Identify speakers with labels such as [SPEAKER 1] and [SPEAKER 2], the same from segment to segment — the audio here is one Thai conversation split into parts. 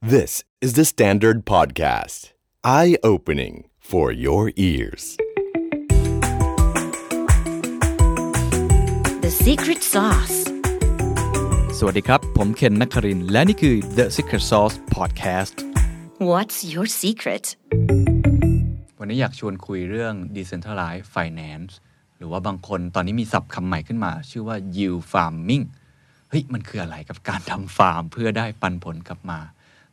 [SPEAKER 1] This is the Standard Podcast. Eye opening for your ears.
[SPEAKER 2] The secret sauce.
[SPEAKER 3] สวัสดีครับ ผมเคนนักครินทร์และนี่คือ The Secret Sauce Podcast
[SPEAKER 2] What's your secret?
[SPEAKER 3] วันนี้อยากชวนคุยเรื่อง Decentralized Finance หรือว่าบางคนตอนนี้มีศัพท์คำใหม่ขึ้นมา ชื่อว่า Yield Farming เฮ้ย มันคืออะไรกับการทำฟาร์มเพื่อได้ปันผลกลับมา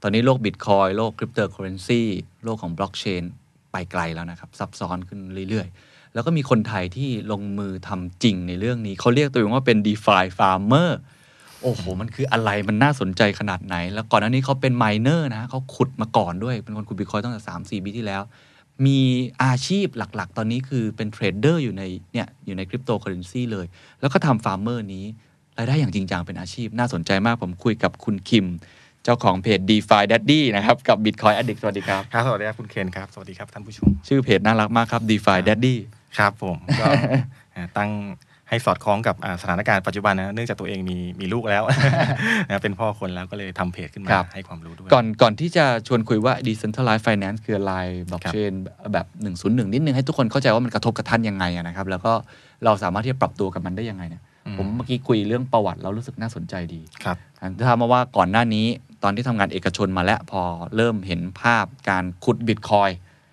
[SPEAKER 3] ตอนนี้โลกบิตคอยโลกคริปโตเคอเรนซีโลกของบล็อกเชนไปไกลแล้วนะครับ ซับซ้อนขึ้นเรื่อยๆ แล้วก็มีคนไทยที่ลงมือทำจริงในเรื่องนี้ เขาเรียกตัวเองว่าเป็น DeFi Farmer โอ้โห มันคืออะไร มันน่าสนใจขนาดไหน แล้วก่อนหน้านี้เขาเป็นไมเนอร์นะ เขาขุดมาก่อนด้วย เป็นคนขุดบิตคอยน์ตั้งแต่สามสี่ปีที่แล้ว มีอาชีพหลักๆ ตอนนี้คือเป็นเทรดเดอร์อยู่ในเนี่ยอยู่ในคริปโตเคอเรนซีเลย แล้วก็ทำฟาร์มเมอร์นี้ รายได้อย่างจริงจังเป็นอาชีพ น่าสนใจมาก ผมคุยกับคุณคิม เจ้าของเพจ DeFi Daddy นะครับ กับ Bitcoin Addict สวัสดีครับ
[SPEAKER 4] ครับสวัสดีครับคุณเคนครับ สวัสดีครับท่านผู้ชม
[SPEAKER 3] ชื่อเพจน่ารักมากครับ DeFi Daddy
[SPEAKER 4] ครับผม ก็อ่าตั้งให้สอดคล้องกับอ่าสถานการณ์ปัจจุบันนะเนื่องจากตัวเองมีมีลูกแล้ว นะเป็นพ่อคนแล้วก็เลยทำเพจขึ้นมา
[SPEAKER 3] ครับ
[SPEAKER 4] ให้ความรู้ด้วย
[SPEAKER 3] ก่อนก่อนที่จะชวนคุยว่า decentralized finance คืออะไรบล็อกเชนแบบ 101 นิดนึง ให้ทุกคนเข้าใจว่ามันกระทบกระทั่นยังไงอะนะครับ แล้วก็เราสามารถที่จะปรับตัวกับมันได้ยังไงเนี่ย
[SPEAKER 4] อืม
[SPEAKER 3] ผมเมื่อกี้คุยเรื่องประวัติเรารู้สึกน่าสนใจดี
[SPEAKER 4] ครับ
[SPEAKER 3] ถ้ามมาว่าก่อนหน้านี้ตอนที่ทำงานเอกชนมาแล้วพอเริ่มเห็นภาพการขุดบิตคอย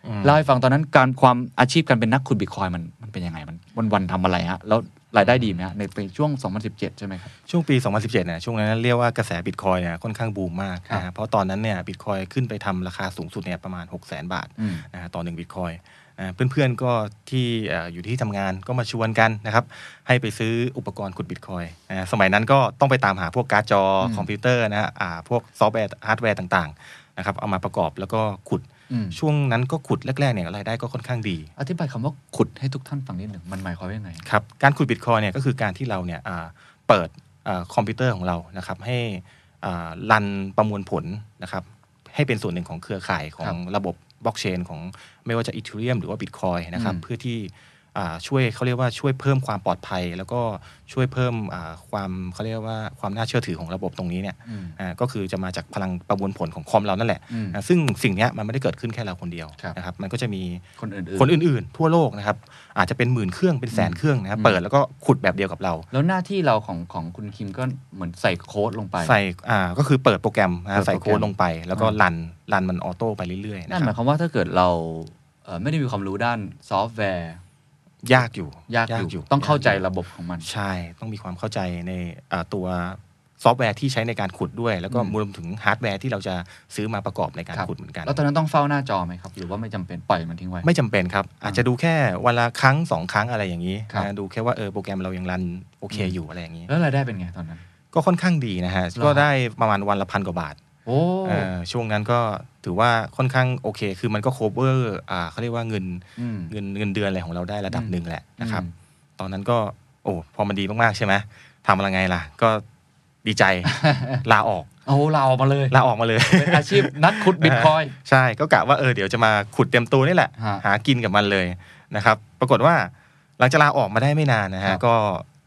[SPEAKER 4] อืม
[SPEAKER 3] เล่าให้ฟังตอนนั้นการความอาชีพการเป็นนักขุดบิตคอยมันมันเป็นยังไงมันวันวันๆทำอะไรฮะแล้วรายได้ดีไหมฮะในในช่วง 2017 ใช่ไหมครับ
[SPEAKER 4] ช่วงปี 2017เนี่ยช่วงนั้นเรียกว่ากระแสบิตคอยเนี่ยค่อนข้างบูมมากนะ
[SPEAKER 3] ครั
[SPEAKER 4] ฮะ
[SPEAKER 3] บ
[SPEAKER 4] เพราะตอนนั้นเนี่ยบิตคอยขึ้นไปทำราคาสูงสุดเนี่ยประมาณ 6 0 0 0 0 0 บาท
[SPEAKER 3] อืม
[SPEAKER 4] นะฮะต่อหนึ่งบิตคอยนะเพื่อนๆก็ที่เอ่ออยู่ที่ทำงานก็มาชวนกันนะครับให้ไปซื้ออุปกรณ์ขุดบิตคอยนะสมัยนั้นก็ต้องไปตามหาพวกการ์ดจออ
[SPEAKER 3] ม
[SPEAKER 4] คอมพิวเตอร์นะฮะอ่าพวกซอฟต์แวร์ฮาร์ดแวร์ต่างๆนะครับเอามาประกอบแล้วก็ขุด
[SPEAKER 3] อืม
[SPEAKER 4] ช่วงนั้นก็ขุดแรกๆเนี่ยรายได้ก็ค่อนข้างดี
[SPEAKER 3] อธิบายคำว่าขุดให้ทุกท่านฟังนิดหนึ่งมันหมายความว่ายังไง
[SPEAKER 4] ครับการขุดบิตคอยเนี่ยก็คือการที่เราเนี่ยอ่าเปิดอาคอมพิวเตอร์ของเรานะครับให้อ่ารันประมวลผลนะครับให้เป็นส่วนหนึ่งของเครือข่ายขอ
[SPEAKER 3] ครั
[SPEAKER 4] ง
[SPEAKER 3] บ
[SPEAKER 4] ระบบบล็อกเชนของไม่ว่าจะอีเทเรียมหรือว่าบิตคอยนะครับ
[SPEAKER 3] อืม
[SPEAKER 4] เพื่อที่อ่าช่วยเขาเรียกว่าช่วยเพิ่มความปลอดภัย แล้วก็ช่วยเพิ่มอ่าความเขาเรียกว่าความน่าเชื่อถือของระบบตรงนี้เนี่ย
[SPEAKER 3] อืม
[SPEAKER 4] อ่าก็คือจะมาจากพลังประมวลผลของคอมเรานั่นแหละ
[SPEAKER 3] อืม
[SPEAKER 4] อ่าซึ่งสิ่งเนี้ยมันไม่ได้เกิดขึ้นแค่เราคนเดียว
[SPEAKER 3] ครับ
[SPEAKER 4] นะครับมันก็จะมี
[SPEAKER 3] คนอื่นๆ
[SPEAKER 4] คนอื่นๆ ทั่วโลกนะครับ อาจจะเป็นหมื่นเครื่องเป็นแสนเครื่องนะครับ
[SPEAKER 3] อืม
[SPEAKER 4] เปิดแล้วก็ขุดแบบเดียวกับเรา
[SPEAKER 3] แล้วหน้าที่เราของของคุณคิมก็เหมือนใส่โค้ดลงไป
[SPEAKER 4] ใส่อ่าก็คือเปิดโปรแกรมนะ
[SPEAKER 3] เปิดโปรแกรม
[SPEAKER 4] ฮะใส่โค้ดลงไป แล้วก็
[SPEAKER 3] อ่ารั
[SPEAKER 4] รันรันมันออโต้ไปเรื่อยๆ
[SPEAKER 3] นั่น
[SPEAKER 4] นะค
[SPEAKER 3] ห
[SPEAKER 4] รั
[SPEAKER 3] มาย
[SPEAKER 4] บ
[SPEAKER 3] ความว่าถ้าเกิดเราเอ่อไม่ได้มีความรู้ด้านซอฟต์แวร์
[SPEAKER 4] ยากอยู่
[SPEAKER 3] ยากอยู่ ต้องเข้าใจระบบของมัน
[SPEAKER 4] ใช่ต้องมีความเข้าใจในอ่าตัวซอฟต์แวร์ที่ใช้ในการขุดด้วย แล้วก็
[SPEAKER 3] อืม
[SPEAKER 4] รวมถึงฮาร์ดแวร์ที่เราจะซื้อมาประกอบในการ
[SPEAKER 3] ครับ
[SPEAKER 4] ขุดเหมือนกัน
[SPEAKER 3] แล้วตอนนั้นต้องเฝ้าหน้าจอไหมครับ หรือว่าไม่จำเป็นปล่อยมันทิ้งไว้
[SPEAKER 4] ไม่จำเป็นครับ อาจจะดูแค่วันละครั้งสองครั้งอะไรอย่างนี้
[SPEAKER 3] ครับ
[SPEAKER 4] นะดูแค่ว่าเออโปรแกรมเรายังรันโอเค
[SPEAKER 3] อืม
[SPEAKER 4] อยู่อะไรอย่างนี้
[SPEAKER 3] แล้วรายได้เป็นไงตอนนั้น
[SPEAKER 4] ก็ค่อนข้างดีนะฮะ
[SPEAKER 3] เหรอ
[SPEAKER 4] ก็ได้ประมาณวันละพันกว่าบาท
[SPEAKER 3] โอ้
[SPEAKER 4] เอ่อช่วงนั้นก็ถือว่าค่อนข้างโอเค คือมันก็โคเวอร์อ่าเขาเรียกว่าเงิน
[SPEAKER 3] อืม
[SPEAKER 4] เงินเงินเดือนอะไรของเราได้ระดับ
[SPEAKER 3] อืม
[SPEAKER 4] หนึ่งแหละนะครับ
[SPEAKER 3] อืม
[SPEAKER 4] ตอนนั้นก็โอ้พอมันดีมากๆใช่ไหมทำอะไรไงล่ะ ก็ดี ใจ ลาออก
[SPEAKER 3] เอาเราออกมาเลย
[SPEAKER 4] ลาออกมาเลย
[SPEAKER 3] เป็นอาชีพนักขุดบิตคอย
[SPEAKER 4] ใช่ก็กะว่าเออเดี๋ยวจะมาขุดเต็มตัวนี่แหละ
[SPEAKER 3] ฮะ
[SPEAKER 4] หากินกับมันเลยนะครับ ปรากฏว่าหลังจากลาออกมาได้ไม่นานนะ
[SPEAKER 3] ครั
[SPEAKER 4] ฮะ
[SPEAKER 3] บ
[SPEAKER 4] ก็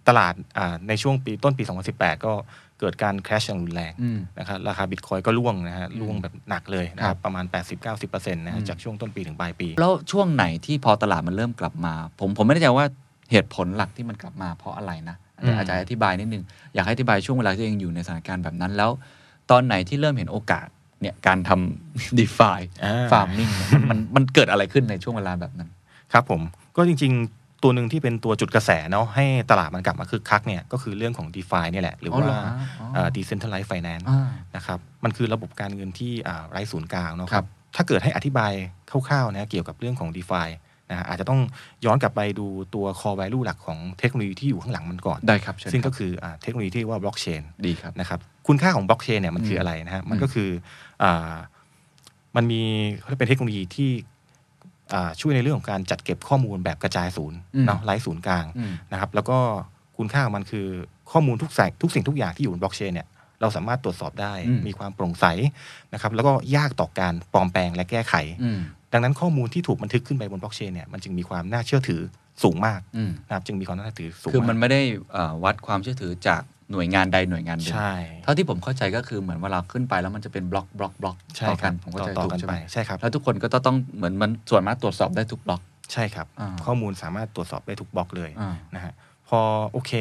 [SPEAKER 4] ตลาดอ่าในช่วงปีต้นปี 2018 ก็เกิดการแครชอย่างรุนแรง
[SPEAKER 3] อืม
[SPEAKER 4] นะครับราคาบิตคอยก็ร่วงนะฮะ
[SPEAKER 3] อืม
[SPEAKER 4] ร่วงแบบหนักเลยนะค
[SPEAKER 3] ครั
[SPEAKER 4] รั
[SPEAKER 3] บบ
[SPEAKER 4] ประมาณ 80-90%นะ
[SPEAKER 3] อื
[SPEAKER 4] ฮะ
[SPEAKER 3] ม
[SPEAKER 4] จากช่วงต้นปีถึงปลายปี
[SPEAKER 3] แล้วช่วงไหนที่พอตลาดมันเริ่มกลับมา ผมผมไม่แน่ใจว่าเหตุผลหลักที่มันกลับมาเพราะอะไรนะอาจจะ
[SPEAKER 4] อืม
[SPEAKER 3] อาจจะอธิบายนิดนึง อยากให้อธิบายช่วงเวลาที่ตัวเองอยู่ในสถานการณ์แบบนั้นแล้ว ตอนไหนที่เริ่มเห็นโอกาสเนี่ยการทำ DeFi
[SPEAKER 4] อ่
[SPEAKER 3] Farming เนี่ยมันมันเกิดอะไรขึ้นในช่วงเวลาแบบนั้น
[SPEAKER 4] ครับผมก็จริงๆ ตัวหนึ่งที่เป็นตัวจุดกระแสเนาะให้ตลาดมันกลับมาคึกคักเนี่ยก็คือเรื่องของ d e f าเนี่ยแหละ หรือ
[SPEAKER 3] อ๋อ
[SPEAKER 4] ว่า
[SPEAKER 3] เหรอฮะอ๋อ
[SPEAKER 4] เอ่อ decentralized finance
[SPEAKER 3] อ่า
[SPEAKER 4] นะครับมันคือระบบการเงินที่อ่าไร้ศูนย์กลางเนาะ
[SPEAKER 3] ครับ
[SPEAKER 4] ถ้าเกิดให้อธิบายคร่าวๆนะเกี่ยวกับเรื่องของ d e f านะฮะอาจจะต้องย้อนกลับไปดูตัว core value หลักของเทคโนโลยีที่อยู่ข้างหลังมันก่อน
[SPEAKER 3] ได้ครับเชิญ
[SPEAKER 4] ซึ่ง
[SPEAKER 3] ค
[SPEAKER 4] ก็
[SPEAKER 3] รับ
[SPEAKER 4] คืออ่าเทคโนโลยีที่เรียกว่า blockchain
[SPEAKER 3] ดีครับ
[SPEAKER 4] นะครับคุณค่าของบล็อกเชนเนี่ยมันคือ
[SPEAKER 3] ม
[SPEAKER 4] อะไรนะฮะ มั
[SPEAKER 3] อื
[SPEAKER 4] น
[SPEAKER 3] ม
[SPEAKER 4] ก็คืออามันมีเขาเรียกเป็นเทคโนโลยีที่อ่าช่วยในเรื่องของการจัดเก็บข้อมูลแบบกระจายศูนย์
[SPEAKER 3] อืม
[SPEAKER 4] เนาะไร้ศูนย์กลาง
[SPEAKER 3] อืม
[SPEAKER 4] นะครับ แล้วก็คุณค่าของมันคือข้อมูลทุกสิ่งทุกสิ่งทุกอย่างที่อยู่บนบล็อกเชนเนี่ยเราสามารถตรวจสอบได้
[SPEAKER 3] อืม
[SPEAKER 4] มีความโปร่งใสนะครับ แล้วก็ยากต่อการปลอมแปลงและแก้ไข
[SPEAKER 3] อืม
[SPEAKER 4] ดังนั้นข้อมูลที่ถูกบันทึกขึ้นไปบนบล็อกเชนเนี่ยมันจึงมีความน่าเชื่อถือสูงมาก
[SPEAKER 3] อืม
[SPEAKER 4] นะครับ จึงมีความน่าเชื่อถือสูง
[SPEAKER 3] คือมัน
[SPEAKER 4] มาก
[SPEAKER 3] ไม่ได้เอ่อวัดความเชื่อถือจาก หน่วยงานใดหน่วยงานหนึ่ง
[SPEAKER 4] ใช่
[SPEAKER 3] เท่าที่ผมเข้าใจก็คือเหมือนเวลาขึ้นไปแล้วมันจะเป็นบล็อกบล็อกบล็อก
[SPEAKER 4] ใช่
[SPEAKER 3] ต่อ
[SPEAKER 4] ค
[SPEAKER 3] กั
[SPEAKER 4] รั
[SPEAKER 3] น
[SPEAKER 4] บ
[SPEAKER 3] ผมเข้าใจ
[SPEAKER 4] ต่อ
[SPEAKER 3] ถูก
[SPEAKER 4] กัน
[SPEAKER 3] ใช่ไห
[SPEAKER 4] ไป
[SPEAKER 3] ม
[SPEAKER 4] ใช่ครับ
[SPEAKER 3] แล้วทุกคนก็ต้องเหมือนมันส่วนมากตรวจสอบได้ทุกบล็อก
[SPEAKER 4] ใช่ครับ
[SPEAKER 3] อ่า
[SPEAKER 4] ข้อมูลสามารถตรวจสอบได้ทุกบล็อกเลย
[SPEAKER 3] อ่า
[SPEAKER 4] นะฮะพอโอเค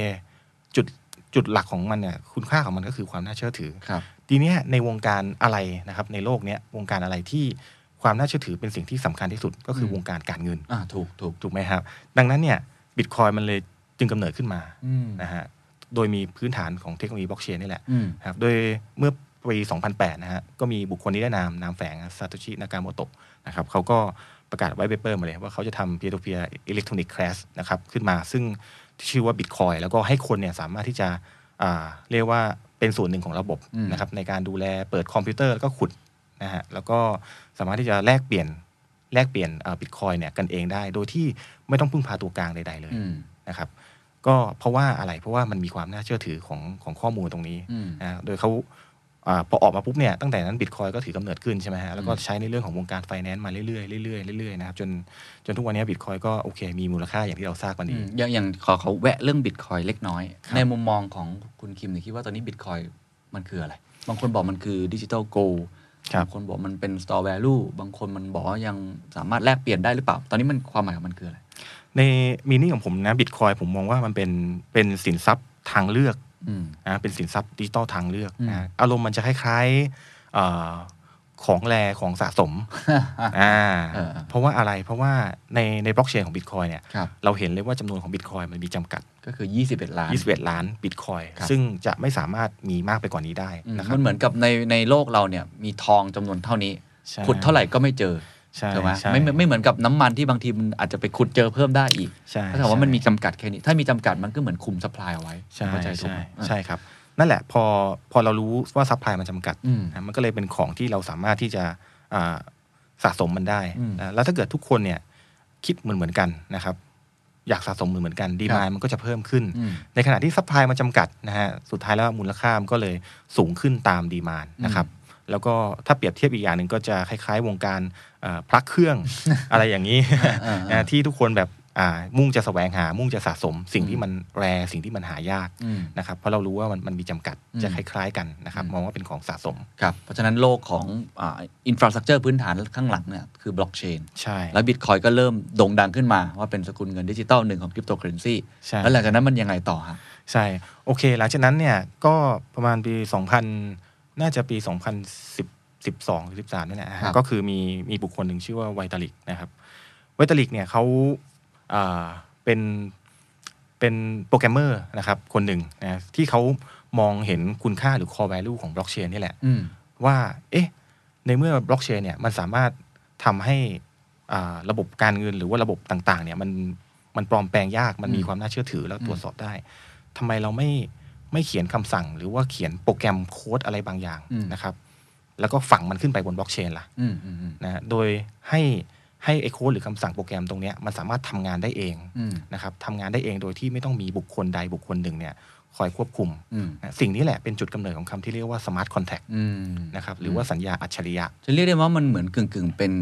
[SPEAKER 4] จุดจุดหลักของมันเนี่ยคุณค่าของมันก็คือความน่าเชื่อถือ
[SPEAKER 3] ครับ
[SPEAKER 4] ทีเนี้ยในวงการอะไรนะครับ ในโลกเนี้ยวงการอะไรที่ความน่าเชื่อถือเป็นสิ่งที่สำคัญที่สุดก็คือ
[SPEAKER 3] ม
[SPEAKER 4] วงการการเงิน
[SPEAKER 3] อ่าถูกถูก
[SPEAKER 4] ถูกไหมครับ ดังนั้นเนี่ยบิตคอยมันเลยจึงกำเนิดขึ้นมา
[SPEAKER 3] อืม
[SPEAKER 4] นะฮะโดยมีพื้นฐานของเทคโนโลยีบล็อกเชนนี่แหละ
[SPEAKER 3] อืม
[SPEAKER 4] ครับโดยเมื่อปี 2008 นะฮะก็มีบุคคลนิรนามนามแฝงซาโตชินากาโมโตะนะครับเขาก็ประกาศไว้เปเปอร์มาเลย ว่าเขาจะทำ peer to peer electronic class นะครับขึ้นมาซึ่งชื่อว่า Bitcoin แล้วก็ให้คนเนี่ยสามารถที่จะอ่าเรียกว่าเป็นส่วนหนึ่งของระบบนะครับในการดูแลเปิดคอมพิวเตอร์แล้วก็ขุดนะฮะแล้วก็สามารถที่จะแลกเปลี่ยน แลกเปลี่ยนบิตคอยเนี่ยกันเองได้ โดยที่ไม่ต้องพึ่งพาตัวกลางใด ๆ เลย
[SPEAKER 3] อืม
[SPEAKER 4] นะครับ ก็เพราะว่าอะไรเพราะว่ามันมีความน่าเชื่อถือของของข้อมูลตรงนี้
[SPEAKER 3] อืม
[SPEAKER 4] นะฮะโดยเขาอาพอออกมาปุ๊บเนี่ยตั้งแต่นั้นบิตคอยก็ถือกำเนิดขึ้นใช่ไหมฮะแล้วก็
[SPEAKER 3] อืม
[SPEAKER 4] ใช้ในเรื่องของวงการไฟแนนซ์มาเรื่อยๆเรื่อยๆเรื่อยๆนะครับจนจนทุกวันนี้บิตคอยก็โอเค มีมูลค่าอย่างที่เราทราบกันดี
[SPEAKER 3] อืมอย่างอย่างขอเขาแวะเรื่องบิตคอยเล็กน้อย
[SPEAKER 4] ครับ
[SPEAKER 3] ในมุมมองของคุณคิมเนี่ยคิดว่าตอนนี้บิตคอยมันคืออะไร บางคนบอกมันคือดิจิ t a ลโกลบางคนบอกมันเป็น store value บางคนมันบอกว่ายังสามารถแลกเปลี่ยนได้หรือเปล่า ตอนนี้มันความหมายของมันคืออะไร
[SPEAKER 4] ในมีนิ่งของผมนะบิตคอยผมมองว่ามันเป็นเป็นสินทรัพย์ทางเลือก
[SPEAKER 3] อืม
[SPEAKER 4] นะเป็นสินทรัพย์ดิจิตอลทางเลือก
[SPEAKER 3] อืม
[SPEAKER 4] นะอารมณ์มันจะคล้ายๆเอ่อของแรของสะ สมอ่า
[SPEAKER 3] เออ
[SPEAKER 4] เพราะว่าอะไรเพราะว่าในในบล็อกเชนของบิตคอยเนี่ย
[SPEAKER 3] ครับ
[SPEAKER 4] เราเห็นเลยว่าจำนวนของบิตคอยมันมีจำกัด
[SPEAKER 3] ก็คือ 21 ล้าน
[SPEAKER 4] 21 ล้านบิตคอย
[SPEAKER 3] ครับ
[SPEAKER 4] ซึ่งจะไม่สามารถมีมากไปกว่านี้ได้
[SPEAKER 3] อืม
[SPEAKER 4] นะครับ
[SPEAKER 3] มันเหมือนกับในในโลกเราเนี่ยมีทองจำนวนเท่านี้
[SPEAKER 4] ใช่
[SPEAKER 3] ขุดเท่าไหร่ก็ไม่เจอ
[SPEAKER 4] ใช่
[SPEAKER 3] ถูกไหม
[SPEAKER 4] ใช่
[SPEAKER 3] ไม่ไม่ไม่เหมือนกับน้ำมันที่บางทีมันอาจจะไปขุดเจอเพิ่มได้อีก
[SPEAKER 4] ใช่
[SPEAKER 3] ถ้าถามว่ามันมีจำกัดแค่นี้ ถ้ามีจำกัดมันก็เหมือนคุมสป라이เอาไว้
[SPEAKER 4] ใช่
[SPEAKER 3] เข้าใจถูก
[SPEAKER 4] ใช่
[SPEAKER 3] ไหม
[SPEAKER 4] ใช่ครับ นั่นแหละพอพอเรารู้ว่าซัพพลายมันจำกัด
[SPEAKER 3] อืม
[SPEAKER 4] นะมันก็เลยเป็นของที่เราสามารถที่จะอ่าสะสมมันได้
[SPEAKER 3] อืม
[SPEAKER 4] นะแล้วถ้าเกิดทุกคนเนี่ยคิดเหมือนเหมือนๆกันนะครับ อยากสะสมเหมือนเหมือนๆกันดีมา
[SPEAKER 3] ครับ
[SPEAKER 4] มันก็จะเพิ่มขึ้น
[SPEAKER 3] อืม
[SPEAKER 4] ในขณะที่ซัพพลายมันจำกัดนะฮะสุดท้ายแล้วมูลค่ามันก็เลยสูงขึ้นตามดีมานนะครับ แล้วก็ถ้าเปรียบเทียบอีกอย่างหนึ่งก็จะคล้ายๆ วงการเอ่อพลักเค รื่อง อะไรอย่างนี้
[SPEAKER 3] อ่าๆ
[SPEAKER 4] นะที่ทุกคนแบบอ่ามุ่งจะแสวงหา มุ่งจะสะสม สิ่ง
[SPEAKER 3] อื
[SPEAKER 4] ที่
[SPEAKER 3] ม
[SPEAKER 4] มันแรสิ่งที่มันหายาก
[SPEAKER 3] อืม
[SPEAKER 4] นะครับเพราะเรารู้ว่ามันมันมีจำกัด
[SPEAKER 3] อืม
[SPEAKER 4] จะคล้ายๆกันนะครับ
[SPEAKER 3] อืม
[SPEAKER 4] มองว่าเป็นของสะสม
[SPEAKER 3] ครับ เพราะฉะนั้นโลกของอินฟราสตรักเจอร์พื้นฐานข้างหลังเนี่ยคือบล็อกเชน
[SPEAKER 4] ใช่
[SPEAKER 3] แล้วบิตคอยก็เริ่มโด่งดังขึ้นมาว่าเป็นสกุลเงินดิจิตอลหนึ่งของคริปโตเคอเรนซี
[SPEAKER 4] ใช่
[SPEAKER 3] แล้วหลังจากนั้นมันยังไงต่อฮะ
[SPEAKER 4] ใช่โอเค หลังจากนั้นเนี่ยก็ประมาณปี 2000 น่าจะปี 2010 12หรือ13นี่แหละ
[SPEAKER 3] ครับ
[SPEAKER 4] ก็คือมีมีบุคคลหนึ่งชื่อว่าไวตาลิกนะครับไวตาลิกเนี่ยเขาอ่าเป็นเป็นโปรแกรมเมอร์นะครับคนหนึ่งนะที่เขามองเห็นคุณค่าหรือ core value ของบล็อกเชนนี่แหละ
[SPEAKER 3] อืม
[SPEAKER 4] ว่า เอ๊ะ ในเมื่อบล็อกเชนเนี่ยมันสามารถทำให้อ่าระบบการเงินหรือว่าระบบต่างๆ เนี่ยมันมันปลอมแปลงยาก มันมี
[SPEAKER 3] อืม
[SPEAKER 4] ความน่าเชื่อถือแล้ว
[SPEAKER 3] อืม
[SPEAKER 4] ตรวจสอบได้ทำไมเราไม่ไม่เขียนคำสั่ง หรือว่าเขียนโปรแกรมโค้ดอะไรบางอย่างนะครับ แล้วก็ฝังมันขึ้นไปบนบล็อกเชนล่ะ
[SPEAKER 3] อืมอืมอืม
[SPEAKER 4] นะ โดยให้ให้ไอโค้ดหรือคำสั่งโปรแกรมตรงเนี้ยมันสามารถทำงานได้เอง
[SPEAKER 3] อืม
[SPEAKER 4] นะครับทำงานได้เองโดยที่ไม่ต้องมีบุคคลใดบุคคลหนึ่งเนี่ยคอยควบคุม
[SPEAKER 3] อืม
[SPEAKER 4] นะสิ่งนี้แหละเป็นจุดกำเนิดของคำที่เรียกว่าสมาร์ทคอนแท
[SPEAKER 3] อืม
[SPEAKER 4] นะครับหรือว่าสัญญาอัจฉริยะ
[SPEAKER 3] จะเรียกได้ว่ามันเหมือนกึ่งกึ่งๆเป็น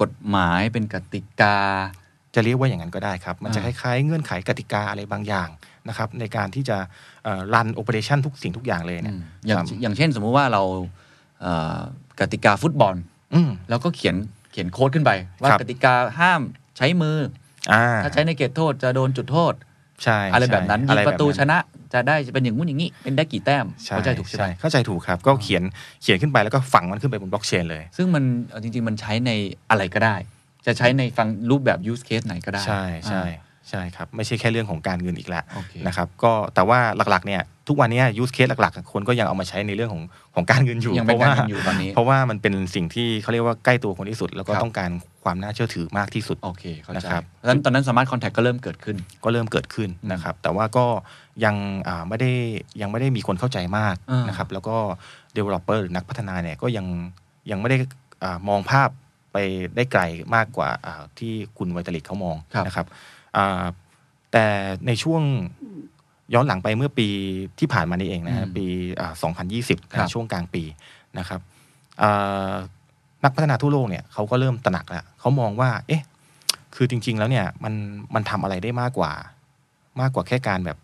[SPEAKER 3] กฎหมายเป็นกติกา
[SPEAKER 4] จะเรียกว่าอย่างนั้นก็ได้ครับ มันจะค
[SPEAKER 3] อ่า
[SPEAKER 4] ล้ายๆ เงื่อนไขกติกาอะไรบางอย่างนะครับในการที่จะรันโอเปอเรชันทุกสิ่งทุกอย่างเลยเนี่ย
[SPEAKER 3] อืมอย่าง
[SPEAKER 4] ครับ
[SPEAKER 3] อย่างเช่นสมมุติว่าเราเอ่อกติกาฟุตบอล
[SPEAKER 4] อืม
[SPEAKER 3] แล้วก็เขียนเขียนโค้ดขึ้นไป ว่า
[SPEAKER 4] ครับ
[SPEAKER 3] กติกาห้ามใช้มือ
[SPEAKER 4] อ่า
[SPEAKER 3] อถ้าใช้ในเขตโทษจะโดนจุดโทษ
[SPEAKER 4] ใช่
[SPEAKER 3] อะไรแบบนั้นยิ
[SPEAKER 4] ใอง ไ
[SPEAKER 3] ประตูชนะจะได้จะเป็นอย่างงู้นอย่างนี้ เป็นได้กี่แต้ม
[SPEAKER 4] ใช่
[SPEAKER 3] เข้าใจถูกใช่ไหม
[SPEAKER 4] ใช่เข้าใจถูกครับ ก็เขียนเขียนขึ้นไปแล้วก็ฝังมันขึ้นไปบนบล็อกเชนเลย
[SPEAKER 3] ซึ่งมันเอาจริง ๆ มันใช้ในอะไรก็ได้ จะใช้ในฟังรูปแบบ use case ไหนก็ได้
[SPEAKER 4] ใช่ใช่
[SPEAKER 3] อ่า
[SPEAKER 4] ใช่ครับ ไม่ใช่แค่เรื่องของการเงินอีกแล้ว
[SPEAKER 3] โอเค
[SPEAKER 4] นะครับก็แต่ว่าหลักๆเนี่ยทุกวันเนี้ยูสเคสหลักๆ คนก็ยังเอามาใช้ในเรื่องของของการเงินอยู่
[SPEAKER 3] ยัง
[SPEAKER 4] เพ
[SPEAKER 3] เป็น
[SPEAKER 4] ราะ
[SPEAKER 3] กา
[SPEAKER 4] ว่าร
[SPEAKER 3] อยู่ตอนนี้
[SPEAKER 4] เพราะว่ามันเป็นสิ่งที่เขาเรียกว่าใกล้ตัวคนที่สุด แล้วก็
[SPEAKER 3] ครับ
[SPEAKER 4] ต้องการความน่าเชื่อถือมากที่สุด
[SPEAKER 3] โอเค เข้าใจ
[SPEAKER 4] นะครับ
[SPEAKER 3] แล้วตอนนั้นสมาร์ทคอนแทคก็เริ่มเกิดขึ้น
[SPEAKER 4] ก็เริ่มเกิดขึ้นนะครับ แต่ว่าก็ยังอ่าไม่ได้ยังไม่ได้มีคนเข้าใจมาก
[SPEAKER 3] อ่าน
[SPEAKER 4] นะครับ แล้วก็ developer หรือนักพัฒนาเนี่ยก็ยังยังไม่ได้อ่ามองภาพไปได้ไกลมากกว่าอ่าที่คุณไวตาลิกเขามองนะครับอ่าแต่ในช่วงย้อนหลังไปเมื่อปีที่ผ่านมานี่เองนะฮะ
[SPEAKER 3] อืม
[SPEAKER 4] ปีอ่า2020นะ
[SPEAKER 3] ครั
[SPEAKER 4] ฮะ
[SPEAKER 3] บ
[SPEAKER 4] ช่วงกลางปีนะครับอ่านักพัฒนาทั่วโลกเนี่ยเขาก็เริ่มตระหนักแล้วเขามองว่า เอ๊ะ คือจริง ๆ แล้วเนี่ยมันมันทำอะไรได้มากกว่า มากกว่าแค่การแบบ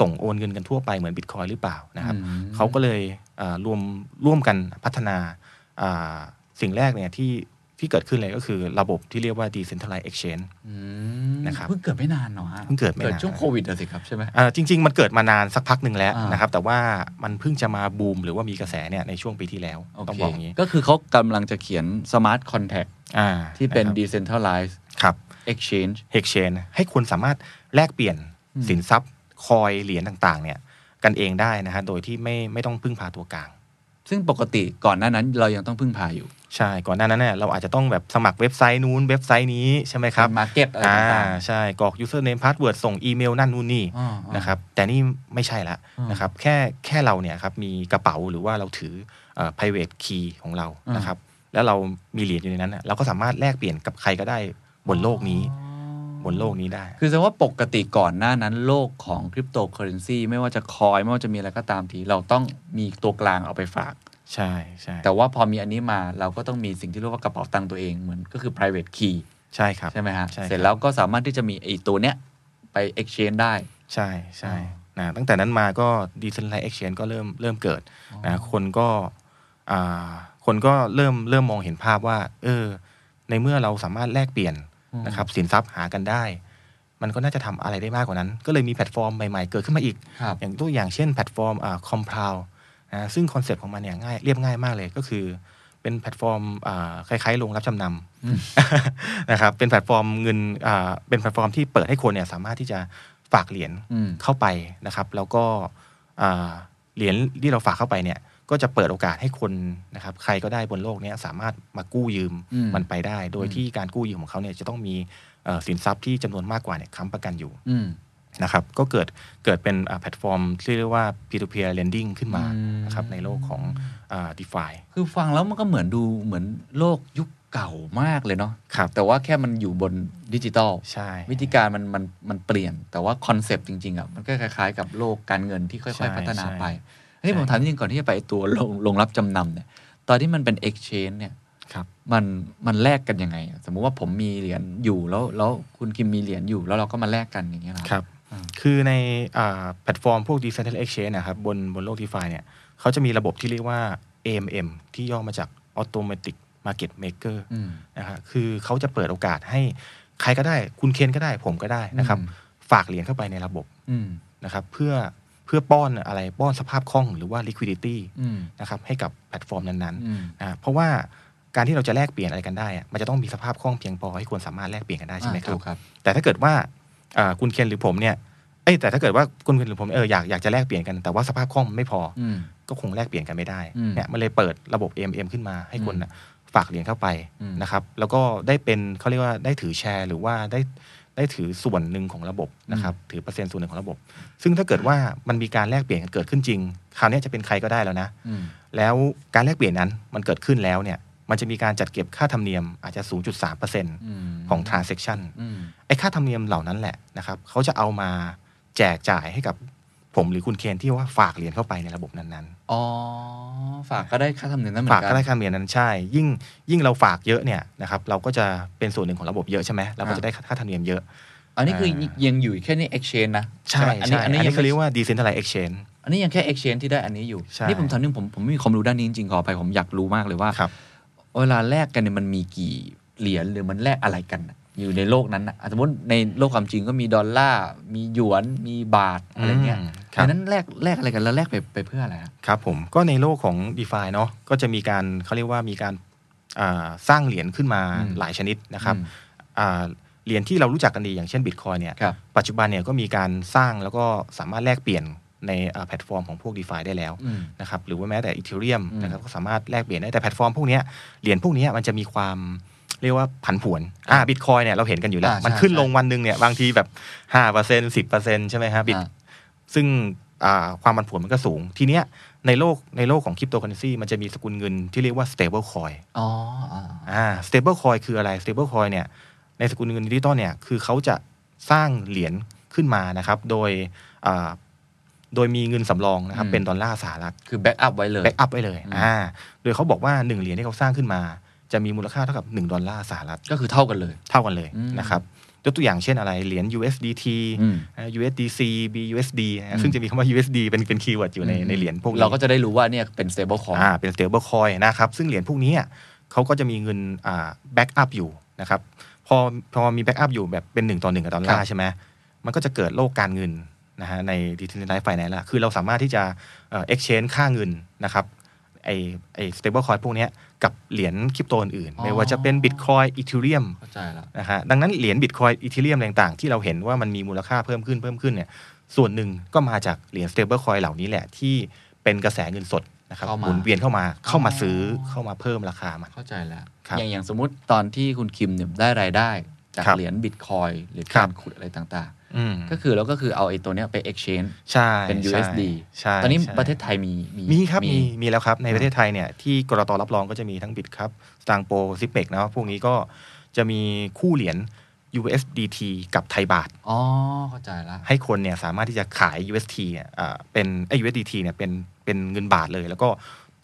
[SPEAKER 4] ส่งโอนเงินกันทั่วไปเหมือนบิตคอยหรือเปล่านะครับ
[SPEAKER 3] อืม
[SPEAKER 4] เขาก็เลยเอ่อรวมร่วมกันพัฒนาอ่าสิ่งแรกเนี่ยที่ที่เกิดขึ้นเลยก็คือระบบที่เรียกว่า decentralized exchange
[SPEAKER 3] อืม
[SPEAKER 4] นะครับ
[SPEAKER 3] เพิ่งเกิดไม่นานเนาะฮะ
[SPEAKER 4] เพิ่งเกิดไม่นาน
[SPEAKER 3] เกิดช่วงโควิดอะสิครับใช่ไหม
[SPEAKER 4] อ่าจริง ๆ มันเกิดมานานสักพักหนึ่งแล้ว
[SPEAKER 3] อ่าน
[SPEAKER 4] นะครับ แต่ว่ามันเพิ่งจะมาบูมหรือว่ามีกระแสเนี่ยในช่วงปีที่แล้ว
[SPEAKER 3] โอ
[SPEAKER 4] ต้อง
[SPEAKER 3] เค
[SPEAKER 4] บอกอย่างนี้
[SPEAKER 3] ก็คือเขากำลังจะเขียน smart contract
[SPEAKER 4] อ่า
[SPEAKER 3] ที่เป็น
[SPEAKER 4] ะครับ
[SPEAKER 3] decentralized
[SPEAKER 4] ครับ
[SPEAKER 3] exchange
[SPEAKER 4] เฮกเชนให้คนสามารถแลกเปลี่ยน
[SPEAKER 3] อืม
[SPEAKER 4] สินทรัพย์คอยเหรียญต่างๆเนี่ยกันเองได้นะฮะโดยที่ไม่ไม่ต้องพึ่งพาตัวกลาง
[SPEAKER 3] ซึ่งปกติก่อนหน้านั้นเรายังต้องพึ่งพาอยู่
[SPEAKER 4] ใช่ก่อนหน้านั้นเนี่ยเราอาจจะต้องแบบสมัครเว็บไซต์นู้นเว็บไซต์นี้ใช่ไหมครับ
[SPEAKER 3] มาเก็ตอะไร
[SPEAKER 4] อ่า
[SPEAKER 3] ต่าง
[SPEAKER 4] ใช่กรอก username password ส่งอีเมลนั่นนู่นนี่
[SPEAKER 3] ๆอ่าอ่า
[SPEAKER 4] นะครับแต่นี่ไม่ใช่ละ
[SPEAKER 3] อ่าน
[SPEAKER 4] นะครับแค่แค่เราเนี่ยครับมีกระเป๋าหรือว่าเราถือเอ่อ private key ของเรา
[SPEAKER 3] อ่าน
[SPEAKER 4] นะครับแล้วเรามีเหรียญอยู่ในนั้นน่ะเราก็สามารถแลกเปลี่ยนกับใครก็ได้บนโลกนี้บนโลกนี้ได้
[SPEAKER 3] คือแสดงว่าปกติก่อนหน้านั้นโลกของคริปโตเคอเรนซีไม่ว่าจะคอยไม่ว่าจะมีอะไรก็ตามที เราต้องมีตัวกลางเอาไปฝาก
[SPEAKER 4] ใช่ใช่
[SPEAKER 3] แต่ว่าพอมีอันนี้มาเราก็ต้องมีสิ่งที่เรียกว่ากระเป๋าตังค์ตัวเองเหมือนก็คือ private key
[SPEAKER 4] ใช่ครับ
[SPEAKER 3] ใช่ไหมฮะ
[SPEAKER 4] ใช่ครับ
[SPEAKER 3] เสร็จแล้วก็สามารถที่จะมีไอ้ตัวเนี้ยไป exchange ได้
[SPEAKER 4] ใช่ใช่
[SPEAKER 3] อ๋
[SPEAKER 4] นะตั้งแต่นั้นมาก็ดีเซนไลเอ็กชแนนก็เริ่มเริ่มเกิดนะคนก็อ่าคนก็เริ่มเริ่มมองเห็นภาพว่า เออ ในเมื่อเราสามารถแลกเปลี่ยน
[SPEAKER 3] อืม
[SPEAKER 4] นะครับ สินทรัพย์หากันได้ มันก็น่าจะทำอะไรได้มากกว่านั้น ก็เลยมีแพลตฟอร์มใหม่ๆ เกิดขึ้นมาอีก
[SPEAKER 3] ครับ
[SPEAKER 4] อย่างตัวอย่างเช่นแพลตฟอร์มอ่าคอมพาวนะซึ่งคอนเซปต์ของมันเนี่ยง่ายเรียบง่ายมากเลยก็คือ เป็นแพลตฟอร์มอ่าคล้ายๆโรงรับจำนำนะครับเป็นแพลตฟอร์มเงินอ่าเป็นแพลตฟอร์มที่เปิดให้คนเนี่ยสามารถที่จะฝากเหรียญ
[SPEAKER 3] อืม
[SPEAKER 4] เข้าไปนะครับ แล้วก็อ่าเหรียญที่เราฝากเข้าไปเนี่ยก็จะเปิดโอกาสให้คนนะครับใครก็ได้บนโลกเนี้ยสามารถมากู้ยืม
[SPEAKER 3] อืม
[SPEAKER 4] มันไปได้ โดยที่การกู้ยืมของเขาเนี่ยจะต้องมีเอ่อสินทรัพย์ที่จำนวนมากกว่าเนี่ยค้ำประกันอยู่
[SPEAKER 3] อืม
[SPEAKER 4] นะครับก็เกิดเกิดเป็นอ่าแพลตฟอร์มที่เรียกว่า peer-to-peer lending ขึ้นมา
[SPEAKER 3] อืม
[SPEAKER 4] นะครับในโลกของอ่า DeFi
[SPEAKER 3] คือฟังแล้วมันก็เหมือนดูเหมือนโลกยุคเก่ามากเลยเนาะ
[SPEAKER 4] ครับ
[SPEAKER 3] แต่ว่าแค่มันอยู่บนดิจิตอล
[SPEAKER 4] ใช่
[SPEAKER 3] วิธีการมันมันมันเปลี่ยน แต่ว่าคอนเซปต์จริงๆอ่ะมันก็คล้ายๆ กับโลกการเงินที่ค่อยๆ พัฒนาไปเฮ้ยผมถามจริงๆก่อนที่จะไปตัวโรงโรงรับจำนำเนี่ย ตอนที่มันเป็น exchange เนี่ย
[SPEAKER 4] ครับ
[SPEAKER 3] มันมันแลกกันยังไงอะสมมุติว่าผมมีเหรียญอยู่แล้วแล้วคุณคิมมีเหรียญอยู่แล้วเราก็มาแลกกันอย่างเงี้ยเหรอ
[SPEAKER 4] ครับ
[SPEAKER 3] อ่า
[SPEAKER 4] คือในอ่าแพลตฟอร์มพวก Decentralized Exchange นะครับบนบนโลก DeFi เนี่ยเขาจะมีระบบที่เรียกว่า AMM ที่ย่อมาจาก Automatic Market Maker
[SPEAKER 3] อืม
[SPEAKER 4] นะครับคือเขาจะเปิดโอกาสให้ใครก็ได้ คุณเคนก็ได้ผมก็ได้นะครับ
[SPEAKER 3] อืม
[SPEAKER 4] ฝากเหรียญเข้าไปในระบบ
[SPEAKER 3] อืม
[SPEAKER 4] นะครับเพื่อเพื่อป้อนอะไรป้อนสภาพคล่องหรือว่า liquidity
[SPEAKER 3] อืม
[SPEAKER 4] นะครับให้กับแพลตฟอร์มนั้น
[SPEAKER 3] อืม
[SPEAKER 4] ๆนะเพราะว่าการที่เราจะแลกเปลี่ยนอะไรกันได้อะมันจะต้องมีสภาพคล่องเพียงพอให้คนสามารถแลกเปลี่ยนกันได้ใช่ไหมครับ
[SPEAKER 3] อ่าถูกครับ
[SPEAKER 4] แต่ถ้าเกิดว่าอ่าคุณเคนหรือผมเนี่ยเอ้ยแต่ถ้าเกิดว่าคุณเคนหรือผมเอออยากอยากจะแลกเปลี่ยนกันแต่ว่าสภาพคล่องมันไม่พออ
[SPEAKER 3] อืม
[SPEAKER 4] ก็คงแลกเปลี่ยนกันไม่ได้
[SPEAKER 3] อืม
[SPEAKER 4] เนี่ยมันเลยเปิดระบบ m m ขึ้นมาให้คนน่ะฝากเหรียญเข้าไป
[SPEAKER 3] อืม
[SPEAKER 4] นะครับ แล้วก็ได้เป็นเขาเรียกว่าได้ถือแชร์ หรือว่าได้ได้ถือส่วนหนึ่งของระบบนะครับถือเปอร์เซ็นต์ส่วนหนึ่งของระบบ ซึ่งถ้าเกิดว่ามันมีการแลกเปลี่ยนกันเกิดขึ้นจริงคราวเนี้ยจะเป็นใครก็ได้แล้วนะ
[SPEAKER 3] อืม
[SPEAKER 4] แล้วการแลกเปลี่ยนนั้นมันเกิดขึ้นแล้วเนี่ยมันจะมีการจัดเก็บค่าธรรมเนียมอาจจะ 0.3%
[SPEAKER 3] ม
[SPEAKER 4] ของ transaction
[SPEAKER 3] อืม
[SPEAKER 4] ไอ้ค่าธรรมเนียมเหล่านั้นแหละนะครับเขาจะเอามาแจกจ่ายให้กับผมหรือคุณเคนที่ว่าฝากเหรียญเข้าไปในระบบนั้น
[SPEAKER 3] อ๋อ ฝากก็ได้ค่าธรรมเนียมนั่นเหมือ
[SPEAKER 4] ๆฝาก
[SPEAKER 3] นกั
[SPEAKER 4] ก็ได้ค่าธรรมเนียมนั้นใช่ ยิ่งยิ่งเราฝากเยอะเนี่ยนะครับเราก็จะเป็นส่วนหนึ่งของระบบเยอะใช่ไหมเราก็จะได้ค่าธรรมเนียมเยอะ
[SPEAKER 3] อันนี้คือ
[SPEAKER 4] เออ
[SPEAKER 3] ยังอยู่แค่ใน exchange นะ
[SPEAKER 4] ใช่
[SPEAKER 3] ไหม
[SPEAKER 4] ใช่อันนี้
[SPEAKER 3] ยัง
[SPEAKER 4] เขาเรียกว่า decentralized exchange
[SPEAKER 3] อันนี้ยังแค่ exchange ที่ได้อันนี้อยู่
[SPEAKER 4] ใช่
[SPEAKER 3] นี่ผมถามนึงผมผมไม่มีความรู้ด้านนี้จริงๆขอไปผมอยากรู้มากเลยว่า
[SPEAKER 4] ครับ
[SPEAKER 3] เวลาแลกกันเนี่ยมันมีกี่เหรียญหรือมันแลกอะไรกันน่ะอยู่ในโลกนั้นนะอ่ะสมมติในโลกความจริงก็มีดอลลาร์ มีหยวน มีบาทอะไรเงี้ย
[SPEAKER 4] มค
[SPEAKER 3] ดั
[SPEAKER 4] รับ
[SPEAKER 3] งนั้นแลกแลกอะไรกันแล้วแลกไปไปเพื่ออะไรฮะ
[SPEAKER 4] ครับผมก็ในโลกของ d e f i เนาะก็จะมีการเขาเรียกว่ามีการอ่าสร้างเหรียญขึ้นมา
[SPEAKER 3] อืม
[SPEAKER 4] หลายชนิดนะครับ
[SPEAKER 3] อืม
[SPEAKER 4] อ่าเหรียญที่เรารู้จักกันดีอย่างเช่นบิตคอยเนี่ย
[SPEAKER 3] ครับ
[SPEAKER 4] ปัจจุบันเนี่ยก็มีการสร้างแล้วก็สามารถแลกเปลี่ยนในอ่าแพลตฟอร์มของพวก d e f i ได้แล้ว
[SPEAKER 3] อืม
[SPEAKER 4] นะครับหรือว่าแม้แต่อีเทเรียม
[SPEAKER 3] อืม
[SPEAKER 4] นะครับก็สามารถแลกเปลี่ยนได้แต่แพลตฟอร์มพวกเนี้ยเหรียญพวกเนี้ยมันจะมีความเรียกว่าผันผวนอ่าบิตคอยเนี่ยเราเห็นกันอยู่แล้ว มันขึ้นลงวันหนึ่งเนี่ยบางทีแบบ5% 10%ใช่ไหมฮะบิต
[SPEAKER 3] อ่ะ
[SPEAKER 4] ซึ่งอ่าความผันผวนมันก็สูง ทีเนี้ยในโลกในโลกของคริปโตเคอเรนซีมันจะมีสกุลเงินที่เรียกว่า stable coin
[SPEAKER 3] อ๋ออ่า
[SPEAKER 4] อ่า stable coin คืออะไร stable coin เนี่ยในสกุลเงินดิจิตอลเนี่ยคือเขาจะสร้างเหรียญขึ้นมานะครับโดยอ่าโดยมีเงินสำรองนะครับเป็นดอลลาร์สหรัฐ
[SPEAKER 3] คือแบ็กอัพไว้เลย
[SPEAKER 4] แบ็กอัพไว้เลย
[SPEAKER 3] อืม
[SPEAKER 4] อ่าโดยเขาบอกว่า 1 เหรียญที่เขาสร้างขึ้นมา จะมีมูลค่าเท่ากับ 1 ดอลลาร์สหรัฐ
[SPEAKER 3] ก็คือเท่ากันเลย
[SPEAKER 4] เท่ากันเลย
[SPEAKER 3] อืม
[SPEAKER 4] นะครับ ยกตัวอย่างเช่นอะไร เหรียญ USDT
[SPEAKER 3] อืม
[SPEAKER 4] อ่า USDC BUSD นะฮะซึ่งจะมีคำว่า USD เป็นเป็นคีย์เวิร์ดอยู่ในในเหรียญพวกนี้
[SPEAKER 3] เราก็จะได้รู้ว่าเนี่ยเป็น stable coin
[SPEAKER 4] อ่าเป็น stable coin นะครับ ซึ่งเหรียญพวกนี้อ่ะเขาก็จะมีเงินอ่า back up อยู่นะครับพอพอมี back up อยู่แบบเป็น 1 ต่อ 1 กับดอล
[SPEAKER 3] ค
[SPEAKER 4] ลา
[SPEAKER 3] รั
[SPEAKER 4] ร์
[SPEAKER 3] บ
[SPEAKER 4] ใช่ไหมมันก็จะเกิดโลกการเงินนะฮะใน decentralized finance ละคือเราสามารถที่จะเอ่อ exchange ค่าเงินนะครับไอไอ stable coin พวกเนี้ยกับเหรียญคริปโตอื่นๆไม่ว่าจะเป็น bitcoin ethereum
[SPEAKER 3] เข้าใจแล้ว
[SPEAKER 4] นะฮะดังนั้นเหรียญบิตคอยอีเทเรียมต่างๆ ที่เราเห็นว่ามันมีมูลค่าเพิ่มขึ้นเพิ่มขึ้นเนี่ยส่วนหนึ่งก็มาจากเหรียญสเตเบิลคอยเหล่านี้แหละ ที่เป็นกระแสเงินสดนะครับ
[SPEAKER 3] เข้ามา
[SPEAKER 4] หมุนเวียนเข้ามาเข้ามา
[SPEAKER 3] อ๋อ
[SPEAKER 4] ซื้อเข้ามาเพิ่มราคามัน
[SPEAKER 3] เข้าใจแล้ว
[SPEAKER 4] ครับ
[SPEAKER 3] อย่างอย่างสมมติตอนที่คุณคิมเนี่ยได้รายได้ จาก
[SPEAKER 4] ครับ
[SPEAKER 3] เหรียญบิตคอยหรือ
[SPEAKER 4] ครั
[SPEAKER 3] กา
[SPEAKER 4] บ
[SPEAKER 3] รขุดอะไรต่าง
[SPEAKER 4] อืม
[SPEAKER 3] ๆ ก็คือเราก็คือเอาไอ้ตัวเนี้ยไป exchange
[SPEAKER 4] ใช่
[SPEAKER 3] เป็น
[SPEAKER 4] ใช่
[SPEAKER 3] USD
[SPEAKER 4] ใช่
[SPEAKER 3] ตอนนี้
[SPEAKER 4] ใช่
[SPEAKER 3] ประเทศไทยมี
[SPEAKER 4] มีครับมีมีแล้วครับ ในประเทศไทยเนี่ยที่กรตรับรองก็จะมีทั้งบิตครับสตางโปซิเปกนะครับพวกนี้ก็จะมีคู่เหรียญ USDT กับไทยบาท
[SPEAKER 3] อ๋อ เข้าใจละ
[SPEAKER 4] ให้คนเนี่ยสามารถที่จะขาย UST เนี่ยอ่าเป็นไอ้ USDT เนี่ยเป็นเป็นเงินบาทเลย แล้วก็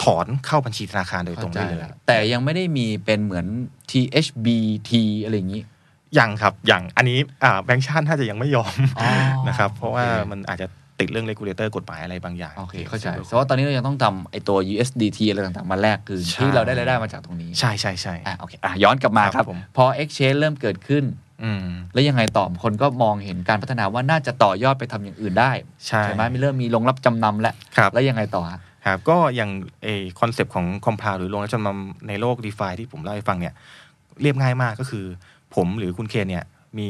[SPEAKER 4] ถอนเข้าบัญชีธนาคารโดยตร
[SPEAKER 3] เข้าง ใจ
[SPEAKER 4] ได้เลย
[SPEAKER 3] แล้วแต่ยังไม่ได้มีเป็นเหมือน THBT อะไรอย่างนี้
[SPEAKER 4] ยังครับยังอันนี้อ่าแบงค์ชาติน่าจะยังไม่ยอม
[SPEAKER 3] อ๋อ
[SPEAKER 4] นะครับ เพราะว่า
[SPEAKER 3] โอเค
[SPEAKER 4] มันอาจจะติดเรื่องเลกูเลเตอร์กฎหมายอะไรบางอย่าง
[SPEAKER 3] โอเคเข้าใจ
[SPEAKER 4] ซึ่ง
[SPEAKER 3] แต่ว่าตอนนี้เรายังต้องทำไอตัว USDT อะไรต่างๆ มาแลกคือที่เราได้รายได้มาจากตรงนี้
[SPEAKER 4] ใช่ใช่ใช่
[SPEAKER 3] อ่ะโอเคอ่ะย้อนกลับมาค
[SPEAKER 4] ครั
[SPEAKER 3] รั
[SPEAKER 4] บบ ผม
[SPEAKER 3] พอ exchange เริ่มเกิดขึ้น
[SPEAKER 4] อืม
[SPEAKER 3] แล้วยังไงต่อคนก็มองเห็นการพัฒนาว่าน่าจะต่อยอดไปทำอย่างอื่นได้
[SPEAKER 4] ใช่
[SPEAKER 3] ไหมไม่เริ่มมีลงรับจำนำแล้ว
[SPEAKER 4] ครับ
[SPEAKER 3] แล้วยังไงต่อฮะ
[SPEAKER 4] ครับก็อย่างไอคอนเซปต์ของคอมพลาหรือลงแล้วจำนำในโลกดีฟาที่ผมเล่าให้ฟังเนี่ยเรียบง่ายมากก็คือ ผมหรือคุณเคนเนี่ยมี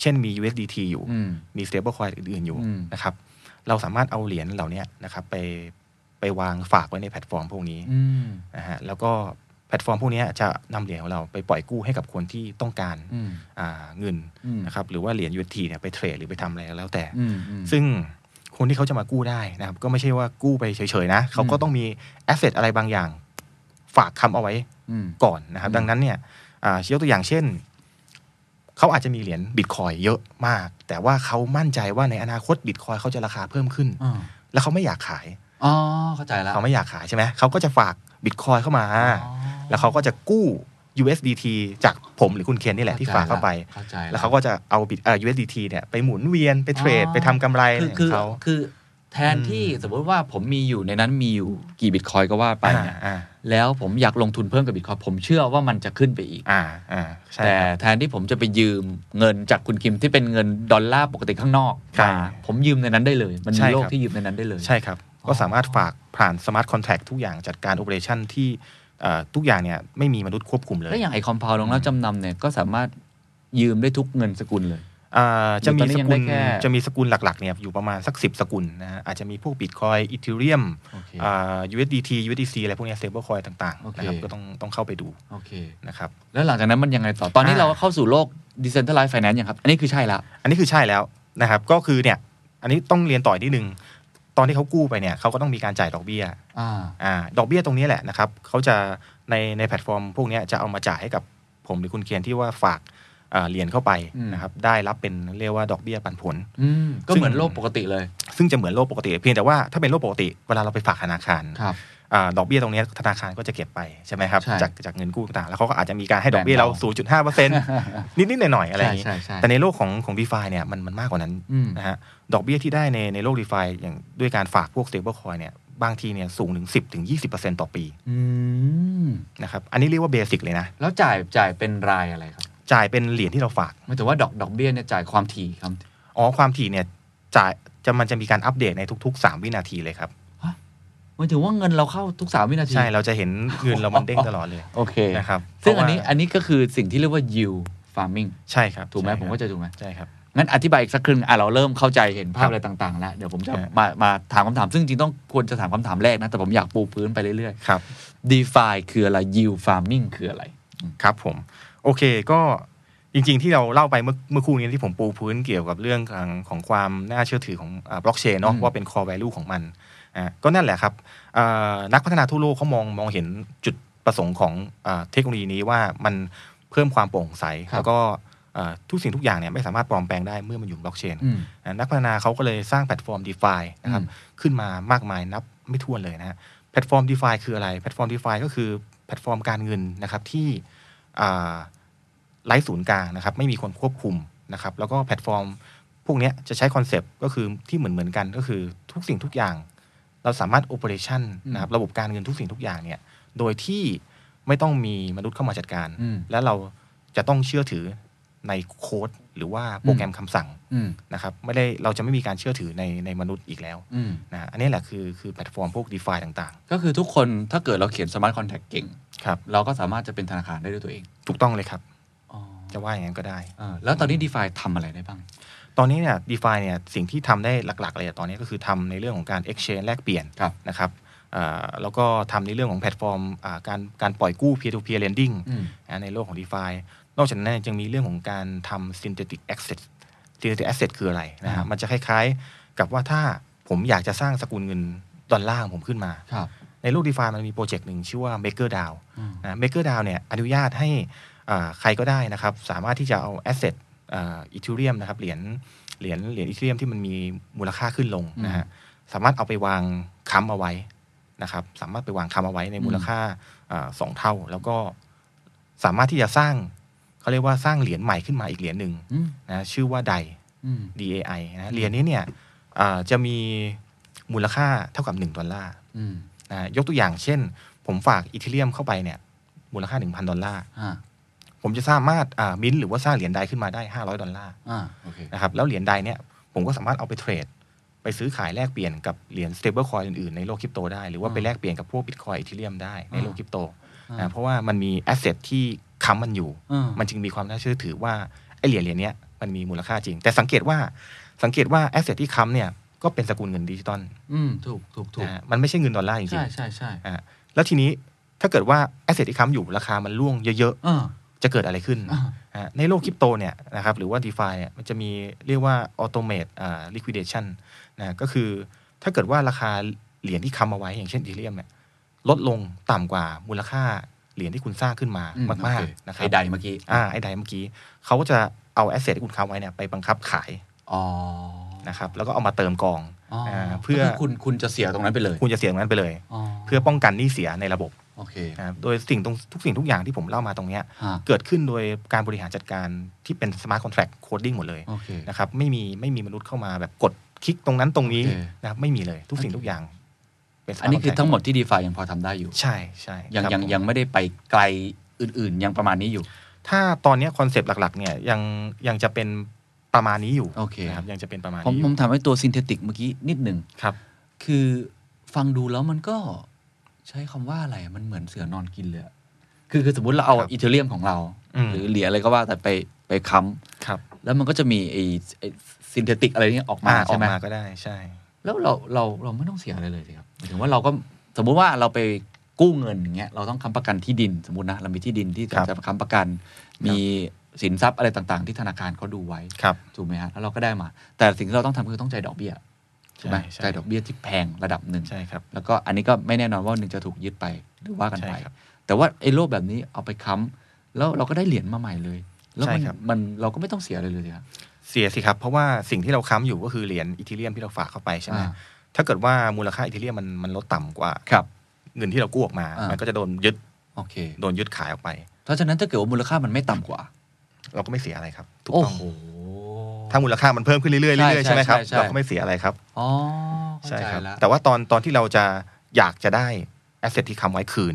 [SPEAKER 4] เช่นมี USDT อยู่
[SPEAKER 3] อืม
[SPEAKER 4] มี stablecoin อื่น ๆ อยู่
[SPEAKER 3] อืม
[SPEAKER 4] นะครับ เราสามารถเอาเหรียญเหล่าเนี้ยนะครับไปไปวางฝากไว้ในแพลตฟอร์มพวกนี้
[SPEAKER 3] อืม
[SPEAKER 4] นะฮะแล้วก็แพลตฟอร์มพวกเนี้ยจะนำเหรียญของเราไปปล่อยกู้ให้กับคนที่ต้องการ
[SPEAKER 3] อืม
[SPEAKER 4] อ่าเงิน
[SPEAKER 3] อืม
[SPEAKER 4] นะครับหรือว่าเหรียญ UST เนี่ยไปเทรดหรือไปทำอะไรก็แล้วแต่
[SPEAKER 3] อืมอืม
[SPEAKER 4] ซึ่งคนที่เขาจะมากู้ได้นะครับก็ไม่ใช่ว่ากู้ไปเฉย ๆ นะ เขาก็ต้องมีแอสเซทอะไรบางอย่าง ฝากค้ำเอาไว้
[SPEAKER 3] อืม
[SPEAKER 4] ก่อนนะครับ
[SPEAKER 3] อืม
[SPEAKER 4] ดังนั้นเนี่ยอ่ายกตัวอย่างเช่น เขาอาจจะมีเหรียญบิตคอยเยอะมาก แต่ว่าเขามั่นใจว่าในอนาคตบิตคอยเขาจะราคาเพิ่มขึ้น
[SPEAKER 3] อ่า
[SPEAKER 4] แล้วเขาไม่อยากขาย
[SPEAKER 3] อ๋อเข้าใจแล้ว
[SPEAKER 4] เขาไม่อยากขายใช่ไหม เขาก็จะฝากบิตคอยเข้ามา
[SPEAKER 3] อ๋อ
[SPEAKER 4] แล้วเขาก็จะกู้ USDT จากผมหรือคุณเคนนี่แหละที่ฝากเข้าไป
[SPEAKER 3] เข้าใจ
[SPEAKER 4] แล้วเขาก็จะเอาบิตเอ่อ USDT เนี่ยไปหมุนเวียนไปเทรดไปทำกำไรอะไร
[SPEAKER 3] คือคือ
[SPEAKER 4] ของเขา
[SPEAKER 3] คือแทนที่สมมติว่าผมมีอยู่ในนั้นมีอยู่กี่บิตคอยก็ว่าไปเนี่ย
[SPEAKER 4] อ่า
[SPEAKER 3] แล้วผมอยากลงทุนเพิ่มกับบิตคอยผมเชื่อว่ามันจะขึ้นไปอีก
[SPEAKER 4] อ่าอ่าใช่
[SPEAKER 3] แต่
[SPEAKER 4] ครับ
[SPEAKER 3] แทนที่ผมจะไปยืมเงินจากคุณคิมที่เป็นเงินดอลลาร์ปกติข้างนอก
[SPEAKER 4] ใช่
[SPEAKER 3] มาผมยืมในนั้นได้เลย มัน
[SPEAKER 4] ใช่
[SPEAKER 3] มี
[SPEAKER 4] ครับ
[SPEAKER 3] โลกที่ยืมในนั้นได้เลย
[SPEAKER 4] ใช่ครับ ก็สามารถฝากผ่านสมาร์ทคอนแท็กทุกอย่างจัดการโอเปอเรชั่นที่เอ่อทุกอย่างเนี่ยไม่มีมนุษย์ควบคุมเลย
[SPEAKER 3] แล้วอย่างไอคอมเพลลงแล้วจำนำเนี่ยก็สามารถยืมได้ทุกเงินสกุลเลย
[SPEAKER 4] อ่าจะมี
[SPEAKER 3] หรือตอนนี้ยังได้
[SPEAKER 4] สกุล
[SPEAKER 3] แค่
[SPEAKER 4] จะมีสกุลหลักๆเนี่ยอยู่ประมาณสัก 10 สกุลนะฮะอาจจะมีพวกบิตคอยอีเทเรียม
[SPEAKER 3] โอเค
[SPEAKER 4] อ่า USDT USDC อะไรพวกเนี้ยเซเบอร์คอยต่าง
[SPEAKER 3] โอ
[SPEAKER 4] ๆ
[SPEAKER 3] เค
[SPEAKER 4] นะครับก็ต้องต้องเข้าไปดู
[SPEAKER 3] โอเค
[SPEAKER 4] นะครับ
[SPEAKER 3] แล้วหลังจากนั้นมันยังไงต่อตอนนี้
[SPEAKER 4] อ่า
[SPEAKER 3] เราเข้าสู่โลก decentralized finance ยังครับ อันนี้คือใช่ละ
[SPEAKER 4] อันนี้คือใช่แล้วนะครับ ก็คือเนี่ยอันนี้ต้องเรียนต่ออีกนิดนึง ตอนที่เขากู้ไปเนี่ยเขาก็ต้องมีการจ่ายดอกเบี้ย
[SPEAKER 3] อ่า
[SPEAKER 4] อ่าดอกเบี้ยตรงนี้แหละนะครับเขาจะในในแพลตฟอร์มพวกเนี้ยจะเอามาจ่ายให้กับผมหรือคุณเคียนที่ว่าฝากเอ่อเหรียญเข้าไป
[SPEAKER 3] อืม
[SPEAKER 4] นะครับได้รับเป็นเรียกว่าดอกเบี้ยปันผล
[SPEAKER 3] อืมก็
[SPEAKER 4] ซึ่ง
[SPEAKER 3] เหมือนโลกปกติเลย
[SPEAKER 4] ซึ่งจะเหมือนโลกปกติ เพียงแต่ว่าถ้าเป็นโลกปกติเวลาเราไปฝากธนาคาร
[SPEAKER 3] ครับ
[SPEAKER 4] อาดอกเบี้ยตรงเนี้ยธนาคารก็จะเก็บไปใช่ไหมครับ
[SPEAKER 3] ใช่
[SPEAKER 4] จากจากเงินกู้ต่างๆแล้วเขาก็อาจจะมีการให้ดอกเบี้ยเรา
[SPEAKER 3] แบ่ง
[SPEAKER 4] 0.5เปอร์เซ็ นต์นิดๆหน่อยๆอะไรอย่างนี้
[SPEAKER 3] ใช่ใช่ใช่
[SPEAKER 4] แต่ในโลกของของดีฟาเนี่ยมันมันมากกว่านั้น
[SPEAKER 3] อืม
[SPEAKER 4] นะฮะดอกเบี้ยที่ได้ในในโลกดีฟาอย่างด้วยการฝากพวก stablecoin เนี่ยบางทีเนี่ยสูงถึง 10ถึง20%ต่อปี
[SPEAKER 3] อืม
[SPEAKER 4] นะครับอันนี้เรียกว่าเบสิกเลยนะ
[SPEAKER 3] แล้วจ่ายจ่ายเป็นรายอะไรครับ
[SPEAKER 4] จ่ายเป็นเหรียญที่เราฝาก
[SPEAKER 3] หมายถึงว่าดอกดอกเบี้ยเนี่ยจ่ายความถี่ครับ
[SPEAKER 4] อ๋อ ความถี่เนี่ยจ่ายจะมันจะมีการอัปเดตในทุก ๆ 3 วินาทีเลยครับ
[SPEAKER 3] หมายถึงว่าเงินเราเข้าทุกสามวินาที
[SPEAKER 4] ใช่เราจะเห็นเงินเรามันเด้งตลอดเลย
[SPEAKER 3] โอเค
[SPEAKER 4] นะครับ
[SPEAKER 3] ซึ่งอันนี้
[SPEAKER 4] เพราะว่า
[SPEAKER 3] อันนี้ก็คือสิ่งที่เรียกว่า yield farming
[SPEAKER 4] ใช่ครับ
[SPEAKER 3] ถูกไหม
[SPEAKER 4] ใช่ครับ
[SPEAKER 3] ผมก็จะถูกไหม
[SPEAKER 4] ใช่ครับ
[SPEAKER 3] งั้นอธิบายอีกสักครึ่งอ่ะเราเริ่มเข้าใจเห็นภา
[SPEAKER 4] ครั
[SPEAKER 3] พ
[SPEAKER 4] บ
[SPEAKER 3] อะไรต่างๆ แล้ว เดี๋ยวผมจะ
[SPEAKER 4] ครับ
[SPEAKER 3] มามาถามคำถาม ซึ่งจริงๆต้องควรจะถามคำถามแรกนะ แต่ผมอยากปูพื้นไปเรื่อย
[SPEAKER 4] ครับ
[SPEAKER 3] ๆ DeFi คืออะไร Yield Farming คืออะไร
[SPEAKER 4] ครับผม โอเคก็จริงๆ ที่เราเล่าไปเมื่อเมื่อครู่นี้ที่ผมปูพื้นเกี่ยวกับเรื่องของของความน่าเชื่อถือของบล็อกเชนเนาะ
[SPEAKER 3] อืม
[SPEAKER 4] ว่าเป็น core value ของมันอ่ะก็นั่นแหละครับอ่านักพัฒนาทั่วโลกเขามองมองเห็นจุดประสงค์ของอ่าเทคโนโลยีนี้ว่ามันเพิ่มความโปร่งใส
[SPEAKER 3] ครับ
[SPEAKER 4] แล้วก็อ่าทุกสิ่งทุกอย่างเนี่ยไม่สามารถปลอมแปลงได้เมื่อมันอยู่บล็อกเชน
[SPEAKER 3] อืม
[SPEAKER 4] อ่ะนักพัฒนาเขาก็เลยสร้างแพลตฟอร์ม d e f i นะครับ
[SPEAKER 3] อืม
[SPEAKER 4] ขึ้นมามากมายนับไม่ถ้วนเลยนะฮะแพลตฟอร์ม d e f i คืออะไร แพลตฟอร์ม d e f i ก็คือแพลตฟอร์มการเงินนะครับที่อ่าไร้ศูนย์กลางนะครับไม่มีคนควบคุม นะครับแล้วก็แพลตฟอร์มพวกเนี้ยจะใช้คอนเซปต์ก็คือที่เหมือนเหมือนๆกันก็คือทุกสิ่งทุกอย่าง เราสามารถโอเปอเรชันนะครับระบบการเงินทุกสิ่งทุกอย่างเนี่ยโดยที่ไม่ต้องมีมนุษย์เข้ามาจัดการ
[SPEAKER 3] อืม
[SPEAKER 4] และเราจะต้องเชื่อถือในโค้ดหรือว่าโปรแกรมคำสั่ง
[SPEAKER 3] อืม
[SPEAKER 4] นะครับไม่ได้เราจะไม่มีการเชื่อถือในในมนุษย์อีกแล้ว
[SPEAKER 3] อืม
[SPEAKER 4] นะฮะอันนี้แหละคือคือแพลตฟอร์มพวก d e f าต่าง
[SPEAKER 3] ก็คือทุกคนถ้าเกิดเราเขียนสมาร์ทคอนแทคเก่ง
[SPEAKER 4] ๆครับ
[SPEAKER 3] เราก็สามารถจะเป็นธนาคารได้ด้วยตัวเอง
[SPEAKER 4] ถูกต้องเลยครับ
[SPEAKER 3] อ๋อ
[SPEAKER 4] จะว่าอย่างนั้นก็ได้
[SPEAKER 3] เออแล้วตอนนี้ DeFi ทำอะไรได้บ้าง
[SPEAKER 4] ตอนนี้เนี่ย d e f าเนี่ยสิ่งที่ทำได้หลักๆเลยอะตอนนี้ก็คือทำในเรื่องของการ exchange แลกเปลี่ยน
[SPEAKER 3] ครับ
[SPEAKER 4] นะครับอ่าแล้วก็ทำในเรื่องของแพลตฟอร์มอ่าการการปล่อยกู้ peer to peer lending
[SPEAKER 3] อืม
[SPEAKER 4] นะในโลกของ d e f านอกจากนั้นยังมีเรื่องของการทำ synthetic asset synthetic asset คืออะไรนะ
[SPEAKER 3] ครั
[SPEAKER 4] ฮะ
[SPEAKER 3] บ
[SPEAKER 4] มันจะคล้ายๆ กับว่าถ้าผมอยากจะสร้างสกุลเงินดอลลาร์ของผมขึ้นมา
[SPEAKER 3] ครับ
[SPEAKER 4] ในโลก d e f ามันมีโปรเจกต์หนึ่งชื่อว่า Maker DAO
[SPEAKER 3] อืม
[SPEAKER 4] นะ Maker DAO เนี่ยอนุญาตให้อ่าใครก็ได้นะครับ สามารถที่จะเอา asset อีทูเรียมนะครับเหรียญเหรียญเหรียญอีทูเรียมที่มันมีมูลค่าขึ้นลงนะฮะสามารถเอาไปวางค้ำเอาไว้นะครับสามารถไปวางค้ำเอาไว้ในมูลค่าอ่าสองเท่า แล้วก็สามารถที่จะสร้างเขาเรียกว่าสร้างเหรียญใหม่ขึ้นมาอีกเหรียญหนึ่ง
[SPEAKER 3] อืม
[SPEAKER 4] นะชื่อว่าได
[SPEAKER 3] อืม
[SPEAKER 4] DAI นะเหรียญนี้เนี่ยอ่าจะมีมูลค่าเท่ากับ 1 ดอลลาร์
[SPEAKER 3] อืม
[SPEAKER 4] นะยกตัวอย่างเช่น ผมฝากอีเทเรียมเข้าไปเนี่ยมูลค่า 1,000 ดอลลาร์
[SPEAKER 3] อ่า
[SPEAKER 4] ผมจะสามารถอ่ามิ้นท์หรือว่าสร้างเหรียญใดขึ้นมาได้ 500 ดอลลาร์
[SPEAKER 3] อ่าโอเค
[SPEAKER 4] นะครับแล้วเหรียญใดเนี่ยผมก็สามารถเอาไปเทรด ไปซื้อขายแลกเปลี่ยนกับเหรียญ stable coin อื่นๆ ในโลกคริปโตได้ หรือว่าไปแลกเปลี่ยนกับพวก bitcoin อีเทเรียมได้ในโลกคริปโตนะเพราะว่ามันมี asset ที่ค้ำมันอยู่
[SPEAKER 3] อ่า
[SPEAKER 4] มันจึงมีความน่าเชื่อถือว่าไอเหรียญเหรียญเนี้ยมันมีมูลค่าจริง แต่สังเกตว่าสังเกตว่า asset ที่ค้ำเนี่ยก็เป็นสกุลเงินดิจิตอล
[SPEAKER 3] อืมถูกถูกถูก
[SPEAKER 4] นะฮะมันไม่ใช่เงินดอลลาร์จริงๆ
[SPEAKER 3] ใช่ใช่ใช่
[SPEAKER 4] อ่ะแล้วทีนี้ถ้าเกิดว่าแอสเซทที่ค้ำอยู่ราคามันร่วงเยอะ
[SPEAKER 3] อ่า
[SPEAKER 4] ๆ จะเกิดอะไรขึ้น
[SPEAKER 3] อ่า
[SPEAKER 4] อ่ะในโลกคริปโตเนี่ยนะครับหรือว่า d e f าเนี่ยมันจะมีเรียกว่า automate อ่า liquidation นะก็คือถ้าเกิดว่าราคาเหรียญที่ค้ำเอาไว้อย่างเช่นอีเรียมเนี่ยลดลงต่ำกว่ามูลค่าเหรียญที่คุณสร้างขึ้นมา
[SPEAKER 3] อืม
[SPEAKER 4] มาก
[SPEAKER 3] โอเค
[SPEAKER 4] ๆนะครับ
[SPEAKER 3] ไอ้ใดเมื่อกี้
[SPEAKER 4] อ่าไอ้ใดเมื่อกี้เขาก็จะเอาแอสเซทที่คุณค้ำไว้เนี่ยไปบังคับขาย
[SPEAKER 3] อ๋อ
[SPEAKER 4] นะครับแล้วก็เอามาเติมกอง
[SPEAKER 3] อ๋ออา
[SPEAKER 4] เพื่อ
[SPEAKER 3] ก็คืคุณคุณจะเสียตรงนั้นไปเลย
[SPEAKER 4] คุณจะเสียเงนนั้นไปเลย
[SPEAKER 3] อ๋อ
[SPEAKER 4] เพื่อป้องกันหนี้เสียในระบบ
[SPEAKER 3] โอเค
[SPEAKER 4] นะครับโดยสิ่งตรงทุกสิ่งทุกอย่างที่ผมเล่ามาตรงเนี้ย
[SPEAKER 3] อ่า
[SPEAKER 4] เกิดขึ้นโดยการบริหารจัดการที่เป็นสมาร์ทคอนแท็กโคดดิ้งหมดเลย
[SPEAKER 3] โอเค
[SPEAKER 4] นะครับไม่มีไม่มีมนุษย์เข้ามาแบบกดคลิกตรงนั้นตรงนี้
[SPEAKER 3] โอเค
[SPEAKER 4] นะครับไม่มีเลยทุกสิ่งทุกอย่าง เป็น smart
[SPEAKER 3] อันนี้คือ
[SPEAKER 4] contract
[SPEAKER 3] ทั้งหมดที่ DeFi ยังพอทำได้อยู่
[SPEAKER 4] ใช่ใช่
[SPEAKER 3] ยัง
[SPEAKER 4] ครับ
[SPEAKER 3] ยัง
[SPEAKER 4] ผม
[SPEAKER 3] ยังไม่ได้ไปไกลอื่น ๆ ยังประมาณนี้อยู่
[SPEAKER 4] ถ้าตอนเนี้คอนเซปต์หลักๆเนี่ยยังยังจะเป็นประมาณนี้อยู่
[SPEAKER 3] โอเค
[SPEAKER 4] นะครับยังจะเป็นประมาณ
[SPEAKER 3] ผม
[SPEAKER 4] นี้อ
[SPEAKER 3] ผม
[SPEAKER 4] ยู่
[SPEAKER 3] ถามไอ้ตัวซินเทติกเมื่อกี้นิดหนึ่ง
[SPEAKER 4] ครับ
[SPEAKER 3] คือฟังดูแล้วมันก็ใช้คำว่าอะไรอะมันเหมือนเสือนอนกินเลยอะคือคือสมมติเราเอาอีเทเรียมของเรา หรือเหรียญอะไรก็ว่าแต่ไปไปค้
[SPEAKER 4] ครับ
[SPEAKER 3] ำแล้วมันก็จะมีไอ้ไอ้ซินเทติกอะไรเนี่ยออกมา
[SPEAKER 4] มาออ
[SPEAKER 3] ใช่
[SPEAKER 4] ก
[SPEAKER 3] ไหม
[SPEAKER 4] มาก็ได้ใช่
[SPEAKER 3] แล้วเราเราเราไม่ต้องเสียอะไรเลยสิครับหมายถึงว่าเราก็สมมุติว่าเราไปกู้เงินอย่างเงี้ยเราต้องค้ำประกันที่ดินสมมตินะเรามีที่ดินที่
[SPEAKER 4] ครับ
[SPEAKER 3] จะค้ำประกัน มีสินทรัพย์อะไรต่างๆ ที่ธนาคารเขาดูไว้
[SPEAKER 4] ครับ
[SPEAKER 3] ถูกไหมฮะแล้วเราก็ได้มา แต่สิ่งที่เราต้องทำคือต้องจ่ายดอกเบี้ยถูกไหม
[SPEAKER 4] ใช่ใช่
[SPEAKER 3] จ่ายดอกเบี้ยที่แพงระดับหนึ่ง
[SPEAKER 4] ใช่ครับ
[SPEAKER 3] แล้วก็อันนี้ก็ไม่แน่นอนว่าหนึ่งจะถูกยึดไปหรือว่ากันไป
[SPEAKER 4] ใช่ครับ
[SPEAKER 3] แต่ว่าไอ้โลกแบบนี้เอาไปค้ำแล้วเราก็ได้เหรียญมาใหม่เลย แล้วมัน
[SPEAKER 4] ใช่ครับ
[SPEAKER 3] มันเราก็ไม่ต้องเสียอะไรเลยสิครับ
[SPEAKER 4] เสียสิครับเพราะว่าสิ่งที่เราค้ำอยู่ก็คือเหรียญอีเทเรียมที่เราฝากเข้าไปใช่ไหม
[SPEAKER 3] อ่า
[SPEAKER 4] ถ้าเกิดว่ามูลค่าอีเทเรียมมันมันลดต่ำกว่า
[SPEAKER 3] ครับ
[SPEAKER 4] เงินที่เรากู้ออกมา
[SPEAKER 3] อ่ามั
[SPEAKER 4] มันก็จะโดนยึด
[SPEAKER 3] โอเค
[SPEAKER 4] โดนยึดขายออกไป
[SPEAKER 3] เพราะฉะนั้นถ้าเกิดว่ามูลค่ามันไม่ต่ำกว่า
[SPEAKER 4] เราก็ไม่เสียอะไรครับ ถูก
[SPEAKER 3] โอ้
[SPEAKER 4] ต้อง
[SPEAKER 3] โห
[SPEAKER 4] ถ้ามูลค่ามันเพิ่มขึ้นเรื่อยๆเรื่อยๆ
[SPEAKER 3] ใช่
[SPEAKER 4] ใช่ไหมครับ
[SPEAKER 3] ใช่ใช่
[SPEAKER 4] เราก็ไม่เสียอะไรครับ
[SPEAKER 3] อ๋อเข้า
[SPEAKER 4] ใช่
[SPEAKER 3] ใจ
[SPEAKER 4] ครับ
[SPEAKER 3] แล้ว
[SPEAKER 4] แต่ว่าตอนตอนที่เราจะอยากจะได้แอสเซทที่ค้ำไว้คืน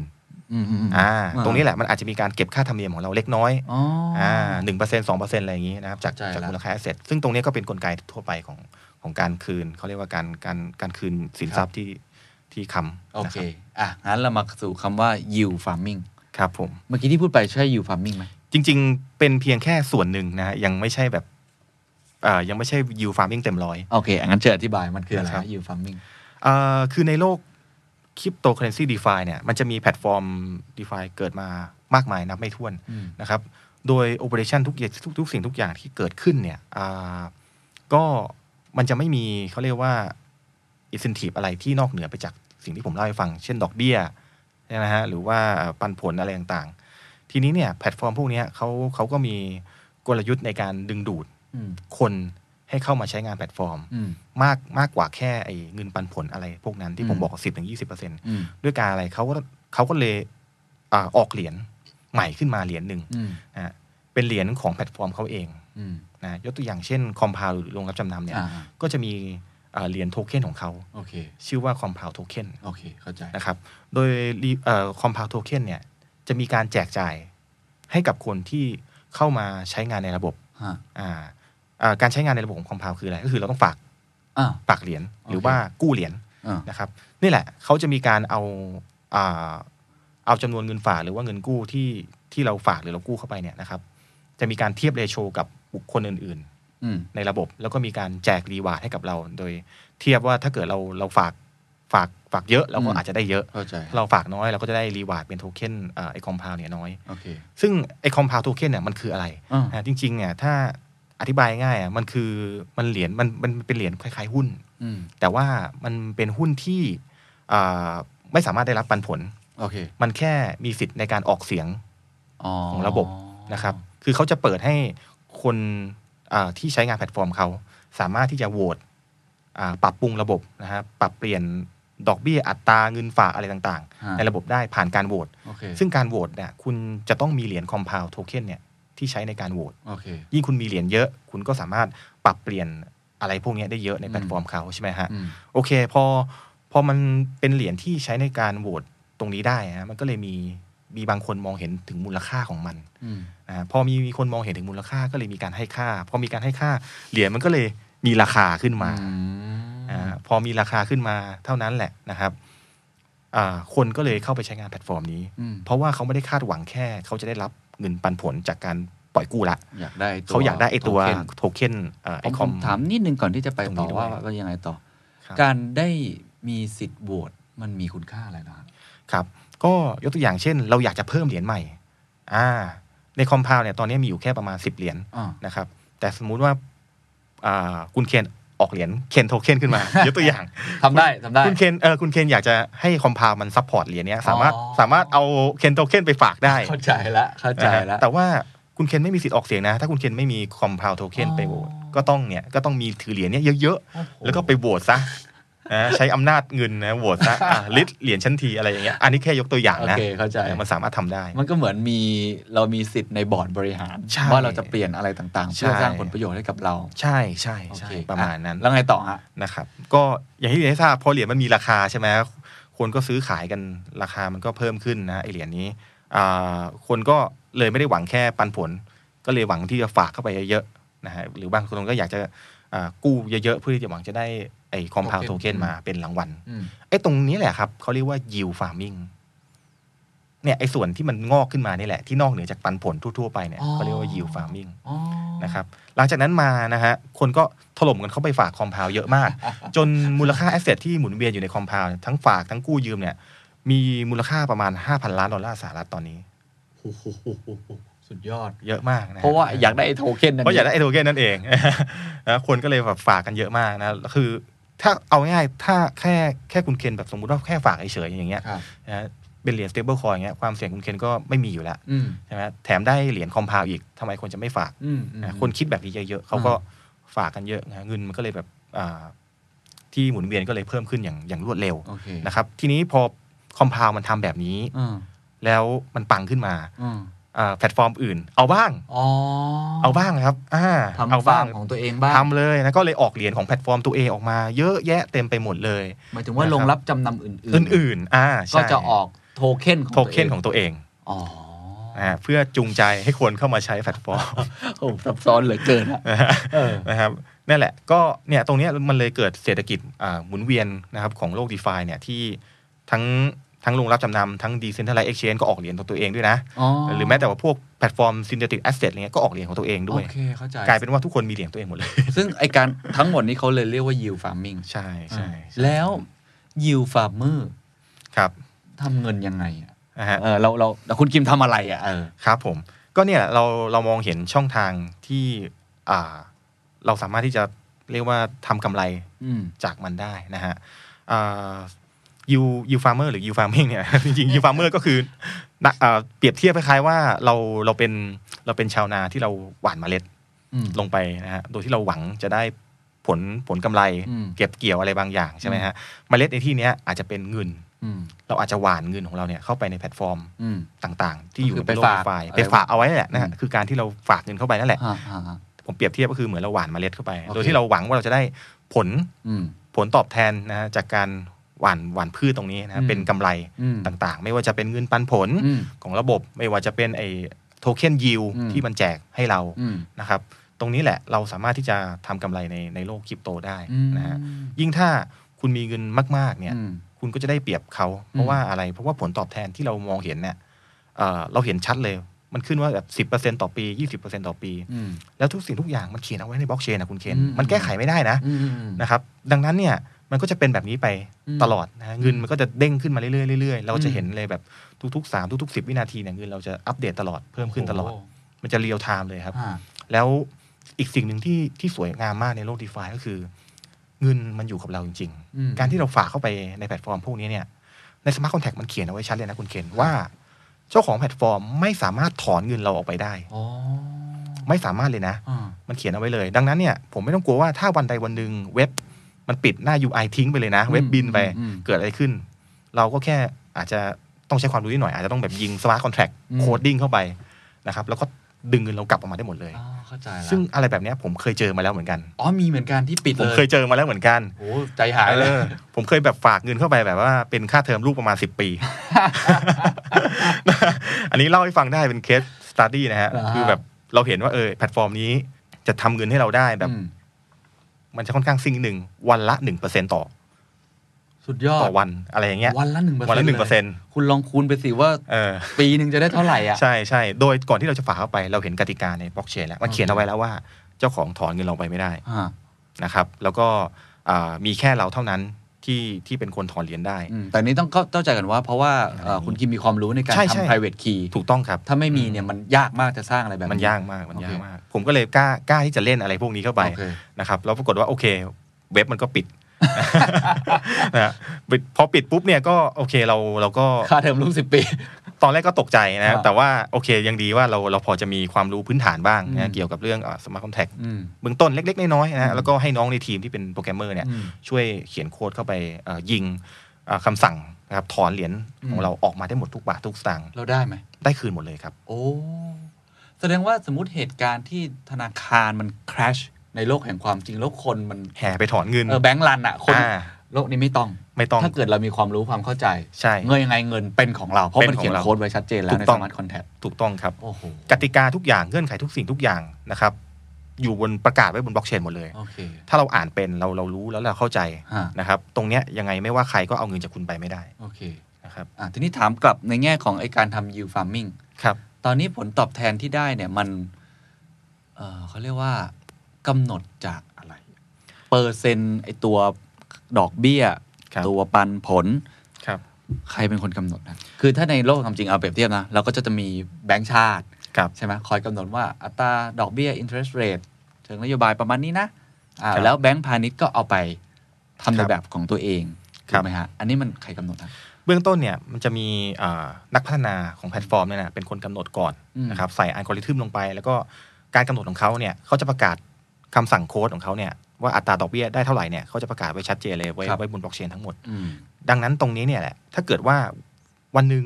[SPEAKER 3] อืมๆๆ
[SPEAKER 4] อ่า ตรงนี้แหละมันอาจจะมีการเก็บค่าธรรมเนียมของเราเล็กน้อย
[SPEAKER 3] อ๋ออ
[SPEAKER 4] อ่าหนึ่งเปอร์เซ็นต์สองเปอร์เซ็นต์อะไรอย่างนี้นะครับ จาก
[SPEAKER 3] เข้าใจ
[SPEAKER 4] จาก
[SPEAKER 3] แล้ว
[SPEAKER 4] มูลค่าแอสเซท ซึ่งตรงนี้ก็เป็นกลไกทั่วไปของของการคืน เขาเรียกว่าการการการคืนสินทรัพย์ที่ที่ค้ำ
[SPEAKER 3] โอเค
[SPEAKER 4] นะ
[SPEAKER 3] อ่ะ งั้นเรามาสู่คำว่า yield farming
[SPEAKER 4] ครับผม
[SPEAKER 3] เมื่อกี้ที่พูดไปใช่ yield farming ไหม
[SPEAKER 4] จริงๆ เป็นเพียงแค่ส่วนหนึ่งนะฮะยังไม่ใช่แบบอ่ายังไม่ใช่ยูฟาร์มิ่งเต็มร้อย
[SPEAKER 3] โอเคอ่ะงั้นเชิญอธิบายมันคืออะไร
[SPEAKER 4] ครั
[SPEAKER 3] ฮะ
[SPEAKER 4] บ
[SPEAKER 3] yield farming
[SPEAKER 4] อ่าคือในโลกคริปโตเคอเรนซีดีฟาเนี่ยมันจะมีแพลตฟอร์มดีฟาเกิดมามากมายนับไม่ถ้วน
[SPEAKER 3] อืม
[SPEAKER 4] นะครับ โดยโอเปอเรชันทุกอย่างทุกทุกสิ่งทุกอย่างที่เกิดขึ้นเนี่ยอ่าก็มันจะไม่มีเขาเรียกว่าอิส e n น i v e อะไรที่นอกเหนือไปจากสิ่งที่ผมเล่าให้ฟัง เช่นดอกเบี้ยใช่ไหมฮะหรือว่าปันผลอะไรต่างๆ ทีนี้เนี่ยแพลตฟอร์มพวกเนี้ยเขาเขาก็มีกลยุทธ์ในการดึงดูด
[SPEAKER 3] อืม
[SPEAKER 4] คนให้เข้ามาใช้งานแพลตฟอร์ม
[SPEAKER 3] อืม
[SPEAKER 4] มากมากกว่าแค่ไอ้เงินปันผลอะไรพวกนั้นที่ผม
[SPEAKER 3] อืม
[SPEAKER 4] บอกสิบถึงยี่สิบเปอร์เซ็น
[SPEAKER 3] อืม
[SPEAKER 4] ด้วยการอะไรเขาก็เขาก็เลยอ่าออกเหรียญใหม่ขึ้นมาเหรียญหนึ่ง
[SPEAKER 3] อืม
[SPEAKER 4] นะฮะ เป็นเหรียญของแพลตฟอร์มเขาเอง
[SPEAKER 3] อืม
[SPEAKER 4] นะยกตัวอย่างเช่นคอมพาวหรือโรงรับจำนำเนี่ย
[SPEAKER 3] อ่า
[SPEAKER 4] ก็จะมีเอ่อเหรียญโทเค็นของเขา
[SPEAKER 3] โอเค
[SPEAKER 4] ชื่อว่าคอมพาวโทเค็น
[SPEAKER 3] โอเค เข้าใจ
[SPEAKER 4] นะครับโดยคอมพาวโทเค็นเนี่ยจะมีการแจกจ่ายให้กับคนที่เข้ามาใช้งานในระบบ
[SPEAKER 3] ฮะ
[SPEAKER 4] อ่าอ่าการใช้งานในระบบของคอมพาวคืออะไร ก็คือเราต้องฝาก
[SPEAKER 3] อ่า
[SPEAKER 4] ฝากเหรียญหรือ
[SPEAKER 3] โอเค
[SPEAKER 4] ว่ากู้เหรียญ
[SPEAKER 3] อ่า
[SPEAKER 4] นะครับนี่แหละเขาจะมีการเอาอ่าเอาจำนวนเงินฝากหรือว่าเงินกู้ที่ที่เราฝากหรือเรากู้เข้าไปเนี่ยนะครับ จะมีการเทียบเรโชกับบุคคลอื่น
[SPEAKER 3] อืม
[SPEAKER 4] ๆ ในระบบ แล้วก็มีการแจกรีวาร์ดให้กับเรา โดยเทียบว่าถ้าเกิดเราเราฝากฝากฝากเยอะเราก็
[SPEAKER 3] อืม
[SPEAKER 4] อาจจะได้เยอะ
[SPEAKER 3] เข้าใจ
[SPEAKER 4] ถ้าเราฝากน้อยเราก็จะได้รีวาร์ดเป็นโทเค็นอ่าไอคอมพาวเนี่ยน้อย
[SPEAKER 3] โอเค
[SPEAKER 4] ซึ่งไอคอมพาวโทเค็นเนี่ยมันคืออะไร
[SPEAKER 3] อ่า
[SPEAKER 4] อ่าจริงๆเนี่ยถ้าอธิบายง่ายอ่ะมันคือมันเหรียญมันมันเป็นเหรียญคล้ายๆหุ้น
[SPEAKER 3] อืม
[SPEAKER 4] แต่ว่ามันเป็นหุ้นที่อ่าไม่สามารถได้รับปันผล
[SPEAKER 3] โอเค
[SPEAKER 4] มันแค่มีสิทธิ์ในการออกเสียง
[SPEAKER 3] อ๋อ
[SPEAKER 4] ของระบบนะครับ คือเขาจะเปิดให้คนอ่าที่ใช้งานแพลตฟอร์มเขา สามารถที่จะโหวตอ่าปรับปรุงระบบนะครับปรับเปลี่ยนดอกเบี้ยอัตราเงินฝากอะไรต่าง
[SPEAKER 3] ฮะ
[SPEAKER 4] ๆ ในระบบได้ผ่านการโหวต
[SPEAKER 3] โอเค
[SPEAKER 4] ซึ่งการโหวตเนี่ยคุณจะต้องมีเหรียญคอมพาวโทเค็นเนี่ยที่ใช้ในการโหวต
[SPEAKER 3] โอเค
[SPEAKER 4] ยิ่งคุณมีเหรียญเยอะ คุณก็สามารถปรับเปลี่ยนอะไรพวกเนี้ยได้เยอะในแพลตฟอร์มเขาใช่ไหมฮะ
[SPEAKER 3] อืม
[SPEAKER 4] โอเคพอพอมันเป็นเหรียญที่ใช้ในการโหวตตรงนี้ได้นะมันก็เลยมีมีบางคนมองเห็นถึงมูลค่าของมัน
[SPEAKER 3] อืม
[SPEAKER 4] อ่าพอมีมีคนมองเห็นถึงมูลค่าก็เลยมีการให้ค่า พอมีการให้ค่าเหรียญมันก็เลยมีราคาขึ้นมา
[SPEAKER 3] อืม
[SPEAKER 4] อ่าพอมีราคาขึ้นมาเท่านั้นแหละนะครับอ่าคนก็เลยเข้าไปใช้งานแพลตฟอร์มนี้
[SPEAKER 3] อืม
[SPEAKER 4] เพราะว่าเขาไม่ได้คาดหวังแค่ เขาจะได้รับเงินปันผลจากการปล่อยกู้ละ
[SPEAKER 3] อยากได้ตัว
[SPEAKER 4] เขาอยากได้ไอตัว
[SPEAKER 3] โทเค็น
[SPEAKER 4] โทเค็นอ่าไอ
[SPEAKER 3] ผม
[SPEAKER 4] คอม
[SPEAKER 3] ถามนิดนึงก่อนที่จะไป
[SPEAKER 4] ตรง
[SPEAKER 3] ต่อ
[SPEAKER 4] นี้ด้วย
[SPEAKER 3] ว่าว่ายังไงต่อ
[SPEAKER 4] ครับ
[SPEAKER 3] การได้มีสิทธิ์โหวตมันมีคุณค่าอะไรล่ะ
[SPEAKER 4] ครับ ก็ยกตัวอย่างเช่น เราอยากจะเพิ่มเหรียญใหม่ อ่า ในคอมพาวเนี่ยตอนนี้มีอยู่แค่ประมาณ 10 เหรียญ
[SPEAKER 3] อ่า
[SPEAKER 4] นะครับ แต่สมมุติว่าอ่าคุณเคนออกเหรียญเคนโทเค็นขึ้นมา ยกตัวอย่าง
[SPEAKER 3] ทำได้ทำได้
[SPEAKER 4] คุณเคนเออคุณเคนอยากจะให้คอมพาวมันซัพพอร์ตเหรียญเนี้ยสามารถ
[SPEAKER 3] อ๋อ
[SPEAKER 4] สามารถเอาเคนโทเค็นไปฝากได้
[SPEAKER 3] เข้าใจละเข้าใจ
[SPEAKER 4] นะฮะ
[SPEAKER 3] ละ
[SPEAKER 4] แต่ว่าคุณเคนไม่มีสิทธิ์ออกเสียงนะ ถ้าคุณเคนไม่มีคอมพาวโทเค็น
[SPEAKER 3] อ๋อ
[SPEAKER 4] ไปโหวตก็ต้องเนี่ยก็ต้องมีถือเหรียญเนี้ยเยอะ
[SPEAKER 3] โอ้โห
[SPEAKER 4] ๆ แล้วก็ไปโหวตซะ นะใช้อำนาจเงินนะโหวตซะอ่ะลิดเหรียญชั้นทีอะไรอย่างเงี้ยอันนี้แค่ยกตัวอย่าง
[SPEAKER 3] โอ
[SPEAKER 4] นะ
[SPEAKER 3] เคเข้าใจ
[SPEAKER 4] เออมันสามารถทำได้
[SPEAKER 3] มันก็เหมือนมีเรามีสิทธิ์ในบอร์ดบริหาร
[SPEAKER 4] ใช่
[SPEAKER 3] ว่าเราจะเปลี่ยนอะไรต่างๆ
[SPEAKER 4] ใช่
[SPEAKER 3] เพื่อสร้างผลประโยชน์ให้กับเรา
[SPEAKER 4] ใช่ใช่
[SPEAKER 3] โอ
[SPEAKER 4] ใช่
[SPEAKER 3] เค
[SPEAKER 4] ประมาณนั้น
[SPEAKER 3] อ่แล้วไงต่อฮะ
[SPEAKER 4] นะครับ ก็อย่างที่เรียนให้ทราบพอเหรียญมันมีราคาใช่ไหมคนก็ซื้อขายกันราคามันก็เพิ่มขึ้นนะไอเหรียญนี้อ่าคนก็เลยไม่ได้หวังแค่ปันผล ก็เลยหวังที่จะฝากเข้าไปเยอะๆนะฮะหรือบางคนก็อยากจะอ่ากู้เยอะๆเพื่อที่จะหวังจะได้ไอคอมพาวโทเค็
[SPEAKER 3] token
[SPEAKER 4] นมาเป็นรางวัล
[SPEAKER 3] อืม
[SPEAKER 4] ไอตรงนี้แหละครับเขาเรียกว่า yield farming เนี่ยไอส่วนที่มันงอกขึ้นมานี่แหละที่นอกเหนือจากปันผลทั่วๆไปเนี่ยเขาเรียกว่า yield farming
[SPEAKER 3] อ๋อ
[SPEAKER 4] นะครับหลังจากนั้นมานะฮะคนก็ถล่มกันเข้าไปฝากคอมพาวเยอะ มาก จนมูลค่าแอสเซทที่หมุนเวียนอยู่ในคอมพาวทั้งฝากทั้งกู้ยืมเนี่ยมีมูลค่าประมาณ 5,000 ล้านดอลลาร์สหรัฐตอนนี้
[SPEAKER 3] โอ้โหสุดยอด
[SPEAKER 4] เยอะมากนฮ
[SPEAKER 3] เพราะว่าอยากได้ไอ้โทเค็นนั้น
[SPEAKER 4] เพราะอยากได้ไอโทเก้นนั่นเอง นะคนก็เลยแบบฝากกันเยอะมากนะคือ ถ้าเอาง่ายๆถ้าแค่แค่คุณเคนแบบสมมุติว่าแค่ฝากเฉยๆอย่างเงี้ย
[SPEAKER 3] ครับ
[SPEAKER 4] นะฮะเป็นเหรียญสเตเบิลคอยอย่างเงี้ยความเสี่ยงคุณเคนก็ไม่มีอยู่แล้ว
[SPEAKER 3] อืม
[SPEAKER 4] ใช่ไหมแถมได้เหรียญคอมพาวอีกทำไมคนจะไม่ฝาก
[SPEAKER 3] อืมอืม
[SPEAKER 4] นะคนคิดแบบนี้เยอะๆเขาก็ฝากกันเยอะนะเงินมันก็เลยแบบอ่าที่หมุนเวียนก็เลยเพิ่มขึ้นอย่างอย่างรวดเร็ว
[SPEAKER 3] โอเค
[SPEAKER 4] นะครับ ทีนี้พอคอมพาวมันทำแบบนี้
[SPEAKER 3] อืม
[SPEAKER 4] แล้วมันปังขึ้นมา
[SPEAKER 3] อืม
[SPEAKER 4] อ่าแพลตฟอร์มอื่น เอาบ้าง
[SPEAKER 3] อ๋อ
[SPEAKER 4] เอาบ้างนะครับอ่าเอา
[SPEAKER 3] ทำฟา
[SPEAKER 4] บ้า
[SPEAKER 3] ร์
[SPEAKER 4] ง
[SPEAKER 3] มของตัวเองบ้าง
[SPEAKER 4] ทำเลยนะก็เลยออกเหรียญของแพลตฟอร์มตัวเองออกมา เยอะแยะเต็มไปหมดเลย
[SPEAKER 3] หมายถึงว่า
[SPEAKER 4] นะครับ
[SPEAKER 3] ลงรับจำนำอื่น
[SPEAKER 4] อื่นๆอ่า
[SPEAKER 3] ก็
[SPEAKER 4] ใช่
[SPEAKER 3] จะออกโทเค็นของ
[SPEAKER 4] โทเค็นของตัวเอง
[SPEAKER 3] อ๋อ
[SPEAKER 4] นะฮะเพื่อจูงใจให้คนเข้ามาใช้แพลตฟอ ร์ม
[SPEAKER 3] โอ้ซับซ้อนเหลือเกินอะ
[SPEAKER 4] นะฮะ
[SPEAKER 3] เออ
[SPEAKER 4] นะครับนั่นแหละก็เนี่ยตรงเนี้ยมันเลยเกิดเศรษฐกิจอ่าหมุนเวียนนะครับของโลกดีฟาเนี่ยที่ทั้งทั้งโรงรับจำนำทั้งดีเซนทัลไลเอ็กชแนนก็ออกเหรียญของตัวเองด้วยนะ
[SPEAKER 3] อ๋อ
[SPEAKER 4] หรือแม้แต่ว่าพวกแพลตฟอร์มซินเทติกแอสเซทอะไรเงี้ยก็ออกเหรียญของตัวเองด้วย
[SPEAKER 3] โอเคเข้าใจ
[SPEAKER 4] กลายเป็นว่าทุกคนมีเหรียญตัวเองหมดเลย
[SPEAKER 3] ซึ่งไอการทั้งหมดนี้เขาเลยเรียกว่า yield farming
[SPEAKER 4] ใช่ใช่ใช่
[SPEAKER 3] แล้ว yield farmer
[SPEAKER 4] ครับ
[SPEAKER 3] ทำเงินยังไงอะ
[SPEAKER 4] นะฮะ
[SPEAKER 3] เออเราเราเราคุณกิมทำอะไรอ่ะเออ
[SPEAKER 4] ครับผมก็เนี่ยเราเรามองเห็นช่องทางที่อ่าเราสามารถที่จะเรียกว่าทำกำไร
[SPEAKER 3] อืม
[SPEAKER 4] จากมันได้นะฮะยูยูฟาร์เมอร์หรือยูฟาร์มิงเนี่ย จริงๆยูฟาร์เมอร์ก็คือนักเอ่อเปรียบเทียบคล้ายๆว่าเราเราเป็นเราเป็นชาวนาที่เราหว่านเมล็ด
[SPEAKER 3] อืม
[SPEAKER 4] ลงไปนะฮะโดยที่เราหวังจะได้ผลผลกำไร
[SPEAKER 3] อืม
[SPEAKER 4] เก็บเกี่ยวอะไรบางอย่างใช่ไหมฮะเมล็ดในที่เนี้ยอาจจะเป็นเงิน
[SPEAKER 3] อืม
[SPEAKER 4] เราอาจจะหว่านเงินของเราเนี่ยเข้าไปในแพลตฟอร์ม
[SPEAKER 3] อืม
[SPEAKER 4] ต่างๆ ที่อยู่
[SPEAKER 3] ก็คือ
[SPEAKER 4] ในโลก
[SPEAKER 3] ไปฝาก
[SPEAKER 4] โปรไฟล์
[SPEAKER 3] อะไร
[SPEAKER 4] ไปฝากเอาไว้นั่นแหละนะฮะ
[SPEAKER 3] อืม
[SPEAKER 4] คือการที่เราฝากเงินเข้าไปนั่นแหละ
[SPEAKER 3] อ่าอ่าอ่า
[SPEAKER 4] ผมเปรียบเทียบก็คือเหมือนเราหว่านเมล็ดเข้าไป
[SPEAKER 3] โอเค
[SPEAKER 4] โดยที่เราหวังว่าเราจะได้ผล
[SPEAKER 3] อืม
[SPEAKER 4] ผลตอบแทนนะฮะจากการหว่านหว่านพืชตรงนี้
[SPEAKER 3] อื
[SPEAKER 4] นะฮะ
[SPEAKER 3] ม
[SPEAKER 4] เป็นกำไร
[SPEAKER 3] อืม
[SPEAKER 4] ต่างๆ ไม่ว่าจะเป็นเงินปันผล
[SPEAKER 3] อืม
[SPEAKER 4] ของระบบ ไม่ว่าจะเป็นไอ้โทเค็นยิว
[SPEAKER 3] อืม
[SPEAKER 4] ที่มันแจกให้เรา
[SPEAKER 3] อืม
[SPEAKER 4] นะครับ ตรงนี้แหละเราสามารถที่จะทำกำไรในในโลกคริปโตได้
[SPEAKER 3] อืม
[SPEAKER 4] นะฮะยิ่งถ้าคุณมีเงินมาก ๆเนี่ย
[SPEAKER 3] อืม
[SPEAKER 4] คุณก็จะได้เปรียบเขา เพราะว่าอะไร เพราะว่าผลตอบแทนที่เรามองเห็นเนี่ยเอ่อเราเห็นชัดเลย มันขึ้นว่าแบบสิบเปอร์เซ็นต่อปียี่สิบเปอร์เซ็นต่อปี
[SPEAKER 3] อืม
[SPEAKER 4] แล้วทุกสิ่งทุกอย่างมันเขียนเอาไว้ในบล็อกเชนนะคุณเคน
[SPEAKER 3] อืม
[SPEAKER 4] มันแก้ไขไม่ได้นะ
[SPEAKER 3] อืมอืม
[SPEAKER 4] นะครับ ดังนั้นเนี่ยมันก็จะเป็นแบบนี้ไป
[SPEAKER 3] อืม
[SPEAKER 4] ตลอดนะฮะเงินมันก็จะเด้งขึ้นมาเรื่อยๆเรื่อยๆเราจะ
[SPEAKER 3] อืม
[SPEAKER 4] เห็นเลยแบบทุกๆสามทุกๆสิบวินาทีเนี่ยเงินเราจะอัปเดตตลอดเพิ่มขึ้นตลอด
[SPEAKER 3] โโห
[SPEAKER 4] มันจะเรียลไทม์เลยครับ
[SPEAKER 3] อ่า
[SPEAKER 4] แล้วอีกสิ่งหนึ่งที่ที่สวยงามมากในโลกดีฟาก็คือ เงินมันอยู่กับเราจริง ๆ
[SPEAKER 3] อืม
[SPEAKER 4] การที่เราฝากเข้าไปในแพลตฟอร์มพวกนี้เนี่ย ในสมาร์ทคอนแทคมันเขียนเอาไว้ชัดเลยนะคุณเคนว่า เจ้าของแพลตฟอร์มไม่สามารถถอนเงินเราออกไปได้
[SPEAKER 3] อ๋อ
[SPEAKER 4] ไม่สามารถเลยนะ
[SPEAKER 3] อ่า
[SPEAKER 4] มันเขียนเอาไว้เลย ดังนั้นเนี่ยผมไม่ต้องกลัวว่าถ้าวันใดวันหนึ่งเว็บมันปิดหน้า UI ทิ้งไปเลยนะ เว็บบินไป
[SPEAKER 3] อืม
[SPEAKER 4] เกิดอะไรขึ้น เราก็แค่อาจจะต้องใช้ความรู้นิดหน่อย อาจจะต้องแบบยิงสมาร์ทคอนแท c
[SPEAKER 3] อืม
[SPEAKER 4] โคดดิ้งเข้าไปนะครับแล้วก็ดึงเงินเรากลับออกมาได้หมดเลย
[SPEAKER 3] อ๋อเข้าใจละ
[SPEAKER 4] ซึ่งอะไรแบบเนี้ยผมเคยเจอมาแล้วเหมือนกัน
[SPEAKER 3] อ๋อมีเหมือนกันที่ปิด
[SPEAKER 4] ผม
[SPEAKER 3] เลย
[SPEAKER 4] เคยเจอมาแล้วเหมือนกัน
[SPEAKER 3] โอ้ใจหายเลย
[SPEAKER 4] เออผมเคยแบบฝากเงินเข้าไปแบบว่าเป็นค่าเทอมลูกประมาณ 10 ปี อันนี้เล่าให้ฟังได้เป็นเคสสต u d ดี้นะฮะ
[SPEAKER 3] อ่า
[SPEAKER 4] คือแบบเราเห็นว่าเออแพลตฟอร์มนี้จะทำเงินให้เราได้แบบ
[SPEAKER 3] อืม
[SPEAKER 4] มันจะค่อนข้างซิ่งหนึ่งวันละหนึ่งเปอร์เซ็นต่อ
[SPEAKER 3] สุดยอด
[SPEAKER 4] ต่อวันอะไรอย่างเงี้ย
[SPEAKER 3] วันละหนึ่งเปอร์เซ็นต์
[SPEAKER 4] วันละหนึ่งเปอร์เซ็นต์
[SPEAKER 3] คุณลองคูณไปสิว่า
[SPEAKER 4] เออ
[SPEAKER 3] ปีหนึ่งจะได้เท่าไหร่อ่ะ
[SPEAKER 4] ใช่ใช่โดยก่อนที่เราจะฝากเข้าไปเราเห็นกติกาในบล็อกเชนแล้ว มันเขียนเอาไว้แล้วว่าเจ้าของถอนเงินเราไปไม่ได้
[SPEAKER 3] อ่า
[SPEAKER 4] นะครับ แล้วก็อ่ามีแค่เราเท่านั้นที่ที่เป็นคนถอนเหรียญได้
[SPEAKER 3] อืมแต่นี้ต้องเข้าใจกันว่า เพราะว่าเอ่อคุณกิมมีความรู้ในการ
[SPEAKER 4] ใช่ใช่
[SPEAKER 3] ทำ private key
[SPEAKER 4] ถูกต้องครับ
[SPEAKER 3] ถ้าไม่มีเนี่ยมันยากมากจะสร้างอะไรแบบ
[SPEAKER 4] มันยากมากมัน
[SPEAKER 3] โอเค
[SPEAKER 4] ยากมาก ผมก็เลยกล้ากล้าที่จะเล่นอะไรพวกนี้เข้าไป
[SPEAKER 3] โอเค
[SPEAKER 4] นะครับแล้วปรากฏว่าโอเค เว็บมันก็ ปิด นะฮะปิดพอปิดปุ๊บเนี่ยก็โอเคเราเราก็
[SPEAKER 3] ค่าเทอมลูกสิบปี
[SPEAKER 4] ตอนแรกก็ตกใจนะ
[SPEAKER 3] อ่า
[SPEAKER 4] แต่ว่าโอเคยังดีว่าเราเราพอจะมีความรู้พื้นฐานบ้าง
[SPEAKER 3] อืม
[SPEAKER 4] นะเกี่ยวกับเรื่องสมาร์ทคอนแทค
[SPEAKER 3] อืม
[SPEAKER 4] เบื้องต้นเล็ก ๆ น้อยๆ
[SPEAKER 3] อืม
[SPEAKER 4] นะแล้วก็ให้น้องในทีมที่เป็นโปรแกรมเมอร์เนี่ย
[SPEAKER 3] อืม
[SPEAKER 4] ช่วยเขียนโค้ดเข้าไปเอ่อยิงเอ่อคำสั่งนะครับถอนเหรียญขอ
[SPEAKER 3] อื
[SPEAKER 4] ง
[SPEAKER 3] ม
[SPEAKER 4] เราออกมาได้หมดทุกบาททุกสตางค์
[SPEAKER 3] เราได้ไหม
[SPEAKER 4] ได้คืนหมดเลยครับ
[SPEAKER 3] โอ้ แสดงว่าสมมติเหตุการณ์ที่ธนาคารมัน crash ในโลกแห่งความจริงแล้วคนมัน
[SPEAKER 4] แห่ไปถอนเงิน
[SPEAKER 3] เออแบงก์รันอะคน
[SPEAKER 4] อ่า
[SPEAKER 3] โลกนี้ไม่ต้อง
[SPEAKER 4] ไม่ต้อง
[SPEAKER 3] ถ้าเกิดเรามีความรู้ความเข้าใจ
[SPEAKER 4] ใช่
[SPEAKER 3] เงินยังไงเงินเป็นของเรา เพราะมันเขียนโค้ดไว้ชัดเจนแล้ว
[SPEAKER 4] ถู
[SPEAKER 3] ใน
[SPEAKER 4] ก
[SPEAKER 3] ส
[SPEAKER 4] ต้อง
[SPEAKER 3] มาร์ทคอนแทค
[SPEAKER 4] ถูกต้องครับ
[SPEAKER 3] โอ้โห
[SPEAKER 4] กติกาทุกอย่างเงื่อนไขทุกสิ่งทุกอย่างนะครับ อยู่บนประกาศไว้บนบล็อกเชนหมดเลย
[SPEAKER 3] โอเค
[SPEAKER 4] ถ้าเราอ่านเป็นเราเรารู้แล้วเราเข้าใจ
[SPEAKER 3] ฮะ
[SPEAKER 4] นะครับ ตรงเนี้ยยังไงไม่ว่าใครก็เอาเงินจากคุณไปไม่ได้
[SPEAKER 3] โอเค
[SPEAKER 4] นะครับ
[SPEAKER 3] อ่ะทีนี้ถามกลับในแง่ของไอการทำ yield farming
[SPEAKER 4] ครับ
[SPEAKER 3] ตอนนี้ผลตอบแทนที่ได้เนี่ยมัน เอ่อเขาเรียกว่ากำหนดจากอะไร เปอร์เซ็นต์ไอตัวดอกเบี้ย
[SPEAKER 4] ครับ
[SPEAKER 3] ตัวปันผล
[SPEAKER 4] ครับ
[SPEAKER 3] ใครเป็นคนกำหนดนะ คือถ้าในโลกความจริงเอาเปรียบเทียบนะ เราก็จะมีแบงก์ชาติ
[SPEAKER 4] ครับ
[SPEAKER 3] ใช่ไหมคอยกำหนดว่าอัตราดอกเบี้ย interest rate เชิงนโยบายประมาณนี้นะอ่า
[SPEAKER 4] ครับ
[SPEAKER 3] แล้วแบงก์พาณิชย์ก็เอาไปทำใน
[SPEAKER 4] ครับ
[SPEAKER 3] แบบของตัวเอง
[SPEAKER 4] ครั
[SPEAKER 3] ถู
[SPEAKER 4] บ
[SPEAKER 3] กไหมฮะ อันนี้มันใครกำหนดนะ
[SPEAKER 4] เบื้องต้นเนี่ยมันจะมีอ่านักพัฒนาของแพลตฟอร์มเนี่ยนะเป็นคนกำหนดก่อน
[SPEAKER 3] อืม
[SPEAKER 4] นะครับใส่อัลกอริทึมลงไป แล้วก็การกำหนดของเขาเนี่ยเขาจะประกาศคำสั่งโค้ดของเขาเนี่ยว่าอัตราดอกเบี้ยได้เท่าไหร่เนี่ยเขาจะประกาศไว้ชัดเจนเลยไว้ไว้บนบล็อกเชนทั้งหมด
[SPEAKER 3] อืม
[SPEAKER 4] ดังนั้นตรงนี้เนี่ยแหละ ถ้าเกิดว่าวันหนึ่ง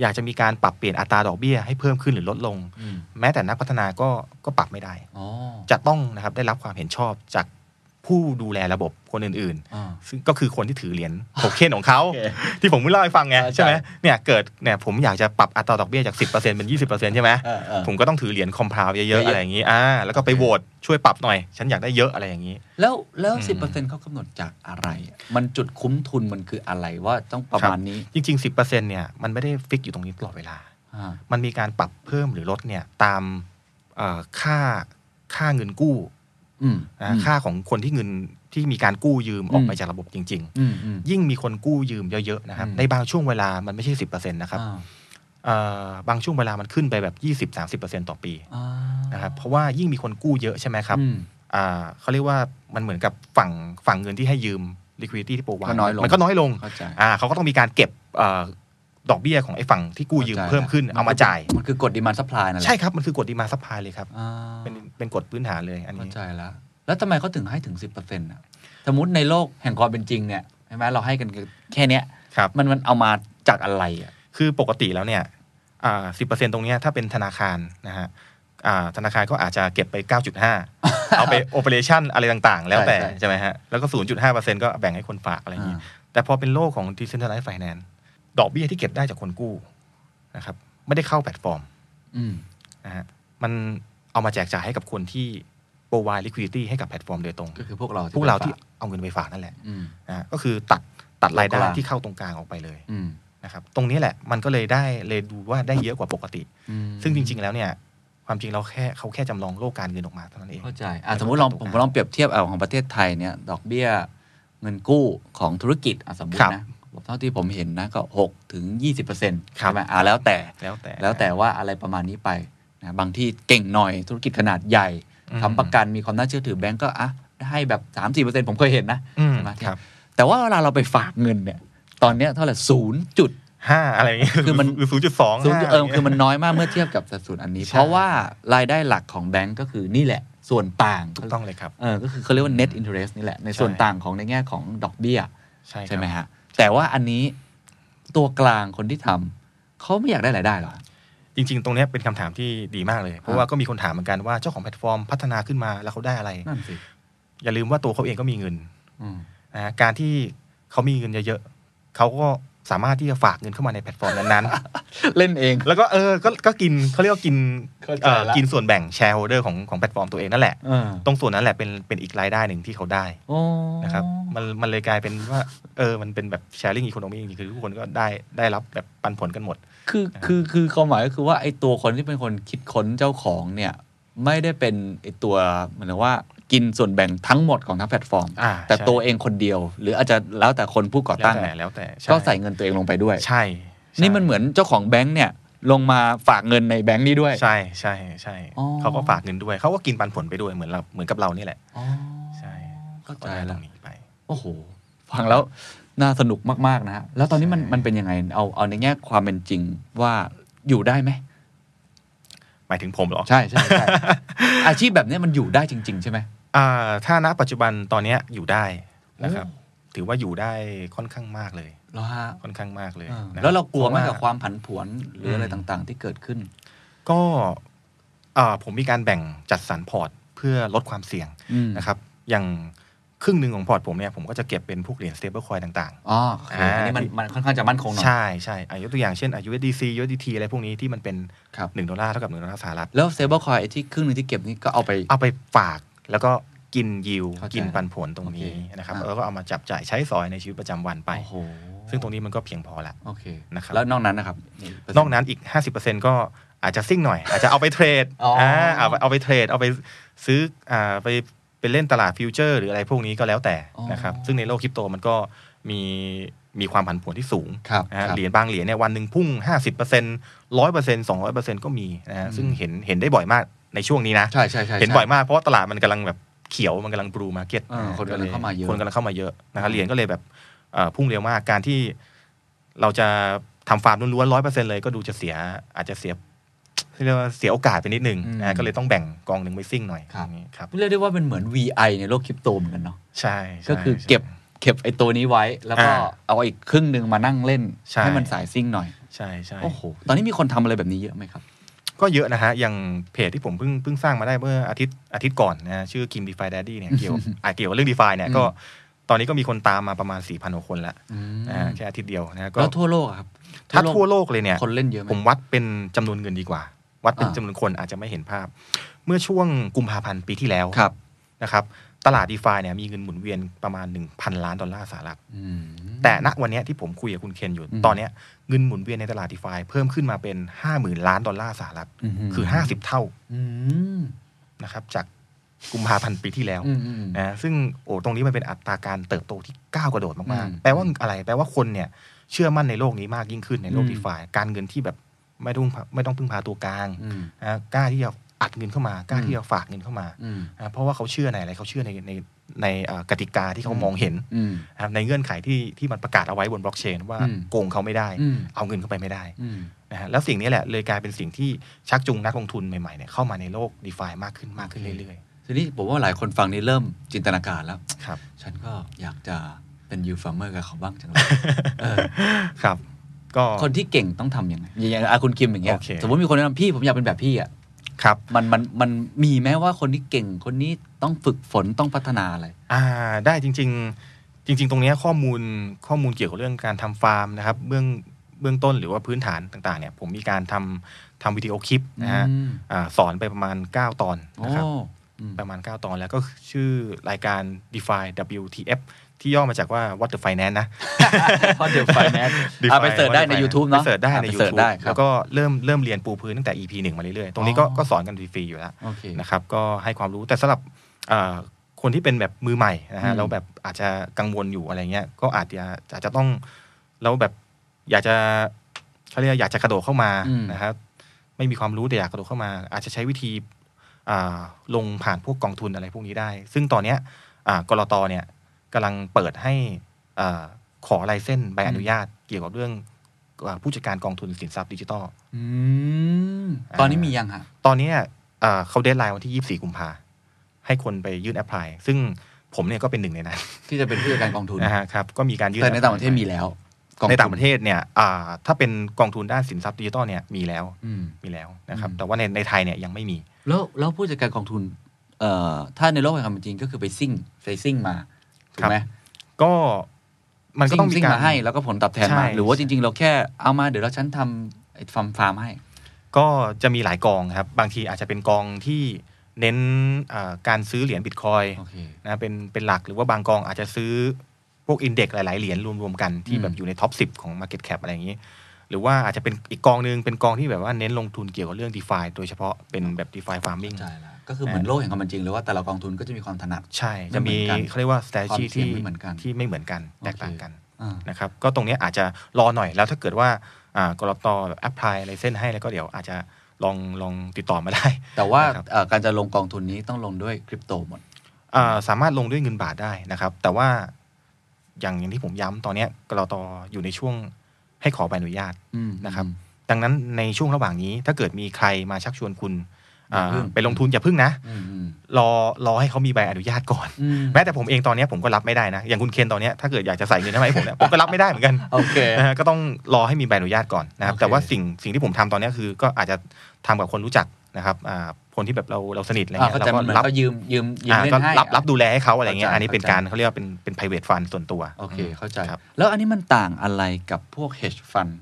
[SPEAKER 4] อยากจะมีการปรับเปลี่ยนอัตราดอกเบี้ยให้เพิ่มขึ้นหรือลดลง
[SPEAKER 3] อืม
[SPEAKER 4] แม้แต่นักพัฒนาก็ก็ปรับไม่ได้
[SPEAKER 3] อ๋อ
[SPEAKER 4] จะต้องนะครับได้รับความเห็นชอบจากผู้ดูแลระบบคนอื่น
[SPEAKER 3] อ่า
[SPEAKER 4] ๆ ซึ่งก็คือคนที่ถือเหรีย ญโทเค็นของเขา ที่ผมเพิ่งเล่าให้ฟังไง
[SPEAKER 3] อ่าใช่
[SPEAKER 4] ใช่ไหมเนี่ยเกิดเนี่ยผมอยากจะปรับอัตราดอกเบี้ยจาก 10%เป็น 20%ใช่ไหม
[SPEAKER 3] เออเออ
[SPEAKER 4] ผมก็ต้องถือเหรียญคอมพาวเย
[SPEAKER 3] เย
[SPEAKER 4] อะ
[SPEAKER 3] อะ
[SPEAKER 4] ๆ
[SPEAKER 3] ๆ
[SPEAKER 4] อะไรอย่างนี้อ่าแล้วก็ไปโหวตช่วยปรับหน่อย ฉันอยากได้เยอะอะไรอย่างนี้
[SPEAKER 3] แล้วแล้ว
[SPEAKER 4] อืม
[SPEAKER 3] สิบเปอร์เซ็นต์เขากำหนดจากอะไร มันจุดคุ้มทุนมันคืออะไรว่าต้องประมาณนี้
[SPEAKER 4] จริง ๆ 10%เนี่ยมันไม่ได้ฟิกอยู่ตรงนี้ตลอดเวลา
[SPEAKER 3] อ่า
[SPEAKER 4] มันมีการปรับเพิ่มหรือลดเนี่ยตามเอ่อค่าค่าเงินกู้
[SPEAKER 3] อืม
[SPEAKER 4] นะ
[SPEAKER 3] อืม
[SPEAKER 4] ค่าของคนที่เงินที่มีการกู้ยืมออกไป
[SPEAKER 3] อืม
[SPEAKER 4] จากระบบจริง
[SPEAKER 3] อืมอืม
[SPEAKER 4] ๆ ยิ่งมีคนกู้ยืมเยอะๆนะครับ
[SPEAKER 3] อืม
[SPEAKER 4] ในบางช่วงเวลามันไม่ใช่สิบเปอร์เซ็นต์นะครับ
[SPEAKER 3] อ่า
[SPEAKER 4] เอ่อบางช่วงเวลามันขึ้นไปแบบยี่สิบสาสิบเปอร์เซ็นต์ต่อปี
[SPEAKER 3] อ่า
[SPEAKER 4] นะครับเพราะว่ายิ่งมีคนกู้เยอะใช่ไหมครับ
[SPEAKER 3] อืม
[SPEAKER 4] อ่าเขาเรียกว่ามันเหมือนกับฝั่งฝั่งเงินที่ให้ยืม liquidity ที่โปรไว
[SPEAKER 3] ก็น้อยลง
[SPEAKER 4] มันก็น้อยลง
[SPEAKER 3] เข้าใจ
[SPEAKER 4] อ่าเขาก็ต้องมีการเก็บเอ่อดอกเบี้ยของไอ้ฝั่งที่กู้ยืมเพิ่มขึ้นเอามาจ่าย
[SPEAKER 3] มันคือกฎดีมานซัพพลายนั่นแหละ
[SPEAKER 4] ใช่ครับ มันคือกฎดีมาซัพพลายเลยครับ
[SPEAKER 3] อ่า
[SPEAKER 4] เป็นเป็นกฎพื้นฐานเลยอัน
[SPEAKER 3] เข้า
[SPEAKER 4] นี้
[SPEAKER 3] ใจแล้ว แล้วทำไมเขาถึงให้ถึงสิบเปอร์เซ็นต์อ่ะ สมมติในโลกแห่งความเป็นจริงเนี่ยใช่ไหมเราให้กันแค่เนี้ย
[SPEAKER 4] ครับ
[SPEAKER 3] มันมันเอามาจากอะไรอ่ะ
[SPEAKER 4] คือปกติแล้วเนี่ยสิบเปอร์เซ็นตรงเนี้ยถ้าเป็นธนาคารนะฮะอ่าธนาคารก็อาจจะเก็บไป 9.5 เอาไปโอเปอเรชันอะไรต่างๆ แล้วแต่
[SPEAKER 3] ใช่ใช่
[SPEAKER 4] ใช่ไหมฮะ แล้วก็ 0.5%ก็แบ่งให้คนฝากอะไรอย่างนี้ แต่พอเป็นโลกของ decentralized finance ดอกเบี้ยที่เก็บได้จากคนกู้นะครับไม่ได้เข้าแพลตฟอร์ม
[SPEAKER 3] อืม
[SPEAKER 4] นะฮะมันเอามาแจกจ่ายให้กับคนที่ provide liquidity ให้กับแพลตฟอร์มโดยตรง
[SPEAKER 3] ก็คือพวกเรา
[SPEAKER 4] พวกเราที่เอาเงินไปฝากนั่นแหละ
[SPEAKER 3] อืม
[SPEAKER 4] นะฮะก็คือตัดตัดราย
[SPEAKER 3] ต
[SPEAKER 4] ได้
[SPEAKER 3] รงกลาง
[SPEAKER 4] ที่เข้าตรงกลางออกไปเลย
[SPEAKER 3] อืม
[SPEAKER 4] นะครับตรงนี้แหละมันก็เลยได้เลยดูว่าได้เยอะกว่าปกติ
[SPEAKER 3] อืม
[SPEAKER 4] ซึ่งจริง ๆ แล้วเนี่ย ความจริงเราแค่เขาแค่จำลองโลกการเงินออกมาเท่านั้นเอง
[SPEAKER 3] เข้าใจอ่ะสมมติลองผมลองเปรียบเทียบเอาของประเทศไทยเนี่ย ดอกเบี้ยเงินกู้ของธุรกิจอ่ะสมมติ
[SPEAKER 4] ครับ
[SPEAKER 3] นะเท่าที่ผมเห็นนะก็หกถึงยี่สิบเปอร์เซ็นต์
[SPEAKER 4] ครับ
[SPEAKER 3] ใช่ไหมอ่ะแล้วแต่
[SPEAKER 4] แล้วแต่
[SPEAKER 3] แล้วแต่ว่าอะไรประมาณนี้ไปนะบางที่เก่งหน่อยธุรกิจขนาดใหญ่
[SPEAKER 4] อืม
[SPEAKER 3] ทำประกันมีความน่าเชื่อถือแบงก์ก็อ่ะให้แบบ3 4เปอร์เซ็นต์ผมเคยเห็นนะ
[SPEAKER 4] อืม
[SPEAKER 3] ใช่ไหม
[SPEAKER 4] ครับ
[SPEAKER 3] แต่ว่าเวลาเราไปฝากเงินเนี่ย ตอนเนี้ยเท่าไหร่ศูนย์จุด
[SPEAKER 4] ห้าอะไรอย่างเงี้ย
[SPEAKER 3] คือมัน
[SPEAKER 4] ห รือศูนย์จุดสอง
[SPEAKER 3] ศูนย์จุดเออคือมันน้อยมากเมื่อเทียบกับสัดส่วนอันนี้
[SPEAKER 4] ใช่
[SPEAKER 3] เพราะว่ารายได้หลักของแบงก์ก็คือนี่แหละ ส่วนต่าง
[SPEAKER 4] ถูกต้องเลยครับ
[SPEAKER 3] เออก็คือเขาเรียกว่า net interest นี่แหละ ใน
[SPEAKER 4] ใช่
[SPEAKER 3] ส่วนต่างของในแง่ของดอกเบี้ย
[SPEAKER 4] ใช่ครับ
[SPEAKER 3] ใช่ไหมฮะ แต่ว่าอันนี้ตัวกลางคนที่ทำเขาไม่อยากได้รายได้หรอ
[SPEAKER 4] จริง ๆ ตรงเนี้ยเป็นคำถามที่ดีมากเลย เพราะว่าก็มีคนถามเหมือนกันว่าเจ้าของแพลตฟอร์มพัฒนาขึ้นมาแล้วเขาได้อะไร
[SPEAKER 3] นั่นสิ
[SPEAKER 4] อย่าลืมว่าตัวเขาเองก็มีเงิน
[SPEAKER 3] อืม
[SPEAKER 4] นะฮะการที่เขามีเงินเยอะๆเขาก็สามารถที่จะฝากเงินเข้ามาในแพลตฟอร์มนั้นๆ
[SPEAKER 3] เล่นเอง
[SPEAKER 4] แล้วก็เออ ก็ก็กินเขาเรียกว่ากิน
[SPEAKER 3] เข้าใจละ
[SPEAKER 4] เอ่อกินส่วนแบ่งแชร์โฮเดอร์ของของแพลตฟอร์มตัวเองนั่นแหละ
[SPEAKER 3] เออ
[SPEAKER 4] ตรงส่วนนั้นแหละเป็นเป็นอีกรายได้หนึ่งที่เขาได้
[SPEAKER 3] อ๋อ
[SPEAKER 4] นะครับ มันมันเลยกลายเป็นว่า เออ มันเป็นแบบแชร์ลิงอีโคโนมีจริงๆคือทุกคนก็ได้ได้รับแบบปันผลกันหมด
[SPEAKER 3] คือคือคือความหมายก็คือว่าไอ้ตัวคนที่เป็นคนคิดค้นเจ้าของเนี่ย ไม่ได้เป็นไอ้ตัวเหมือนกับว่ากินส่วนแบ่งทั้งหมดของทั้งแพลตฟอร์ม
[SPEAKER 4] อ่า
[SPEAKER 3] แต่
[SPEAKER 4] ใช่
[SPEAKER 3] ตัวเองคนเดียว หรืออาจจะแล้วแต่คนผู้ก่อ
[SPEAKER 4] แล้ว
[SPEAKER 3] ตั้ง
[SPEAKER 4] แต่
[SPEAKER 3] เนี่ย
[SPEAKER 4] แล้วแต่ช่
[SPEAKER 3] ก็ใส่เงินตัวเองลงไปด้วย
[SPEAKER 4] ใช่ใช่
[SPEAKER 3] นี่มันเหมือนเจ้าของแบงค์เนี่ย ลงมาฝากเงินในแบงค์นี้ด้วย
[SPEAKER 4] ใช่ใช่ใช่
[SPEAKER 3] อ๋อ
[SPEAKER 4] เขาก็ฝากเงินด้วยเขาก็กินปันผลไปด้วยเหมือนเราเหมือนกับเรานี่แหละ
[SPEAKER 3] อ๋อ
[SPEAKER 4] ใช่
[SPEAKER 3] เข้าใจ
[SPEAKER 4] ก็ได้ตร
[SPEAKER 3] แล้ว
[SPEAKER 4] งนี้ไป
[SPEAKER 3] โอ้โห ฟังแล้วน่าสนุกมาก ๆ นะฮะแล้วตอนนี้มัน
[SPEAKER 4] ใช่
[SPEAKER 3] มันเป็นยังไงเอาเอาในแง่ความเป็นจริงว่าอยู่ได้ไหม
[SPEAKER 4] หมายถึงผมเหรอ
[SPEAKER 3] ใช่ใช่ใช่ อาชีพแบบเนี้ยมันอยู่ได้จริง ๆ ใช่ไหม
[SPEAKER 4] อ่าถ้าณปัจจุบันตอนเนี้ยอยู่ได้นะครับ ถือว่าอยู่ได้ค่อนข้างมากเลย
[SPEAKER 3] แล้วฮะ
[SPEAKER 4] ค่อนข้างมากเลย
[SPEAKER 3] เออ
[SPEAKER 4] นะคบ
[SPEAKER 3] แล้วเรากลัวไหม
[SPEAKER 4] พะ
[SPEAKER 3] กับความผันผวนหรืออะไร
[SPEAKER 4] อืม
[SPEAKER 3] ต่างๆ ที่เกิดขึ้น
[SPEAKER 4] ก็อ่าผมมีการแบ่งจัดสรรพอร์ตเพื่อลดความเสี่ยง
[SPEAKER 3] อืม
[SPEAKER 4] นะครับ อย่างครึ่งหนึ่งของพอร์ตผมเนี่ยผมก็จะเก็บเป็นพวกเหรียญ stable coin ต่าง
[SPEAKER 3] อ๋อโอเค
[SPEAKER 4] อ่า
[SPEAKER 3] อันนี้มันมันค่อนข้างจะมั่นคงหน่
[SPEAKER 4] ๆ
[SPEAKER 3] อย
[SPEAKER 4] ใช่ใช่อายุตัวอย่างเช่นอายุ USDC USDT อะไรพวกนี้ที่มันเป็น
[SPEAKER 3] ครับ
[SPEAKER 4] 1 ดอลลาร์เท่ากับ 1 ดอลลาร์สหรัฐ
[SPEAKER 3] แล้วเซเบอร์คอยที่ครึ่งหนึงที่เก็บนี่ก็เอาไป
[SPEAKER 4] เอาไปฝากแล้วก็กินยิว
[SPEAKER 3] เข้าใจ
[SPEAKER 4] กินปันผลตรงนี้
[SPEAKER 3] โอเค
[SPEAKER 4] นะครับ
[SPEAKER 3] อ่ะ
[SPEAKER 4] แล้วก็เอามาจับจ่ายใช้สอยในชีวิตประจำวันไป
[SPEAKER 3] โอ้โห
[SPEAKER 4] ซึ่งตรงนี้มันก็เพียงพอละ
[SPEAKER 3] โอเค
[SPEAKER 4] นะครับ
[SPEAKER 3] แล้วนอกนั้นนะครับ
[SPEAKER 4] นอกนั้นอีก 50%ก็อาจจะซิ่งหน่อย อาจจะเอาไปเทรด
[SPEAKER 3] อ๋ออ่
[SPEAKER 4] าเอาไปเอาไปเทรด เอาไปซื้ออ่าไปไปเล่นตลาดฟิวเจอร์ หรืออะไรพวกนี้ก็แล้วแต่นะครับ ซึ่งในโลกคริปโตมันก็มีมีความผันผวนที่สูง
[SPEAKER 3] ครับ
[SPEAKER 4] นะฮะ
[SPEAKER 3] ครับ
[SPEAKER 4] เหรียญบางเหรียญเนี่ยวันหนึ่งพุ่ง 50% 100% 200%ก็มีนะฮะซึ่งเห็นเห็นได้บ่อยมากในช่วงนี้นะ
[SPEAKER 3] ใช่ใช่ใช่
[SPEAKER 4] เห็น
[SPEAKER 3] ใช่
[SPEAKER 4] บ่อยมากเพราะว่าตลาดมันกำลังแบบเขียวมันกำลังบลูมาร์เก็ต
[SPEAKER 3] เออคนกำลังเข้ามาเยอะ
[SPEAKER 4] คนกำลังเข้ามาเยอะนะครับ
[SPEAKER 3] อืม
[SPEAKER 4] เหรียญก็เลยแบบเอ่อพุ่งเร็วมากการที่เราจะทำฟาร์มล้วนๆร้อยเปอร์เซ็นเลยก็ดูจะเสียอาจจะเสียเรียกว่าเสียโอกาสไปนิดนึงนะก็เลยต้องแบ่งกองหนึ่งไปซิ่งหน่อยอย่างนี้ครับ
[SPEAKER 3] เรียกได้ว่าเป็นเหมือน VI ในโลกคริปโตเหมือนกันเนาะ
[SPEAKER 4] ใช่ใช่
[SPEAKER 3] ก็คือ
[SPEAKER 4] ใช่
[SPEAKER 3] เก็บเก็บไอ้ตัวนี้ไว้แล้วก็
[SPEAKER 4] อ่า
[SPEAKER 3] เอาอีกครึ่งหนึ่งมานั่งเล่น
[SPEAKER 4] ใช่
[SPEAKER 3] ให้มันสายซิ่งหน่อย
[SPEAKER 4] ใช่ใช่
[SPEAKER 3] โอ้โหตอนนี้มีคนทำอะไรแบบนี้เยอะไหมครับ
[SPEAKER 4] ก็เยอะนะฮะอย่างเพจที่ผมเพิ่งเพิ่งสร้างมาได้เมื่ออาทิตย์อาทิตย์ก่อนนะฮะชื่อ Kim DeFi Daddy เนี่ยเกี่ยวอ่ะเกี่ยวกับเรื่อง DeFi เนี่ยก็ตอนนี้ก็มีคนตามมาประมาณ4,000กว่าคนละนะฮะแค่อาทิตย์เดียวนะฮะก็
[SPEAKER 3] แล้วทั่วโลกอะครับ
[SPEAKER 4] ถ้าทั่วโลกเลยเนี่ย
[SPEAKER 3] คนเล่นเยอะไหม
[SPEAKER 4] ผมวัดเป็นจำนวนเงินดีกว่า วัดเป็น
[SPEAKER 3] อ่า
[SPEAKER 4] จำนวนคนอาจจะไม่เห็นภาพ เมื่อช่วงกุมภาพันธ์ปีที่แล้ว
[SPEAKER 3] ครับ
[SPEAKER 4] นะครับ ตลาดดีฟาเนี่ยมีเงินหมุนเวียนประมาณ 1,000 ล้านดอลลาร์สหรัฐ
[SPEAKER 3] อืม
[SPEAKER 4] แต่ณวันเนี้ยที่ผมคุยกับคุณเคนอยู่
[SPEAKER 3] อืม
[SPEAKER 4] ตอนเนี้ยเงินหมุนเวียนในตลาดดีฟาเพิ่มขึ้นมาเป็น 50,000 ล้านดอลลาร์สหรัฐคือ 50 เท่า
[SPEAKER 3] อืม
[SPEAKER 4] นะครับจากกุมภาพันธ์ปีที่แล้ว
[SPEAKER 3] อืมอืม
[SPEAKER 4] นะซึ่งโอ้ตรงนี้มันเป็นอัตราการเติบโตที่ก้าวกระโดดมาก
[SPEAKER 3] อืม
[SPEAKER 4] ๆ แปลว่าอะไรแปลว่าคนเนี่ยเชื่อมั่นในโลกนี้มากยิ่งขึ้นในโลก
[SPEAKER 3] อืม
[SPEAKER 4] ดีฟาการเงินที่แบบไม่ต้องไม่ต้องพึ่งพาตัวกลาง
[SPEAKER 3] อืม
[SPEAKER 4] นะกล้าที่จะอัดเงินเข้ามากล้า
[SPEAKER 3] อืม
[SPEAKER 4] ที่จะฝากเงินเข้ามา
[SPEAKER 3] อืม
[SPEAKER 4] นะเพราะว่าเขาเชื่อในอะไรเขาเชื่อในในในเอ่อกติกาที่เขา
[SPEAKER 3] อืม
[SPEAKER 4] มองเห็น
[SPEAKER 3] อืม
[SPEAKER 4] นะครับในเงื่อนไขที่ที่มันประกาศเอาไว้บนบล็อกเชนว่า
[SPEAKER 3] อืม
[SPEAKER 4] โกงเขาไม่ได้
[SPEAKER 3] อืม
[SPEAKER 4] เอาเงินเข้าไปไม่ได้
[SPEAKER 3] อืม
[SPEAKER 4] นะฮะแล้วสิ่งนี้แหละเลยกลายเป็นสิ่งที่ชักจูงนักลงทุนใหม่ๆเนี่ยเข้ามาในโลกดีฟามากขึ้นมากขึ้นเรื่อย
[SPEAKER 3] ทีนี้ผมว่าหลายคนฟังนี่เริ่มจินตนาการแล้ว
[SPEAKER 4] ๆครับ
[SPEAKER 3] ฉันก็อยากจะ เป็นยูฟาร์เมอร์กับเขาบ้างจังเลยเออ
[SPEAKER 4] ครับ ก็
[SPEAKER 3] คนที่เก่งต้องทำยังไงอย่างอย่างอาคุณคิมอย่างเงี้ย
[SPEAKER 4] โอเค
[SPEAKER 3] สมมติมีคนแนะนำพี่ผมอยากเป็นแบบพี่อ่ะ
[SPEAKER 4] ครับ
[SPEAKER 3] มันมันมันมีแม้ว่าคนที่เก่งคนนี้ต้องฝึกฝนต้องพัฒนาอะไร
[SPEAKER 4] อ่าได้จริง ๆ จริง ๆ ตรงเนี้ยข้อมูลข้อมูลเกี่ยวกับเรื่องการทำฟาร์มนะครับเบื้องเบื้องต้นหรือว่าพื้นฐานต่างๆเนี่ยผมมีการทำทำวิดีโอคลิปนะฮะ
[SPEAKER 3] อืม
[SPEAKER 4] อ่าสอนไปประมาณ 9 ตอน
[SPEAKER 3] โอ้
[SPEAKER 4] นะครับ
[SPEAKER 3] อืม
[SPEAKER 4] ประมาณ 9 ตอนแล้วก็ชื่อรายการ define WTF ที่ย่อมาจากว่า what the finance นะ
[SPEAKER 3] เพราะเดี๋ยวไฟแนนซ์
[SPEAKER 4] Define
[SPEAKER 3] อ่ะไปเสิร์ชได้ใน
[SPEAKER 4] What the
[SPEAKER 3] YouTube
[SPEAKER 4] Finance
[SPEAKER 3] เนาะ
[SPEAKER 4] ไปเสิร์ชได้ใน
[SPEAKER 3] อ่ะปเสิร์ช
[SPEAKER 4] YouTube
[SPEAKER 3] ได้ครั
[SPEAKER 4] แล้
[SPEAKER 3] บ
[SPEAKER 4] วก็เริ่มเริ่มเรียนปูพื้นตั้งแต่ EP 1 มาเรื่อยๆ ตรงนี้ก็
[SPEAKER 3] อ๋อ
[SPEAKER 4] ก็สอนกันฟรีๆอยู่แล้ว
[SPEAKER 3] โอเค
[SPEAKER 4] นะครับก็ให้ความรู้แต่สำหรับเอ่อคนที่เป็นแบบมือใหม่นะ
[SPEAKER 3] อื
[SPEAKER 4] ฮะ
[SPEAKER 3] ม
[SPEAKER 4] แล้วแบบอาจจะกังวลอยู่อะไรเงี้ยก็อาจจะอาจจะต้องแล้วแบบอยากจะเขาเรียกว่าอยากจะกระโดดเข้ามา
[SPEAKER 3] อืม
[SPEAKER 4] นะครับไม่มีความรู้แต่อยากกระโดดเข้ามา อาจจะใช้วิธีอ่าลงผ่านพวกกองทุนอะไรพวกนี้ได้ ซึ่งตอนเนี้ยอ่ากรตเนี่ยกำลังเปิดให้อ่าขอลายเส้นใบอนุญาตเกี่ยวกับเรื่องอ่าผู้จัดการกองทุนสินทรัพย์ดิจิทัล
[SPEAKER 3] อืมตอนนี้มียังฮะ
[SPEAKER 4] ตอนเนี้ยเอ่อเขาเดทไลน์วันที่ 24 กุมภาให้คนไปยื่นแอ p พลายซึ่งผมเนี่ยก็เป็นหนึ่งในนั้น
[SPEAKER 3] ที่จะเป็นผู้จัดการกองทุน
[SPEAKER 4] นะฮะครับก็มีการยื่น
[SPEAKER 3] แต่ใน
[SPEAKER 4] apply
[SPEAKER 3] ต่างประเทศมีแล้วกอ
[SPEAKER 4] ในต่าง
[SPEAKER 3] ทุ
[SPEAKER 4] ประเทศเนี่ยอ่าถ้าเป็นกองทุนด้านสินทรัพย์ดิจิตอลเนี่ยมีแล้ว
[SPEAKER 3] อืม
[SPEAKER 4] มีแล้วนะครับ
[SPEAKER 3] อืม
[SPEAKER 4] แต่ว่าในในไทยเนี่ยยังไม่มี
[SPEAKER 3] แล้วแล้วผู้จัดการกองทุน เอ่อ ถ้าในโลกแห่งความเป็นจริงก็คือไปซิ่งไปซิ่งมา ถูกไหม
[SPEAKER 4] ก็มันก็
[SPEAKER 3] ซิ่
[SPEAKER 4] ต้อง
[SPEAKER 3] ง
[SPEAKER 4] มี
[SPEAKER 3] ซิ่ง
[SPEAKER 4] การ
[SPEAKER 3] มาให้แล้วก็ผลตอบแทน
[SPEAKER 4] ใช่
[SPEAKER 3] มา หรือว่าจริง ๆ เราแค่เอามาเดี๋ยวเราฉันทำไอ้ฟาร์มฟาร์มให้
[SPEAKER 4] ก็จะมีหลายกองครับ บางทีอาจจะเป็นกองที่เน้นอ่าการซื้อเหรียญบิตคอย
[SPEAKER 3] โอเค
[SPEAKER 4] นะเป็นเป็นหลักหรือว่าบางกองอาจจะซื้อพวกอินเด็กซ์หลาย ๆ เหรียญรวม ๆ กันที่
[SPEAKER 3] อืม
[SPEAKER 4] แบบอยู่ในท็อป 10 ของ Market Cap อะไรอย่างนี้ หรือว่าอาจจะเป็นอีกกองหนึ่งเป็นกองที่แบบว่าเน้นลงทุนเกี่ยวกับเรื่อง d e f i โดยเฉพาะเป็นแบบ d e f i Farming
[SPEAKER 3] ใช่แล้วก็คือเหมือนโลกแห่งความเป็นจริงเลยว่าแต่ละกองทุนก็จะมีความถนัด
[SPEAKER 4] ใช่จะมี
[SPEAKER 3] ไม่เหมือนกัน
[SPEAKER 4] เขาเรียกว่า strategy
[SPEAKER 3] ความเสี่ยง
[SPEAKER 4] ที่
[SPEAKER 3] ไม่เหมือนกัน
[SPEAKER 4] ที่ไม่เหมือนกันแตกต่างกัน
[SPEAKER 3] อ่า
[SPEAKER 4] นะครับก็ตรงเนี้ยอาจจะรอหน่อยแล้วถ้าเกิดว่าอ่ากรตแบบแอปพลายอะไรเส้นให้แล้วก็เดี๋ยวอาจจะลองลองติดต่อมาได้
[SPEAKER 3] แต่ว่า
[SPEAKER 4] ครับ
[SPEAKER 3] เอ่อการจะลงกองทุนนี้ต้องลงด้วยคริปโตหมด
[SPEAKER 4] อ่าสามารถลงด้วยเงินบาทได้นะครับ แต่ว่าอย่างอย่างที่ผมย้ำตอนเนี้ยกรตอยู่ในช่วงให้ขอใบอนุญาต
[SPEAKER 3] อืม
[SPEAKER 4] นะครับ ดังนั้นในช่วงระหว่างนี้ถ้าเกิดมีใครมาชักชวนคุณอ่า
[SPEAKER 3] อย่าเพิ่ง
[SPEAKER 4] ไปลงทุนอย่าพึ่งนะ
[SPEAKER 3] อืมอืม
[SPEAKER 4] รอรอให้เขามีใบอนุญาตก่อน
[SPEAKER 3] อืม
[SPEAKER 4] แม้แต่ผมเองตอนเนี้ยผมก็รับไม่ได้นะ อย่างคุณเคนตอนเนี้ยถ้าเกิดอยากจะใส่เงินเข้ามาให้ผมเนี่ยผมก็รับไม่ได้เหมือนกัน
[SPEAKER 3] โอเค
[SPEAKER 4] นะฮะก็ต้องรอให้มีใบอนุญาตก่อนนะครับ
[SPEAKER 3] โอเค
[SPEAKER 4] แต่ว่าสิ่งสิ่งที่ผมทำตอนเนี้ยคือ ก็อาจจะทำกับคนรู้จักนะครับอ่าคนที่แบบเราเราสนิทอะไร
[SPEAKER 3] ะ
[SPEAKER 4] เงี้ย
[SPEAKER 3] เขา
[SPEAKER 4] เรา
[SPEAKER 3] จะ
[SPEAKER 4] ก็
[SPEAKER 3] เหมือน
[SPEAKER 4] รับ
[SPEAKER 3] ก็ยืมยืมยืม
[SPEAKER 4] อ่า
[SPEAKER 3] เล่น
[SPEAKER 4] ก็
[SPEAKER 3] ให้
[SPEAKER 4] รับ
[SPEAKER 3] อ่ะ
[SPEAKER 4] รับดูแลให้เขาอะไรเงี้ย
[SPEAKER 3] เข้าใจ
[SPEAKER 4] อันนี้เป็น
[SPEAKER 3] เข้าใจ
[SPEAKER 4] การเขาเรียกว่าเป็นเป็น private fund ส่วนตัว
[SPEAKER 3] โอเค เข้าใจ
[SPEAKER 4] ครับ
[SPEAKER 3] แล้วอันนี้มันต่างอะไรกับพวก hedge fund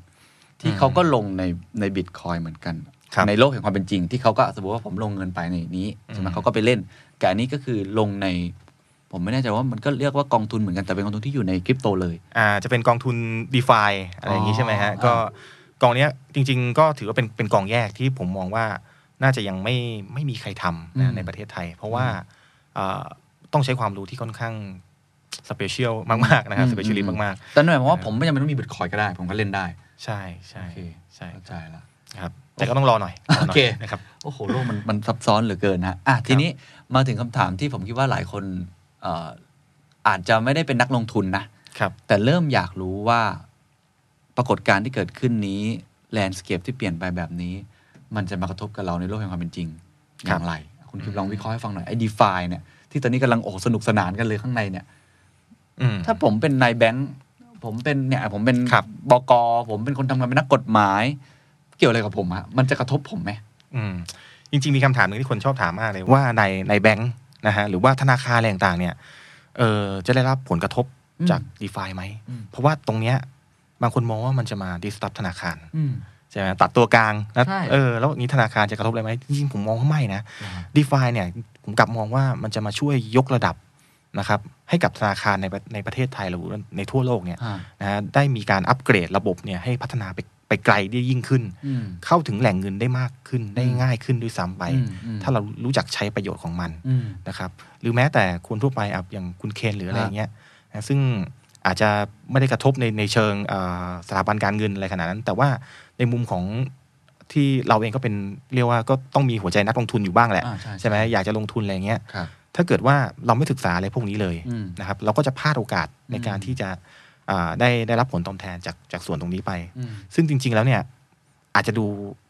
[SPEAKER 3] ที่
[SPEAKER 4] อืม
[SPEAKER 3] เขาก็ลงในในบิตคอยเหมือนกัน
[SPEAKER 4] ครับ
[SPEAKER 3] ในโลกแห่งความเป็นจริง ที่เขาก็สมมติว่าผมลงเงินไปในนี้ใช่ไหม
[SPEAKER 4] อืม
[SPEAKER 3] เขาก็ไปเล่นกับอันนี้ก็คือลงใน ผมไม่แน่ใจว่ามันก็เรียกว่ากองทุนเหมือนกันแต่เป็นกองทุนที่อยู่ในคริปโตเลย
[SPEAKER 4] อ่าจะเป็นกองทุน d e f i อะไรอย่างงี้ใช่ไหมฮะ
[SPEAKER 3] อ๋อ
[SPEAKER 4] ก็กองเนี้ยจริง ๆ ก็ถือว่าเป็นเป็นกองแยกที่ผมมองว่าน่าจะยังไม่ไม่มีใครทำ
[SPEAKER 3] อื
[SPEAKER 4] นะ
[SPEAKER 3] ม
[SPEAKER 4] ในประเทศไทย เพราะว่าอ่าต้องใช้ความรู้ที่ค่อนข้างสเปเชียลมาก ๆ นะครับ
[SPEAKER 3] อืม
[SPEAKER 4] สเปเชียลิส
[SPEAKER 3] อืม
[SPEAKER 4] ต์มาก
[SPEAKER 3] แต่หมายความว่า
[SPEAKER 4] เออ
[SPEAKER 3] ผมไม่จำเป็นต้องมีบิตคอยก็ได้ ผมก็เล่นได้
[SPEAKER 4] ๆ ใช่ใช่
[SPEAKER 3] โอเค
[SPEAKER 4] ใช่
[SPEAKER 3] เข้าใจละ
[SPEAKER 4] ครับแต่ก็ต้องรอหน่อยรหน่ย
[SPEAKER 3] โอเค
[SPEAKER 4] นะครับ
[SPEAKER 3] โอ้โหโลกมันมันซับซ้อนเหลือเกินนะอ่ะทีนี้มาถึงคำถามที่ผมคิดว่าหลายคนเอ่ออาจจะไม่ได้เป็นนักลงทุนนะ
[SPEAKER 4] ครับ
[SPEAKER 3] แต่เริ่มอยากรู้ว่าปรากฏการณ์ที่เกิดขึ้นนี้แลนด์สเคปที่เปลี่ยนไปแบบนี้ มันจะมากระทบกับเราในโลกแห่งความเป็นจริง อ
[SPEAKER 4] ครับ
[SPEAKER 3] ย่างไร คุณคิมลองวิเคราะห์ให้ฟังหน่อย ไอ้ดีฟาเนี่ย ที่ตอนนี้กำลังโอ้สนุกสนานกันเลยข้างในเนี่ย
[SPEAKER 4] อืม
[SPEAKER 3] ถ้าผมเป็นนายแบงค์ผมเป็นเนี่ยผมเป็น
[SPEAKER 4] ครับ
[SPEAKER 3] บก ผมเป็นคนทำงานเป็นนักกฎหมาย เกี่ยวอะไรกับผมฮะมันจะกระทบผมไหม
[SPEAKER 4] อืมจริง ๆ มีคำถามหนึ่งที่คนชอบถามมากเลยว่าในในแบงค์นะฮะหรือว่าธนาคารอะไรต่างๆเนี่ยเออจะได้รับผลกระทบ
[SPEAKER 3] อืม
[SPEAKER 4] จากดีฟาไหม
[SPEAKER 3] อืม
[SPEAKER 4] เพราะว่าตรงเนี้ยบางคนมองว่ามันจะมาดิสตับธนาคาร
[SPEAKER 3] อืม
[SPEAKER 4] ใช่ไหมตัดตัวกลางแล้ว
[SPEAKER 3] ใช่
[SPEAKER 4] เออแล้วอย่างนี้ธนาคารจะกระทบอะไรไหมจริงๆผมมองว่าไม่นะดีฟาเนี่ยผมกลับมองว่ามันจะมาช่วยยกระดับนะครับให้กับธนาคารในประในประเทศไทยหรือในทั่วโลกเนี่ย
[SPEAKER 3] อ่า
[SPEAKER 4] นะฮะได้มีการอัปเกรดระบบเนี่ยให้พัฒนาไปไปไกลได้ยิ่งขึ้น
[SPEAKER 3] อืม
[SPEAKER 4] เข้าถึงแหล่งเงินได้มากขึ้นได้
[SPEAKER 3] อืม
[SPEAKER 4] ง่ายขึ้นด้วยซ้ำไป
[SPEAKER 3] อืมอืม
[SPEAKER 4] ถ้าเรารู้จักใช้ประโยชน์ของมัน
[SPEAKER 3] อืม
[SPEAKER 4] นะครับหรือแม้แต่คนทั่วไปอ่ะอย่างคุณเคนหรืออะไร
[SPEAKER 3] ฮะ
[SPEAKER 4] อย่างเงี้ยนะซึ่งอาจจะไม่ได้กระทบในในเชิงเอ่อสถาบันการเงินอะไรขนาดนั้น แต่ว่าในมุมของที่เราเองก็เป็นเรียกว่าก็ต้องมีหัวใจนักลงทุนอยู่บ้างแหละ
[SPEAKER 3] อ่าใช่
[SPEAKER 4] ใช่ไหมอยากจะลงทุนอะไรอย่างเงี้ย
[SPEAKER 3] ครับ
[SPEAKER 4] ถ้าเกิดว่าเราไม่ศึกษาอะไรพวกนี้เลย
[SPEAKER 3] อืม
[SPEAKER 4] นะครับเราก็จะพลาดโอกาสในการที่จะอ่าได้ได้รับผลตอบแทนจากจากส่วนตรงนี้ไป
[SPEAKER 3] อืม
[SPEAKER 4] ซึ่งจริง ๆ แล้วเนี่ยอาจจะดู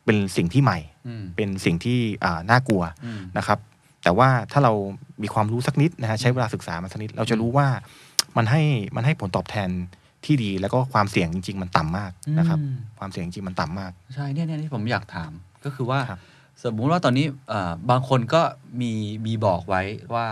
[SPEAKER 4] เป็นสิ่งที่ใหม่
[SPEAKER 3] อืม
[SPEAKER 4] เป็นสิ่งที่อ่าน่ากลัว
[SPEAKER 3] อืม
[SPEAKER 4] นะครับ แต่ว่าถ้าเรามีความรู้สักนิดนะฮะใช้เวลาศึกษามันสักนิด เราจะรู้ว่า มันให้มันให้ผลตอบแทนที่ดีแล้วก็ความเสี่ยงจริง ๆ มันต่ำมากนะครับ
[SPEAKER 3] อืม
[SPEAKER 4] ความเสี่ยงจริงๆมันต่ำมาก
[SPEAKER 3] ใช่เนี่ยเนี่ยที่ผมอยากถามก็คือว่า
[SPEAKER 4] ครับ
[SPEAKER 3] สมมุติว่าตอนนี้เอ่อบางคนก็มีมีบอกไว้ว่า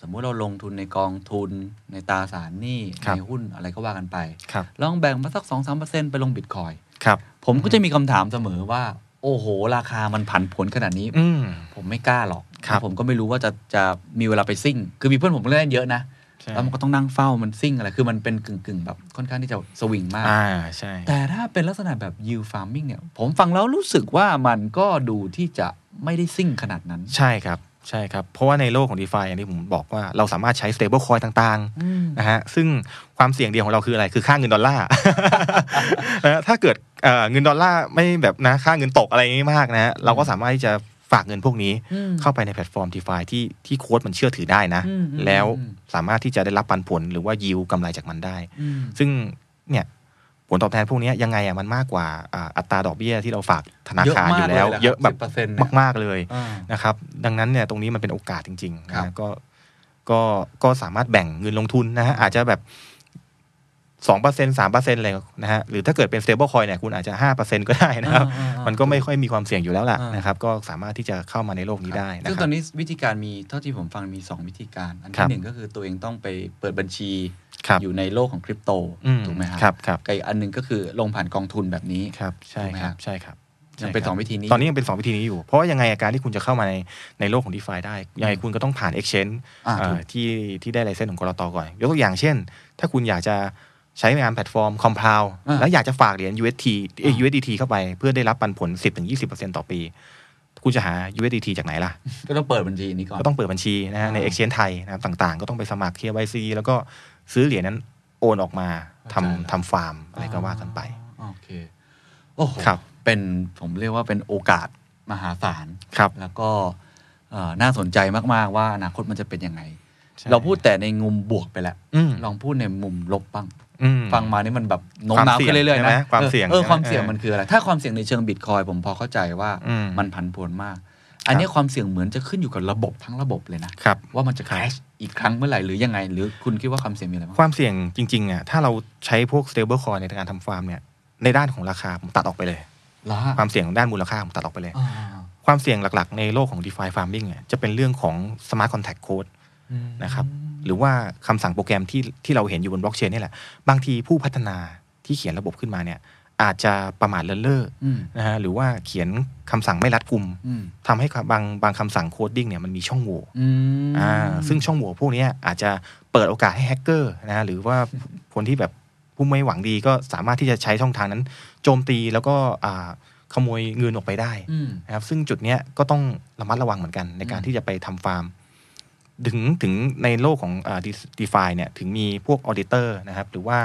[SPEAKER 3] สมมุติเราลงทุนในกองทุนในตราสารหนี้
[SPEAKER 4] ครับ
[SPEAKER 3] ในหุ้นอะไรก็ว่ากันไป
[SPEAKER 4] ครับ
[SPEAKER 3] ลองแบ่งมาสักสองสามเปอร์เซ็นต์ไปลงบิตคอยน์
[SPEAKER 4] ครับ
[SPEAKER 3] ผมก็จะมีคำถามเสมอว่า โอ้โห ราคามันผันผวนขนาดนี้
[SPEAKER 4] อืม
[SPEAKER 3] ผมไม่กล้าหรอก
[SPEAKER 4] ครับ
[SPEAKER 3] ผมก็ไม่รู้ว่าจะจะมีเวลาไปซิ่ง คือมีเพื่อนผมเล่นเยอะนะ
[SPEAKER 4] ใช่
[SPEAKER 3] แล้วมันก็ต้องนั่งเฝ้ามันซิ่งอะไร คือมันเป็นกึ่งกึ่งๆแบบค่อนข้างที่จะสวิงมาก
[SPEAKER 4] อ่าใช่
[SPEAKER 3] แต่ถ้าเป็นลักษณะแบบ yield farming เนี่ย ผมฟังแล้วรู้สึกว่ามันก็ดูที่จะไม่ได้ซิ่งขนาดนั้น
[SPEAKER 4] ใช่ครับใช่ครับ เพราะว่าในโลกของ d e f i อย่างที่ผมบอกว่าเราสามารถใช้ stable coin ต่าง
[SPEAKER 3] อืม
[SPEAKER 4] ๆนะฮะซึ่งความเสี่ยงเดียวของเราคืออะไรคือค่าเงินดอลลาร์ นะฮะถ้าเกิดเอ่อเงินดอลลาร์ไม่แบบนะค่าเงินตกอะไรอย่างงี้มากนะฮะเราก็สามารถที่จะฝากเงินพวกนี้
[SPEAKER 3] อืม
[SPEAKER 4] เข้าไปในแพลตฟอร์ม d e f i ที่ที่โค้ดมันเชื่อถือได้นะ
[SPEAKER 3] อืมอืม
[SPEAKER 4] แล้ว
[SPEAKER 3] อืม
[SPEAKER 4] สามารถที่จะได้รับปันผลหรือว่ายิวกำไรจากมันได้
[SPEAKER 3] อืม
[SPEAKER 4] ซึ่งเนี่ยผลตอบแทนพวกเนี้ยยังไงอ่ะมันมากกว่าอ่าอัตราดอกเบี้ยที่เราฝากธนาคารอยู่แล้ว
[SPEAKER 3] เย
[SPEAKER 4] เย
[SPEAKER 3] อะ
[SPEAKER 4] อะ
[SPEAKER 3] มา
[SPEAKER 4] แบ
[SPEAKER 3] ก
[SPEAKER 4] บ
[SPEAKER 3] เลยเหรอครับ10%เนี่ย
[SPEAKER 4] มากๆเลย
[SPEAKER 3] อ่า
[SPEAKER 4] นะครับดังนั้นเนี่ยตรงนี้มันเป็นโอกาสจริงๆนะครับ ฮะก็ก็ก็สามารถแบ่งเงินลงทุนนะฮะอาจจะแบบสองเปอร์เซ็นสามเปอร์เซ็นอะไรนะฮะหรือถ้าเกิดเป็น stable coin เนี่ยคุณอาจจะห้าเปอร์เซ็นก็ได้นะครับ
[SPEAKER 3] อ่าอ่าอ่า
[SPEAKER 4] มันก็ไม่ค่อยมีความเสี่ยงอยู่แล้วล่ะ
[SPEAKER 3] อ่าน
[SPEAKER 4] นะครับ ก็สามารถที่จะเข้ามาในโลกนี้ได้นะ
[SPEAKER 3] ซึ่ง
[SPEAKER 4] ค
[SPEAKER 3] ต
[SPEAKER 4] รั
[SPEAKER 3] อบ นนี้วิธีการมีเท่าที่ผมฟังมี 2 วิธีการ อัน
[SPEAKER 4] ครั
[SPEAKER 3] ที่
[SPEAKER 4] บ
[SPEAKER 3] หนึ่งก็คือตัวเองต้องไปเปิดบัญชี
[SPEAKER 4] ครับ
[SPEAKER 3] อยู่ในโลกของคริปโต
[SPEAKER 4] อืม
[SPEAKER 3] ถูกไหมฮะ
[SPEAKER 4] ครับครับ
[SPEAKER 3] กับอีกอันหนึงก็คือลงผ่านกองทุนแบบนี้
[SPEAKER 4] ครับใช่
[SPEAKER 3] ถูกไหม
[SPEAKER 4] ค
[SPEAKER 3] ครั
[SPEAKER 4] รับบ ใช่ครับ
[SPEAKER 3] ยังเป็น
[SPEAKER 4] ใช่
[SPEAKER 3] สอ
[SPEAKER 4] ครั
[SPEAKER 3] ง
[SPEAKER 4] บ
[SPEAKER 3] วิธีนี้
[SPEAKER 4] ตอนนี้ยังเป็นสองวิธีนี้อยู่ เพราะว่ายังไงอาการที่คุณจะเข้ามาในในโลกของ d e f i ได้ยังไงคุณก็ต้องผ่าน exchange
[SPEAKER 3] อ่า
[SPEAKER 4] เอ่อ
[SPEAKER 3] ถูก
[SPEAKER 4] ที่ที่ได้ไลเซนส์ของกรตก่อน ยกตัวอย่างเช่น ถ้าคุณอยากจะใช้งานแพลตฟอร์ม Compound
[SPEAKER 3] อ่า
[SPEAKER 4] แล้วอยากจะฝากเหรียญ UST เอ้ย
[SPEAKER 3] อ่า
[SPEAKER 4] USDT เข้าไปเพื่อได้รับปันผล 10-20%ต่อปี คุณจะหา USDT จากไหนล่ะ
[SPEAKER 3] ก็ต้องเปิดบัญชีนี้ก่อน
[SPEAKER 4] ก็ต้องเปิดบัญชีนะฮะใน
[SPEAKER 3] อ่า
[SPEAKER 4] Exchange ไทยนะครับต่างๆ ก็ต้องไปสมัคร KYC แล้วก็ซื้อเหรียญนั้นโอนออกมาท
[SPEAKER 3] เข้าใจแล้ว
[SPEAKER 4] ำทำฟาร์ม อะไรก็ว่ากันไป
[SPEAKER 3] อ๋อโอเค โอ้โห
[SPEAKER 4] ครับ
[SPEAKER 3] เป็นผมเรียกว่าเป็นโอกาสมหาศาล
[SPEAKER 4] ครับ
[SPEAKER 3] แล้วก็เอ่อน่าสนใจมาก ๆ ว่าอนาคตมันจะเป็นยังไง
[SPEAKER 4] ใช่
[SPEAKER 3] เราพูดแต่ในมุมบวกไปแล้ว
[SPEAKER 4] อืม
[SPEAKER 3] ลองพูดในมุมลบบ้าง
[SPEAKER 4] อืม
[SPEAKER 3] ฟังมานี่มันแบบโน้ม
[SPEAKER 4] ความ
[SPEAKER 3] น้าว
[SPEAKER 4] เสี่ย
[SPEAKER 3] ขึ้น
[SPEAKER 4] ง
[SPEAKER 3] เรื่อยๆ
[SPEAKER 4] ใช่ไหม
[SPEAKER 3] นะ
[SPEAKER 4] ความเสี่ยง
[SPEAKER 3] เออ
[SPEAKER 4] ใช่ไหม
[SPEAKER 3] ความเสี่ยง
[SPEAKER 4] เออ
[SPEAKER 3] มันคืออะไร ถ้าความเสี่ยงในเชิงบิตคอยผมพอเข้าใจว่า
[SPEAKER 4] อืม
[SPEAKER 3] มันผันผวนมาก อันนี้ความเสี่ยงเหมือนจะขึ้นอยู่กับระบบทั้งระบบเลยนะครับ ว่ามันจะ crash อีกครั้งเมื่อไหร่หรือยังไง หรือคุณคิดว่าความเสี่ยงมีอะไรบ้าง
[SPEAKER 4] ความเสี่ยงจริงๆอ่ะถ้าเราใช้พวก stable coin ในการทำฟาร์มเนี่ยในด้านของราคาผมตัดออกไปเลย
[SPEAKER 3] ละ
[SPEAKER 4] ความเสี่ยงด้านมูลค่าผมตัดออกไปเลย
[SPEAKER 3] อ่า
[SPEAKER 4] ความเสี่ยงหลักๆ ในโลกของ DeFi Farming เนี่ยจะเป็นเรื่องของ Smart Contract Code
[SPEAKER 3] อืม
[SPEAKER 4] นะครับ หรือว่าคำสั่งโปรแกรมที่ที่เราเห็นอยู่บนบล็อกเชนนี่แหละ บางทีผู้พัฒนาที่เขียนระบบขึ้นมาเนี่ยอาจจะประมาทเลินเล่อ
[SPEAKER 3] อืม
[SPEAKER 4] นะฮะหรือว่าเขียนคำสั่งไม่รัดกุม
[SPEAKER 3] อืม
[SPEAKER 4] ทำให้บางบางคำสั่งโคดดิ้งเนี่ยมันมีช่องโหว่
[SPEAKER 3] อืม
[SPEAKER 4] อ่าซึ่งช่องโหว่พวกเนี้ยอาจจะเปิดโอกาสให้แฮกเกอร์นะฮะหรือว่าคนที่แบบผู้ไม่หวังดีก็สามารถที่จะใช้ช่องทางนั้น โจมตีแล้วก็อ่าขโมยเงินออกไปได้
[SPEAKER 3] อืม
[SPEAKER 4] นะครับซึ่งจุดเนี้ยก็ต้องระมัดระวังเหมือนกันในการ
[SPEAKER 3] อืม
[SPEAKER 4] ที่จะไปทำฟาร์ม ถึงถึงในโลกของดีฟาเนี่ยถึงมีพวกออเดเตอร์นะครับหรือว่า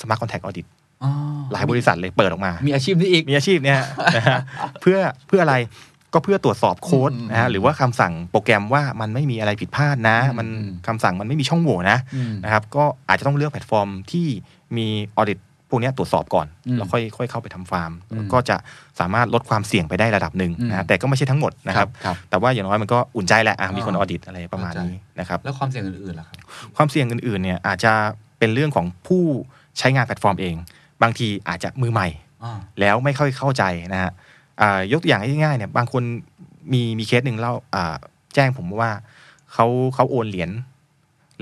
[SPEAKER 4] สมาร์ c คอนแทคออเดต
[SPEAKER 3] อ๋อ
[SPEAKER 4] หลายบริษัทเลยเปิดออกมา
[SPEAKER 3] มีอาชีพนี้อีก
[SPEAKER 4] มีอาชีพเนี่ยนะ ฮะเพื่อเพื่ออะไรก็เพื่อตรวจสอบโค้ด
[SPEAKER 3] อืม
[SPEAKER 4] นะฮะหรือว่าคำสั่งโปรแกรมว่ามันไม่มีอะไรผิดพลาดนะ
[SPEAKER 3] อืม
[SPEAKER 4] มัน
[SPEAKER 3] อืม
[SPEAKER 4] คำสั่งมันไม่มีช่องโหว่นะ
[SPEAKER 3] อืม
[SPEAKER 4] นะครับก็อาจจะต้องเลือกแพลตฟอร์มที่มีออเดตพวกเนี้ยตรวจสอบก่อน
[SPEAKER 3] อืม
[SPEAKER 4] แล้วค่อยค่อยเข้าไปทำฟาร์ม
[SPEAKER 3] อืม
[SPEAKER 4] ก็จะสามารถลดความเสี่ยงไปได้ระดับหนึ่ง
[SPEAKER 3] อืม
[SPEAKER 4] นะฮะแต่ก็ไม่ใช่ทั้งหมดนะครับ
[SPEAKER 3] ครับ
[SPEAKER 4] แต่ว่าอย่างน้อยมันก็อุ่นใจแหละอ่ะมีคน
[SPEAKER 3] อ่า
[SPEAKER 4] ออเดตอะไรประมา
[SPEAKER 3] เข้า
[SPEAKER 4] ณ
[SPEAKER 3] ใจ
[SPEAKER 4] นี้นะครับ
[SPEAKER 3] แล้วความเสี่ยงอื่นๆล่ะครับ
[SPEAKER 4] ความเสี่ยงอื่นๆเนี่ยอาจจะเป็นเรื่องของผู้ใช้งานแพลตฟอร์มเอง บางทีอาจจะมือใหม่
[SPEAKER 3] อ่า
[SPEAKER 4] แล้วไม่ค่อยเข้าใจนะฮะอ่ายกตัวอย่างง่ายๆเนี่ยบางคนมีมีเคสหนึ่งเล่าอ่าแจ้งผมมาว่าเขาเขาโอนเหรียญ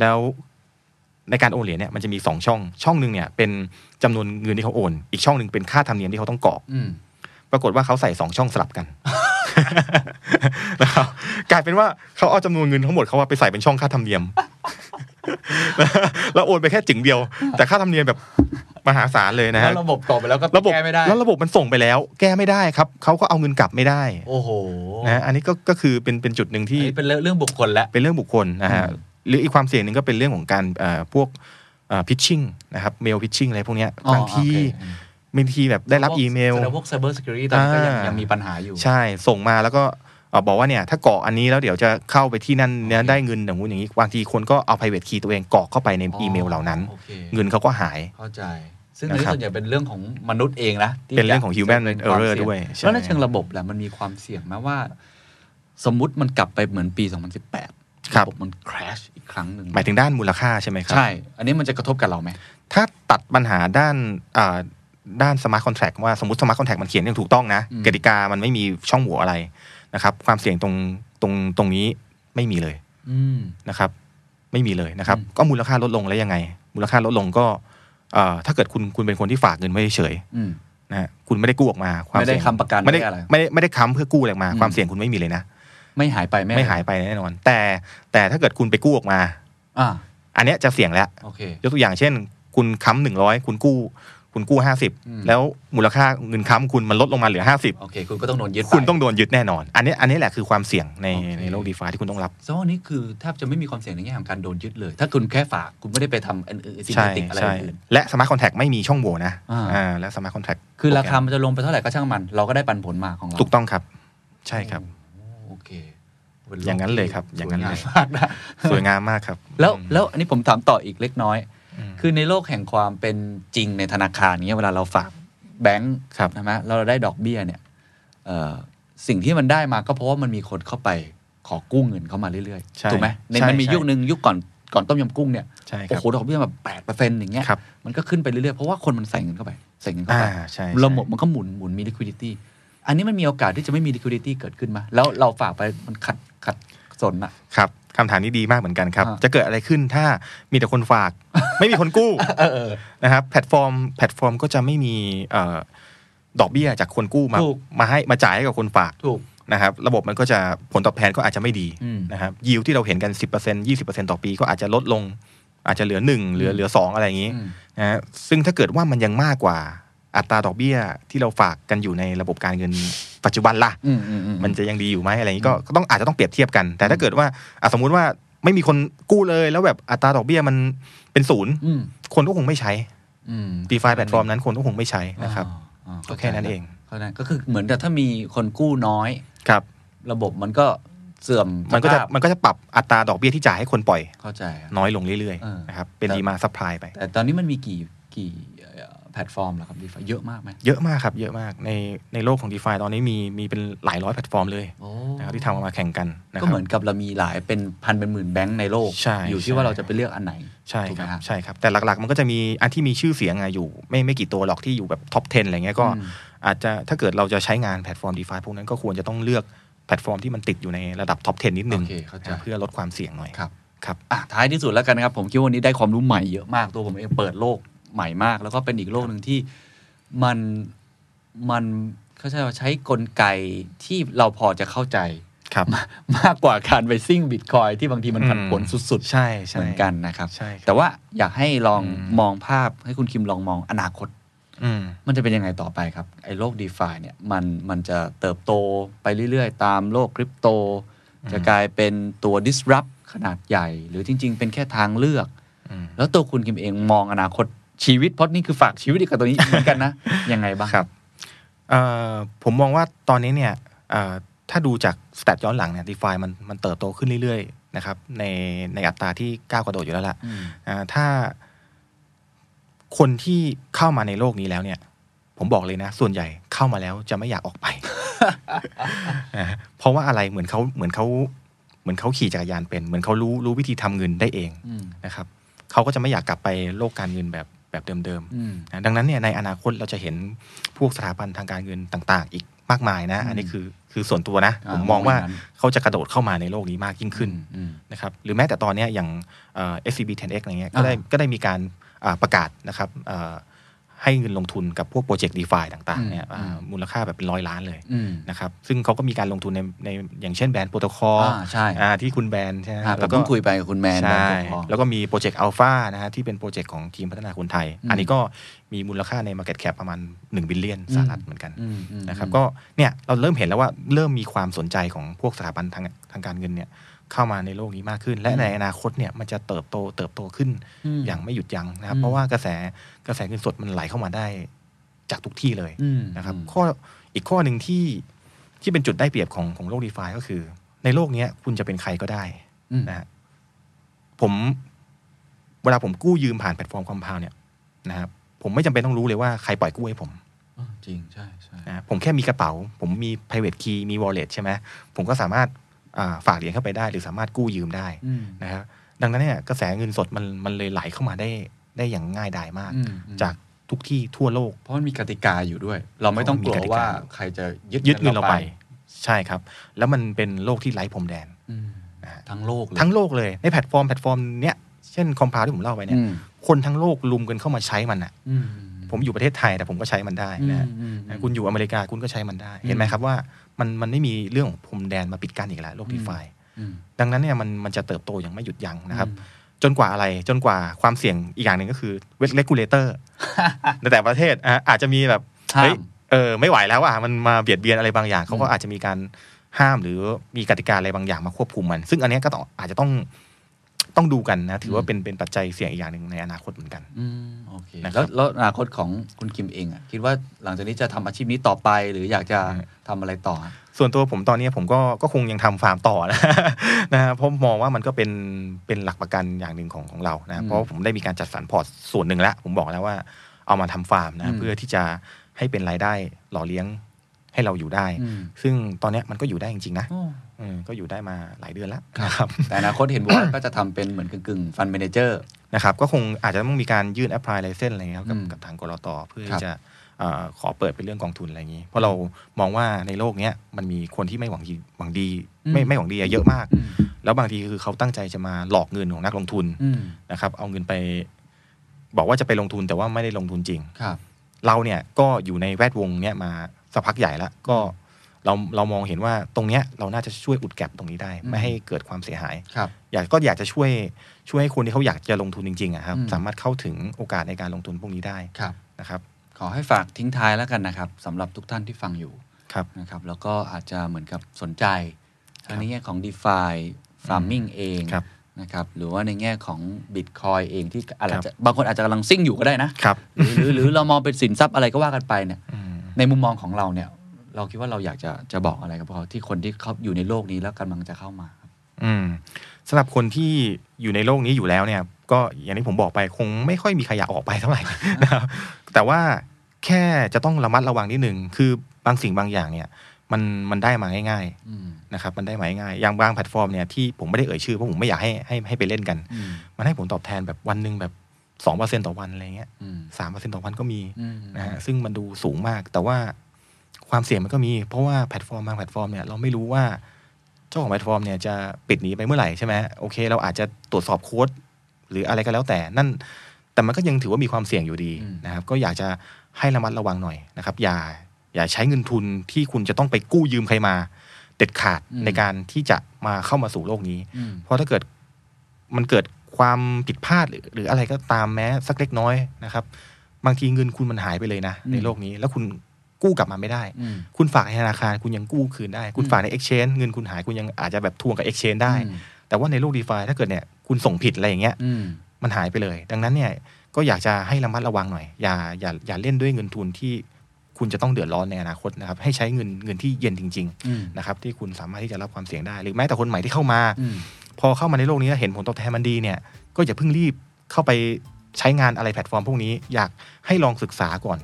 [SPEAKER 4] แล้วในการโอนเหรียญเนี่ยมันจะมีสองช่อง ช่องหนึ่งเนี่ยเป็นจำนวนเงินที่เขาโอน อีกช่องหนึ่งเป็นค่าธรรมเนียมที่เขาต้องกรอก
[SPEAKER 3] อืม
[SPEAKER 4] ปรากฏว่าเขาใส่สองช่องสลับกัน นะครับกลายเป็นว่าเขาเอาจำนวนเงินทั้งหมดเขาว่าไปใส่เป็นช่องค่าธรรมเนี ยม แล้วโอนไปแค่จึงเดียว แต่ค่าธรรมเนียมแบบมหาศาลเลยนะ
[SPEAKER 3] แล้
[SPEAKER 4] ฮะ
[SPEAKER 3] วระบบตอบไปแล้วก็
[SPEAKER 4] ระบบ
[SPEAKER 3] แก้ไม่ได้
[SPEAKER 4] แล้วระบบมันส่งไปแล้ว แก้ไม่ได้ครับเขาก็เอาเงินกลับไม่ได้
[SPEAKER 3] โอ้โห
[SPEAKER 4] นะอันนี้ก็ก็คือเป็นเป็นจุดหนึ่ง
[SPEAKER 3] อัน
[SPEAKER 4] ที่
[SPEAKER 3] นี้เป็นเรื่องเรื่องบุคคลแล้ว
[SPEAKER 4] เป็นเรื่องบุคคลนะฮะ
[SPEAKER 3] อืม
[SPEAKER 4] หรืออีกความเสี่ยงหนึ่งก็เป็นเรื่องของการเอ่อพวกพิชชิ่งนะครับเมลพิชชิ่งอะไรพวกเนี้ยบางทีบางทีแบบได้รับอีเมล
[SPEAKER 3] แสดงว่า cyber security ตอนนี้ก็ยัง
[SPEAKER 4] อ่ายั
[SPEAKER 3] ยังมีปัญหาอยู่
[SPEAKER 4] ใช่ส่งมาแล้วก็เอ่อบอกว่าเนี่ยถ้ากรอกอันนี้แล้วเดี๋ยวจะเข้าไปที่นั่นเนี่ย
[SPEAKER 3] โอเค
[SPEAKER 4] ได้เงินอย่างงู้นอย่างนี้บางทีคนก็เอา private key ตัวเองกรอกเข้าไปในอีเมลเหล่านั้น
[SPEAKER 3] โอค
[SPEAKER 4] เงินเขาก็หาย
[SPEAKER 3] เข้าใจ ซึ่งอันนี้
[SPEAKER 4] นะครับ
[SPEAKER 3] ส่วนใหญ่เป็นเรื่องของมนุษย์เองนะที่
[SPEAKER 4] เป็นเรื่องของ human
[SPEAKER 3] จะป็นความ
[SPEAKER 4] error
[SPEAKER 3] สี่ง
[SPEAKER 4] ด้วยใช่
[SPEAKER 3] แล้วในเชิงระบบแหละมันมีความเสี่ยงไหมว่า สมมุติมันกลับไปเหมือนปี
[SPEAKER 4] ครั
[SPEAKER 3] 2018ะ
[SPEAKER 4] บ
[SPEAKER 3] บบมัน crash อีกครั้งหนึ่ง
[SPEAKER 4] หมายถึงด้านมูลค่าใช่ไหมครั
[SPEAKER 3] ใช่ อันนี้มันจะกระทบกับเราไหม
[SPEAKER 4] ถ้าตัดปัญหาด้านอ่าด้านสมาร์ทคอนแท็กว่าสมมติสมาร์ทคอนแท็กมันเขียนอย่างถูกต้องนะ
[SPEAKER 3] อืม
[SPEAKER 4] กติกามันไม่มีช่องโหว่อะไรนะครับ ความเสี่ยงตรงตรงตรงนี้ไม่มีเลย
[SPEAKER 3] อืม
[SPEAKER 4] นะครับ ไม่มีเลยนะครับ
[SPEAKER 3] อืม
[SPEAKER 4] ก็มูลค่าลดลงแล้วยังไง มูลค่าลดลงก็เอ่อถ้าเกิดคุณคุณเป็นคนที่ฝากเงินไว้เฉย
[SPEAKER 3] อืม
[SPEAKER 4] ๆนะฮะคุณไม่ได้กู้ออกมาความ
[SPEAKER 3] ไม่ได้
[SPEAKER 4] เสี่ยง
[SPEAKER 3] ค้ำประกัน
[SPEAKER 4] ไม่ได้
[SPEAKER 3] ไม่ได้อะไร
[SPEAKER 4] ไม่ได้ไม่ได้ค้ำเพื่อกู้อะไรออกมา
[SPEAKER 3] อืม
[SPEAKER 4] ความเสี่ยงคุณไม่มีเลยนะ
[SPEAKER 3] ไม่หายไปแม่
[SPEAKER 4] ไม่หายไปแน่นอน แต่แต่ถ้าเกิดคุณไปกู้ออกมา
[SPEAKER 3] อ่า
[SPEAKER 4] อันเนี้ยจะเสี่ยงแล้ว
[SPEAKER 3] โอเค
[SPEAKER 4] ยกตัวอย่างเช่น คุณค้ำหนึ่งร้อยคุณกู้ คุณกู้ห้าสิบ
[SPEAKER 3] อืม
[SPEAKER 4] แล้วมูลค่าเงินค้ำคุณมันลดลงมาเหลือห้าสิบ
[SPEAKER 3] โอเค คุณก็ต้องโดนยึดไป
[SPEAKER 4] คุณต้องโดนยึดแน่นอน อันนี้อันนี้แหละคือความเสี่ยงใน
[SPEAKER 3] โอเค
[SPEAKER 4] ในโลกดีฟาที่คุณต้องรับ
[SPEAKER 3] ซึ่งอันนี้คือแทบจะไม่มีความเสี่ยงในแง่ของการโดนยึดเลย ถ้าคุณแค่ฝากคุณไม่ได้ไปทำอันอื่นสิ่ง
[SPEAKER 4] ใช่
[SPEAKER 3] ติดอะไร
[SPEAKER 4] ใช่
[SPEAKER 3] อื่น
[SPEAKER 4] และสมาร์ทคอนแทคไม่มีช่องโหว่นะ
[SPEAKER 3] อ่า
[SPEAKER 4] และสมาร์ทคอนแทค
[SPEAKER 3] คือราคามันจะลงไปเท่าไหร่ก็ช่างมัน เราก็ได้ปันผลมาของเรา
[SPEAKER 4] ถูกต้องครับ ใช่ครับ
[SPEAKER 3] โอเคป็โ
[SPEAKER 4] อย่างนั้นเลยครับอย่างนั้นเลย
[SPEAKER 3] สวมากนะ
[SPEAKER 4] สวยงามมากครับ
[SPEAKER 3] แล้วแล้วอันนี้ผมถามต่ออีกเล็กน้อย
[SPEAKER 4] ม
[SPEAKER 3] คือในโลกแห่งความเป็นจริงในธนาคารเนี้ยเวลาเราฝากแบงค์
[SPEAKER 4] ครับ
[SPEAKER 3] ใช่ไหมเราได้ดอกเบี้ยเนี่ยเอ่อสิ่งที่มันได้มาก็เพราะว่ามันมีคนเข้าไปขอกู้เงินเข้ามาเรื่อย
[SPEAKER 4] ใช่
[SPEAKER 3] ๆถูกไหมใน
[SPEAKER 4] ใช่
[SPEAKER 3] มันมี
[SPEAKER 4] ใช่
[SPEAKER 3] ยุคหนึ่งยุคก่อนก่อนต้มยำกุ้งเนี่ย
[SPEAKER 4] ใช่ค
[SPEAKER 3] โอ้โห
[SPEAKER 4] รับ
[SPEAKER 3] ดอกเบี้ยแบบแปดเปอร์เซ็นต์อย่างเงี้ย
[SPEAKER 4] ครับ
[SPEAKER 3] มันก็ขึ้นไปเรื่อยๆ เพราะว่าคนมันใส่เงินเข้าไปใส่เงินเข้า
[SPEAKER 4] อ่า
[SPEAKER 3] ไป
[SPEAKER 4] ใช่
[SPEAKER 3] ระบบมันก็หมุนหมุนมี liquidity อันนี้มันมีโอกาสที่จะไม่มี liquidity เกิดขึ้นไหมแล้วเราฝากไปมันขัดขัดสนอะ
[SPEAKER 4] ครับคำถามนี้ดีมากเหมือนกันครับ
[SPEAKER 3] อ่า
[SPEAKER 4] จะเกิดอะไรขึ้นถ้ามีแต่คน ฝาก ไม่มีคนกู้
[SPEAKER 3] เออเออ
[SPEAKER 4] นะครับแพลตฟอร์มแพลตฟอร์มก็จะไม่มีเอ่อดอกเบี้ยจากคนกู้มา
[SPEAKER 3] ถูก
[SPEAKER 4] มาให้มาจ่ายให้กับคนฝาก
[SPEAKER 3] ถูก
[SPEAKER 4] นะครับ ระบบมันก็จะผลตอบแทนก็อาจจะไม่ดี
[SPEAKER 3] อืม
[SPEAKER 4] นะครับยิวที่เราเห็นกัน 10% 20%ต่อปีก็อาจจะลดลง อาจจะเหลือ 1 เหลือเหลือ 2 อะไรอย่างนี้
[SPEAKER 3] อืม
[SPEAKER 4] นะฮะซึ่งถ้าเกิดว่ามันยังมากกว่าอัตราดอกเบี้ยที่เราฝากกันอยู่ในระบบการเงินปัจจุบันล่ะ
[SPEAKER 3] อืมอือื
[SPEAKER 4] มันจะยังดีอยู่ไหมอะไรอย่างนี้ก็ก็ต้องอาจจะต้องเปรียบเทียบกัน แต่ถ้าเกิดว่าอ่ะสมมุติว่าไม่มีคนกู้เลยแล้วแบบอัตราดอกเบี้ยมันเป็นศูนย์
[SPEAKER 3] อืม
[SPEAKER 4] คนก็คงไม่ใช้
[SPEAKER 3] อืม
[SPEAKER 4] ดีฟาแพลตฟอร์มนั้นคนก็คงไม่ใช้นะครับ
[SPEAKER 3] อ่าา
[SPEAKER 4] ก็แค่นั้นเอง
[SPEAKER 3] เข้าใจก็คือเหมือนกับถ้ามีคนกู้น้อย
[SPEAKER 4] ครับ
[SPEAKER 3] ระบบมันก็เสื่อม
[SPEAKER 4] มันก็จะ
[SPEAKER 3] สภาพ
[SPEAKER 4] มันก็จะปรับอัตราดอกเบี้ยที่จ่ายให้คนปล่อย
[SPEAKER 3] เข้าใจอะ
[SPEAKER 4] น้อยลงเรื่อย
[SPEAKER 3] เออ
[SPEAKER 4] ๆนะครับเป็น
[SPEAKER 3] แต่
[SPEAKER 4] ดีมาซัพพลายไป
[SPEAKER 3] แต่ตอนนี้มันมีกี่กี่เอ่อแพลตฟอร์มแล้วครับดีฟาเยอะมากไหม
[SPEAKER 4] เยอะมากครับ เยอะมากในในโลกของ d e f าตอนนี้มีมีเป็นหลายร้อยแพลตฟอร์มเลย
[SPEAKER 3] โอ้
[SPEAKER 4] นะครับที่ทำออกมาแข่งกันนะค
[SPEAKER 3] ก็
[SPEAKER 4] รับ
[SPEAKER 3] เหมือนกับเรามีหลายเป็นพันเป็นหมื่นแบงค์ในโลก
[SPEAKER 4] ใช่
[SPEAKER 3] อยู่
[SPEAKER 4] ใช่
[SPEAKER 3] ที่ว่าเราจะไปเลือกอันไหน
[SPEAKER 4] ใช่
[SPEAKER 3] ถูก
[SPEAKER 4] ค
[SPEAKER 3] ไหม
[SPEAKER 4] รับ
[SPEAKER 3] ฮะ
[SPEAKER 4] ใช่ครับแต่หลักๆ มันก็จะมีอันที่มีชื่อเสียงอะอยู่ ไม่ไม่กี่ตัวหรอกที่อยู่แบบท็อป 10 อะไรเงี้ยก็
[SPEAKER 3] อืม
[SPEAKER 4] อาจจะถ้าเกิดเราจะใช้งานแพลตฟอร์ม d e f าพวกนั้นก็ควรจะต้องเลือกแพลตฟอร์มที่มันติดอยู่ในระดับท็อป 10 นิดนึ
[SPEAKER 3] โอง เคเข้าใจ
[SPEAKER 4] นะเพื่อลดความเสี่ยงหน่อย
[SPEAKER 3] ครับ
[SPEAKER 4] ครับ
[SPEAKER 3] อ่ะท้ายที่สุดแล้วกันนะครับ ผมคิดว่าวันนี้ได้ความรู้ใหม่เยอะมากตัวผมเองเปิดโลกใหม่มาก แล้วก็เป็นอีกโลกหนึ่งที่มันมันเขาใช้ว่าใช้กลไกที่เราพอจะเข้าใจ
[SPEAKER 4] ครับ
[SPEAKER 3] มากกว่าการไปซิ่งบิตคอยที่บางทีมัน
[SPEAKER 4] อืม
[SPEAKER 3] ผันผวนสุด
[SPEAKER 4] ใช่
[SPEAKER 3] ๆ
[SPEAKER 4] ใช่
[SPEAKER 3] เหมือนกันนะครับ
[SPEAKER 4] ใช่ครับ
[SPEAKER 3] แต่ว่าอยากให้ลอง
[SPEAKER 4] อืม
[SPEAKER 3] มองภาพให้คุณคิมลองมองอนาคต
[SPEAKER 4] อืม
[SPEAKER 3] มันจะเป็นยังไงต่อไปครับ ไอ้โลก d e f าเนี่ยมันมันจะเติบโตไปเรื่อยๆ ตามโลกคริปโต
[SPEAKER 4] อืม
[SPEAKER 3] จะกลายเป็นตัว disrupt ขนาดใหญ่ หรือจริง ๆ เป็นแค่ทางเลือก
[SPEAKER 4] อืม
[SPEAKER 3] แล้วตัวคุณคิมเองมองอนาคตชีวิตเพราะนี่คือฝากชีวิตอีกกับตัวนี้ เหมือน กันนะ ยังไงบ้าง
[SPEAKER 4] ครับเอ่อผมมองว่าตอนนี้เนี่ยเอ่อถ้าดูจากสแตทย้อนหลังเนี่ยดีฟามันมันเติบโตขึ้นเรื่อยๆนะครับในในอัตราที่ก้าวกระโดดอยู่แล้วล่ะ
[SPEAKER 3] อืม
[SPEAKER 4] อ่าถ้าคนที่เข้ามาในโลกนี้แล้วเนี่ย ผมบอกเลยนะ ส่วนใหญ่เข้ามาแล้วจะไม่อยากออก ไป นะฮะเพราะว่าอะไรเหมือนเขาเหมือนเขาเหมือนเขาขี่จักรยานเป็น เหมือนเขารู้รู้วิธีทำเงินได้เอง
[SPEAKER 3] อืม
[SPEAKER 4] นะครับเขาก็จะไม่อยากกลับไปโลกการเงินแบบแบบเดิมๆ
[SPEAKER 3] อืม
[SPEAKER 4] นะดังนั้นเนี่ยในอนาคตเราจะเห็นพวกสถาบันทางการเงินต่างๆ อีกมากมายนะ อันนี้คือคือส่วนตัวนะ
[SPEAKER 3] อ่า
[SPEAKER 4] ผมมองว่า
[SPEAKER 3] ผมว่าอย่างนั้น
[SPEAKER 4] เขาจะกระโดดเข้ามาในโลกนี้มากยิ่งขึ้น
[SPEAKER 3] อืม
[SPEAKER 4] นะครับหรือแม้แต่ตอนเนี้ยอย่างเอ่อ SCB 10X อะไรเงี้ยก็ได้
[SPEAKER 3] อ่า
[SPEAKER 4] ก็ได้มีการอ่าประกาศนะครับเอ่อให้เงินลงทุนกับพวกโปรเจกต์ดีฟาต่างๆเนี่ย
[SPEAKER 3] อืม
[SPEAKER 4] อ่า
[SPEAKER 3] อืม
[SPEAKER 4] มูลค่าแบบเป็นร้อยล้านเลย
[SPEAKER 3] อืม
[SPEAKER 4] นะครับซึ่งเขาก็มีการลงทุนในในอย่างเช่นแบรนด์โปรโตคอล
[SPEAKER 3] อ่าใช่
[SPEAKER 4] อ่าที่คุณแบรนด์ใช่ไหม
[SPEAKER 3] อ่าผม
[SPEAKER 4] แล้วก็
[SPEAKER 3] เพิ่งคุยไปกับคุณแมน
[SPEAKER 4] ใช่
[SPEAKER 3] แบงค์ทอง
[SPEAKER 4] แล้วก็มีโปรเจกต์อัลฟานะฮะที่เป็นโปรเจกต์ของทีมพัฒนาคนไทย
[SPEAKER 3] อืม
[SPEAKER 4] อันนี้ก็มีมูลค่าใน Market Cap ประมาณ1บิลเลียนสหรัฐ
[SPEAKER 3] อืม
[SPEAKER 4] เหมือนกัน
[SPEAKER 3] อืมอืม
[SPEAKER 4] นะครับก็เนี่ยเราเริ่มเห็นแล้วว่าเริ่มมีความสนใจของพวกสถาบันทางทางการเงินเนี่ยเข้ามาในโลกนี้มากขึ้น และ
[SPEAKER 3] อืม
[SPEAKER 4] ในอนาคตเนี่ยมันจะเติบโตเติบโตขึ้นอย่างไม่หยุดยั้งนะครับ
[SPEAKER 3] อืม
[SPEAKER 4] เพราะว่ากระแสกระแสเงินสดมันไหลเข้ามาได้จากทุกที่เลย
[SPEAKER 3] อืม
[SPEAKER 4] นะครับ
[SPEAKER 3] อืม
[SPEAKER 4] ข้ออีกข้อหนึ่งที่ที่เป็นจุดได้เปรียบของของโลกดีฟาก็คือ ในโลกเนี้ยคุณจะเป็นใครก็ได้
[SPEAKER 3] อืม
[SPEAKER 4] นะฮะผมเวลาผมกู้ยืมผ่านแพลตฟอร์มคอมพาวเนี่ยนะครับผมไม่จำเป็นต้องรู้เลยว่าใครปล่อยกู้ให้ผม
[SPEAKER 3] อ่าจริง ใช่ใช่
[SPEAKER 4] นะผมแค่มีกระเป๋า ผมมี private key มี wallet ใช่ไหมผมก็สามารถ อ่าฝากเหรียญเข้าไปได้ หรือสามารถกู้ยืมได้
[SPEAKER 3] อืม
[SPEAKER 4] นะครับดังนั้นเนี่ยกระแสเงินสดมันมันเลยไหลเข้ามาได้ได้อย่างง่ายดายมาก
[SPEAKER 3] อืมอืม
[SPEAKER 4] จากทุกที่ทั่วโลก
[SPEAKER 3] เพราะมันมีกติกาอยู่ด้วย เราไม่ต้องกลัวว่าใครจะยึด
[SPEAKER 4] ยึดเงินเราไป ใช่ครับ แล้วมันเป็นโลกที่ไร้พรมแดน
[SPEAKER 3] อืม
[SPEAKER 4] นะฮะ
[SPEAKER 3] ทั้งโลกเลย
[SPEAKER 4] ทั้งโลกเลยในแพลตฟอร์มแพลตฟอร์มเนี้ยเช่นคอมพาที่ผมเล่าไปเนี่ย
[SPEAKER 3] อืม
[SPEAKER 4] คนทั้งโลกลุมกันเข้ามาใช้มันอ่ะ
[SPEAKER 3] อืม
[SPEAKER 4] ผมอยู่ประเทศไทยแต่ผมก็ใช้มันได้นะฮะ
[SPEAKER 3] อืมอืม
[SPEAKER 4] คุณอยู่อเมริกาคุณก็ใช้มันได้
[SPEAKER 3] อืม
[SPEAKER 4] เห็นไหมครับว่ามันมันไม่มีเรื่องของพรมแดนมาปิดกั้นอีกแล้วโลก
[SPEAKER 3] อืม
[SPEAKER 4] ดีฟาย
[SPEAKER 3] อืม
[SPEAKER 4] ดังนั้นเนี่ยมันมันจะเติบโตอย่างไม่หยุดยั้งนะครับ จนกว่าอะไรจนกว่าความเสี่ยงอีกอย่างหนึ่งก็คือเวทเลกูเลเตอร์ ในแต่ประเทศอ่ะอาจจะมีแบบ
[SPEAKER 3] ห้า
[SPEAKER 4] เฮ้ย
[SPEAKER 3] ม
[SPEAKER 4] เออไม่ไหวแล้วอ่ะมันมาเบียดเบียนอะไรบางอย่าง เขาก็
[SPEAKER 3] อืม
[SPEAKER 4] อาจจะมีการห้ามหรือมีกติกาอะไรบางอย่างมาควบคุมมัน ซึ่งอันเนี้ยก็ต้องอาจจะต้องต้องดูกันนะถือว่าเป็นเป็นปัจจัยเสี่ยงอีกอย่างหนึ่งในอนาคตเหมือนกัน
[SPEAKER 3] อืมโอเค
[SPEAKER 4] นะครั
[SPEAKER 3] แล้ว
[SPEAKER 4] บ
[SPEAKER 3] แล้วอนาคตของคุณคิมเองอ่ะ คิดว่าหลังจากนี้จะทำอาชีพนี้ต่อไปหรืออยากจะ
[SPEAKER 4] อืม
[SPEAKER 3] ทำอะไรต่อฮะ
[SPEAKER 4] ส่วนตัวผมตอนนี้ผมก็ก็คงยังทำฟาร์มต่อนะ นะฮะเพราะมองว่ามันก็เป็นเป็นหลักประกันอย่างหนึ่งของของเรา
[SPEAKER 3] อื
[SPEAKER 4] นะ
[SPEAKER 3] ม
[SPEAKER 4] เพราะผมได้มีการจัดสรรพอร์ตส่วนหนึ่งแล้ว ผมบอกแล้วว่าเอามาทำฟาร์ม
[SPEAKER 3] อื
[SPEAKER 4] นะ
[SPEAKER 3] ม
[SPEAKER 4] เพื่อที่จะให้เป็นรายได้หล่อเลี้ยงให้เราอยู่ได้
[SPEAKER 3] อืม
[SPEAKER 4] ซึ่งตอนเนี้ยมันก็อยู่ได้จริงๆนะ
[SPEAKER 3] โอ้
[SPEAKER 4] อืมก็อยู่ได้มาหลายเดือนแล้วนะครับ
[SPEAKER 3] แต่อนาคตเห็นบอกว่า ก็จะทำเป็นเหมือนกึ่งกึ่งฟันเมนเจอร์
[SPEAKER 4] นะครับก็คงอาจจะต้องมีการยื่น apply license อะไรเงี้ยครับกับ
[SPEAKER 3] อืม
[SPEAKER 4] กับทางกรตเพื่อ
[SPEAKER 3] ครับ
[SPEAKER 4] ที่จะเอ่อขอเปิดเป็นเรื่องกองทุนอะไรอย่างนี้ เพราะเรามองว่าในโลกเนี้ยมันมีคนที่ไม่หวังดีหวังดี
[SPEAKER 3] อืม
[SPEAKER 4] ไม่ไม่หวังดีอะเยอะมาก แล้วบางทีคือเขาตั้งใจจะมาหลอกเงินของนักลงทุน
[SPEAKER 3] อืม
[SPEAKER 4] นะครับเอาเงินไป บอกว่าจะไปลงทุนแต่ว่าไม่ได้ลงทุนจริง
[SPEAKER 3] ครับ
[SPEAKER 4] เราเนี่ยก็อยู่ในแวดวงเนี้ยมาสักพักใหญ่ละก็เราเรามองเห็นว่าตรงเนี้ยเราน่าจะช่วยอุดแก็บตรงนี้ได้
[SPEAKER 3] อืม
[SPEAKER 4] ไม่ให้เกิดความเสียหาย
[SPEAKER 3] ครับ
[SPEAKER 4] อยากก็อยากจะช่วยช่วยให้คนที่เขาอยากจะลงทุนจริงๆอะครับ
[SPEAKER 3] อืม
[SPEAKER 4] สามารถเข้าถึงโอกาสในการลงทุนพวกนี้ได้
[SPEAKER 3] ครับ
[SPEAKER 4] นะครับ
[SPEAKER 3] ขอให้ฝากทิ้งท้ายแล้วกันนะครับสำหรับทุกท่านที่ฟังอยู่
[SPEAKER 4] ครับ
[SPEAKER 3] นะครับ แล้วก็อาจจะเหมือนกับสนใจทั้งในแง่ของ d e f i Farming เอง
[SPEAKER 4] ครับ
[SPEAKER 3] นะครับหรือว่าในแง่ของ Bitcoin เองที่อาจ
[SPEAKER 4] ครับ
[SPEAKER 3] จะบางคนอาจจะกำลังซิ่งอยู่ก็ได้นะ
[SPEAKER 4] ครับ
[SPEAKER 3] หรือหรือหรือเรามองเป็นสินทรัพย์อะไรก็ว่ากันไปเนี่ย
[SPEAKER 4] อืม
[SPEAKER 3] ในมุมมองของเราเนี่ย เราคิดว่าเราอยากจะจะบอกอะไรกับเขาที่คนที่เขาอยู่ในโลกนี้แล้วกำลังจะเข้ามาครับ
[SPEAKER 4] อืมสำหรับคนที่อยู่ในโลกนี้อยู่แล้วเนี่ย ก็อย่างที่ผมบอกไปคงไม่ค่อยมีใครอยากออกไปเท่าไหร่ นะครับแต่ว่าแค่จะต้องระมัดระวังนิดนึงคือบางสิ่งบางอย่างเนี่ย มันมันได้มาง่าย
[SPEAKER 3] อืม
[SPEAKER 4] ๆนะครับ มันได้มาง่ายๆอย่างบางแพลตฟอร์มเนี่ยที่ผมไม่ได้เอ่ยชื่อเพราะผมไม่อยากให้ให้ให้ไปเล่นกัน
[SPEAKER 3] อืม
[SPEAKER 4] มันให้ผลตอบแทนแบบวันหนึ่งแบบสองเปอร์เซ็นต่อวันอะไรเงี้ย
[SPEAKER 3] อืม
[SPEAKER 4] สามเปอร์เซ็นต่อวันก็มี
[SPEAKER 3] อืม
[SPEAKER 4] นะฮะซึ่งมันดูสูงมาก แต่ว่าความเสี่ยงมันก็มี เพราะว่าแพลตฟอร์มบางแพลตฟอร์มเนี่ยเราไม่รู้ว่า เจ้าของแพลตฟอร์มเนี่ยจะปิดหนีไปเมื่อไหร่ใช่ไหมโอเค เราอาจจะตรวจสอบโค้ดหรืออะไรก็แล้วแต่ นั่น แต่มันก็ยังถือว่ามีความเสี่ยงอยู่ดีนะครับ ก็อยากจะให้ระมัดระวังหน่อยนะครับ อย่าอย่าใช้เงินทุนที่คุณจะต้องไปกู้ยืมใครมา เด็ดขาดในการที่จะมาเข้ามาสู่โลกนี้
[SPEAKER 3] อืม
[SPEAKER 4] เพราะถ้าเกิดมันเกิดความผิดพลาดหรือหรืออะไรก็ตามแม้สักเล็กน้อยนะครับ บางทีเงินคุณมันหายไปเลยนะ ในโลกนี้แล้วคุณกู้กลับมาไม่ได้
[SPEAKER 3] อืม
[SPEAKER 4] คุณฝากในธนาคารคุณยังกู้คืนได้ คุณ
[SPEAKER 3] อืม
[SPEAKER 4] ฝากใน Exchange เงินคุณหายคุณยังอาจจะแบบทวงกับ Exchange ได้
[SPEAKER 3] อืม
[SPEAKER 4] แต่ว่าในโลกดีฟาถ้าเกิดเนี่ยคุณส่งผิดอะไรอย่างเงี้ย
[SPEAKER 3] อืม
[SPEAKER 4] มันหายไปเลย ดังนั้นเนี่ยก็อยากจะให้ระมัดระวังหน่อยอย่าอย่าอย่าเล่นด้วยเงินทุนที่คุณจะต้องเดือดร้อนในอนาคตนะครับให้ใช้เงินเงินที่เย็นจริง
[SPEAKER 3] อืม
[SPEAKER 4] ๆนะครับที่คุณสามารถที่จะรับความเสี่ยงได้ หรือแม้แต่คนใหม่ที่เข้ามา
[SPEAKER 3] อืม
[SPEAKER 4] พอเข้ามาในโลกนี้แล้วเห็นผลตอบแทนมันดีเนี่ย ก็อย่าเพิ่งรีบเข้าไปใช้งานอะไรแพลตฟอร์มพวกนี้ อยากให้ลองศึกษาก่อน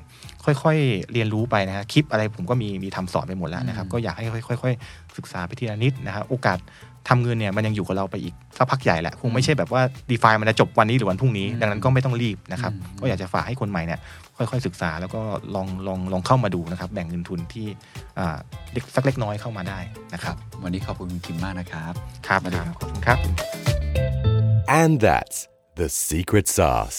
[SPEAKER 4] ค่อยๆ เรียนรู้ไปนะฮะคลิปอะไรผมก็มีมีทำสอนไปหมดแล้วนะครับ
[SPEAKER 3] อืม
[SPEAKER 4] ก็อยากให้ค่อยๆ ศึกษาไปทีละนิดนะครับโอกาสทำเงินเนี่ยมันยังอยู่กับเราไปอีกสักพักใหญ่แหละคงไม่ใช่แบบว่าดีฟามันจะจบวันนี้หรือวันพรุ่งนี้ ดังนั้นก็ไม่ต้องรีบนะครับก็อยากจะฝากให้คนใหม่เนี่ยค่อยๆ ศึกษาแล้วก็ลองลองลองเข้ามาดูนะครับแบ่งเงินทุนที่อ่าเล็กสักเล็กน้อยเข้ามาได้นะ
[SPEAKER 3] ค
[SPEAKER 4] ค
[SPEAKER 3] รั
[SPEAKER 4] รั
[SPEAKER 3] บบ วันนี้ขอบคุณคุณคิมมากนะครับ
[SPEAKER 4] ครับครับขอบคุณครับ
[SPEAKER 1] And that's the secret sauce.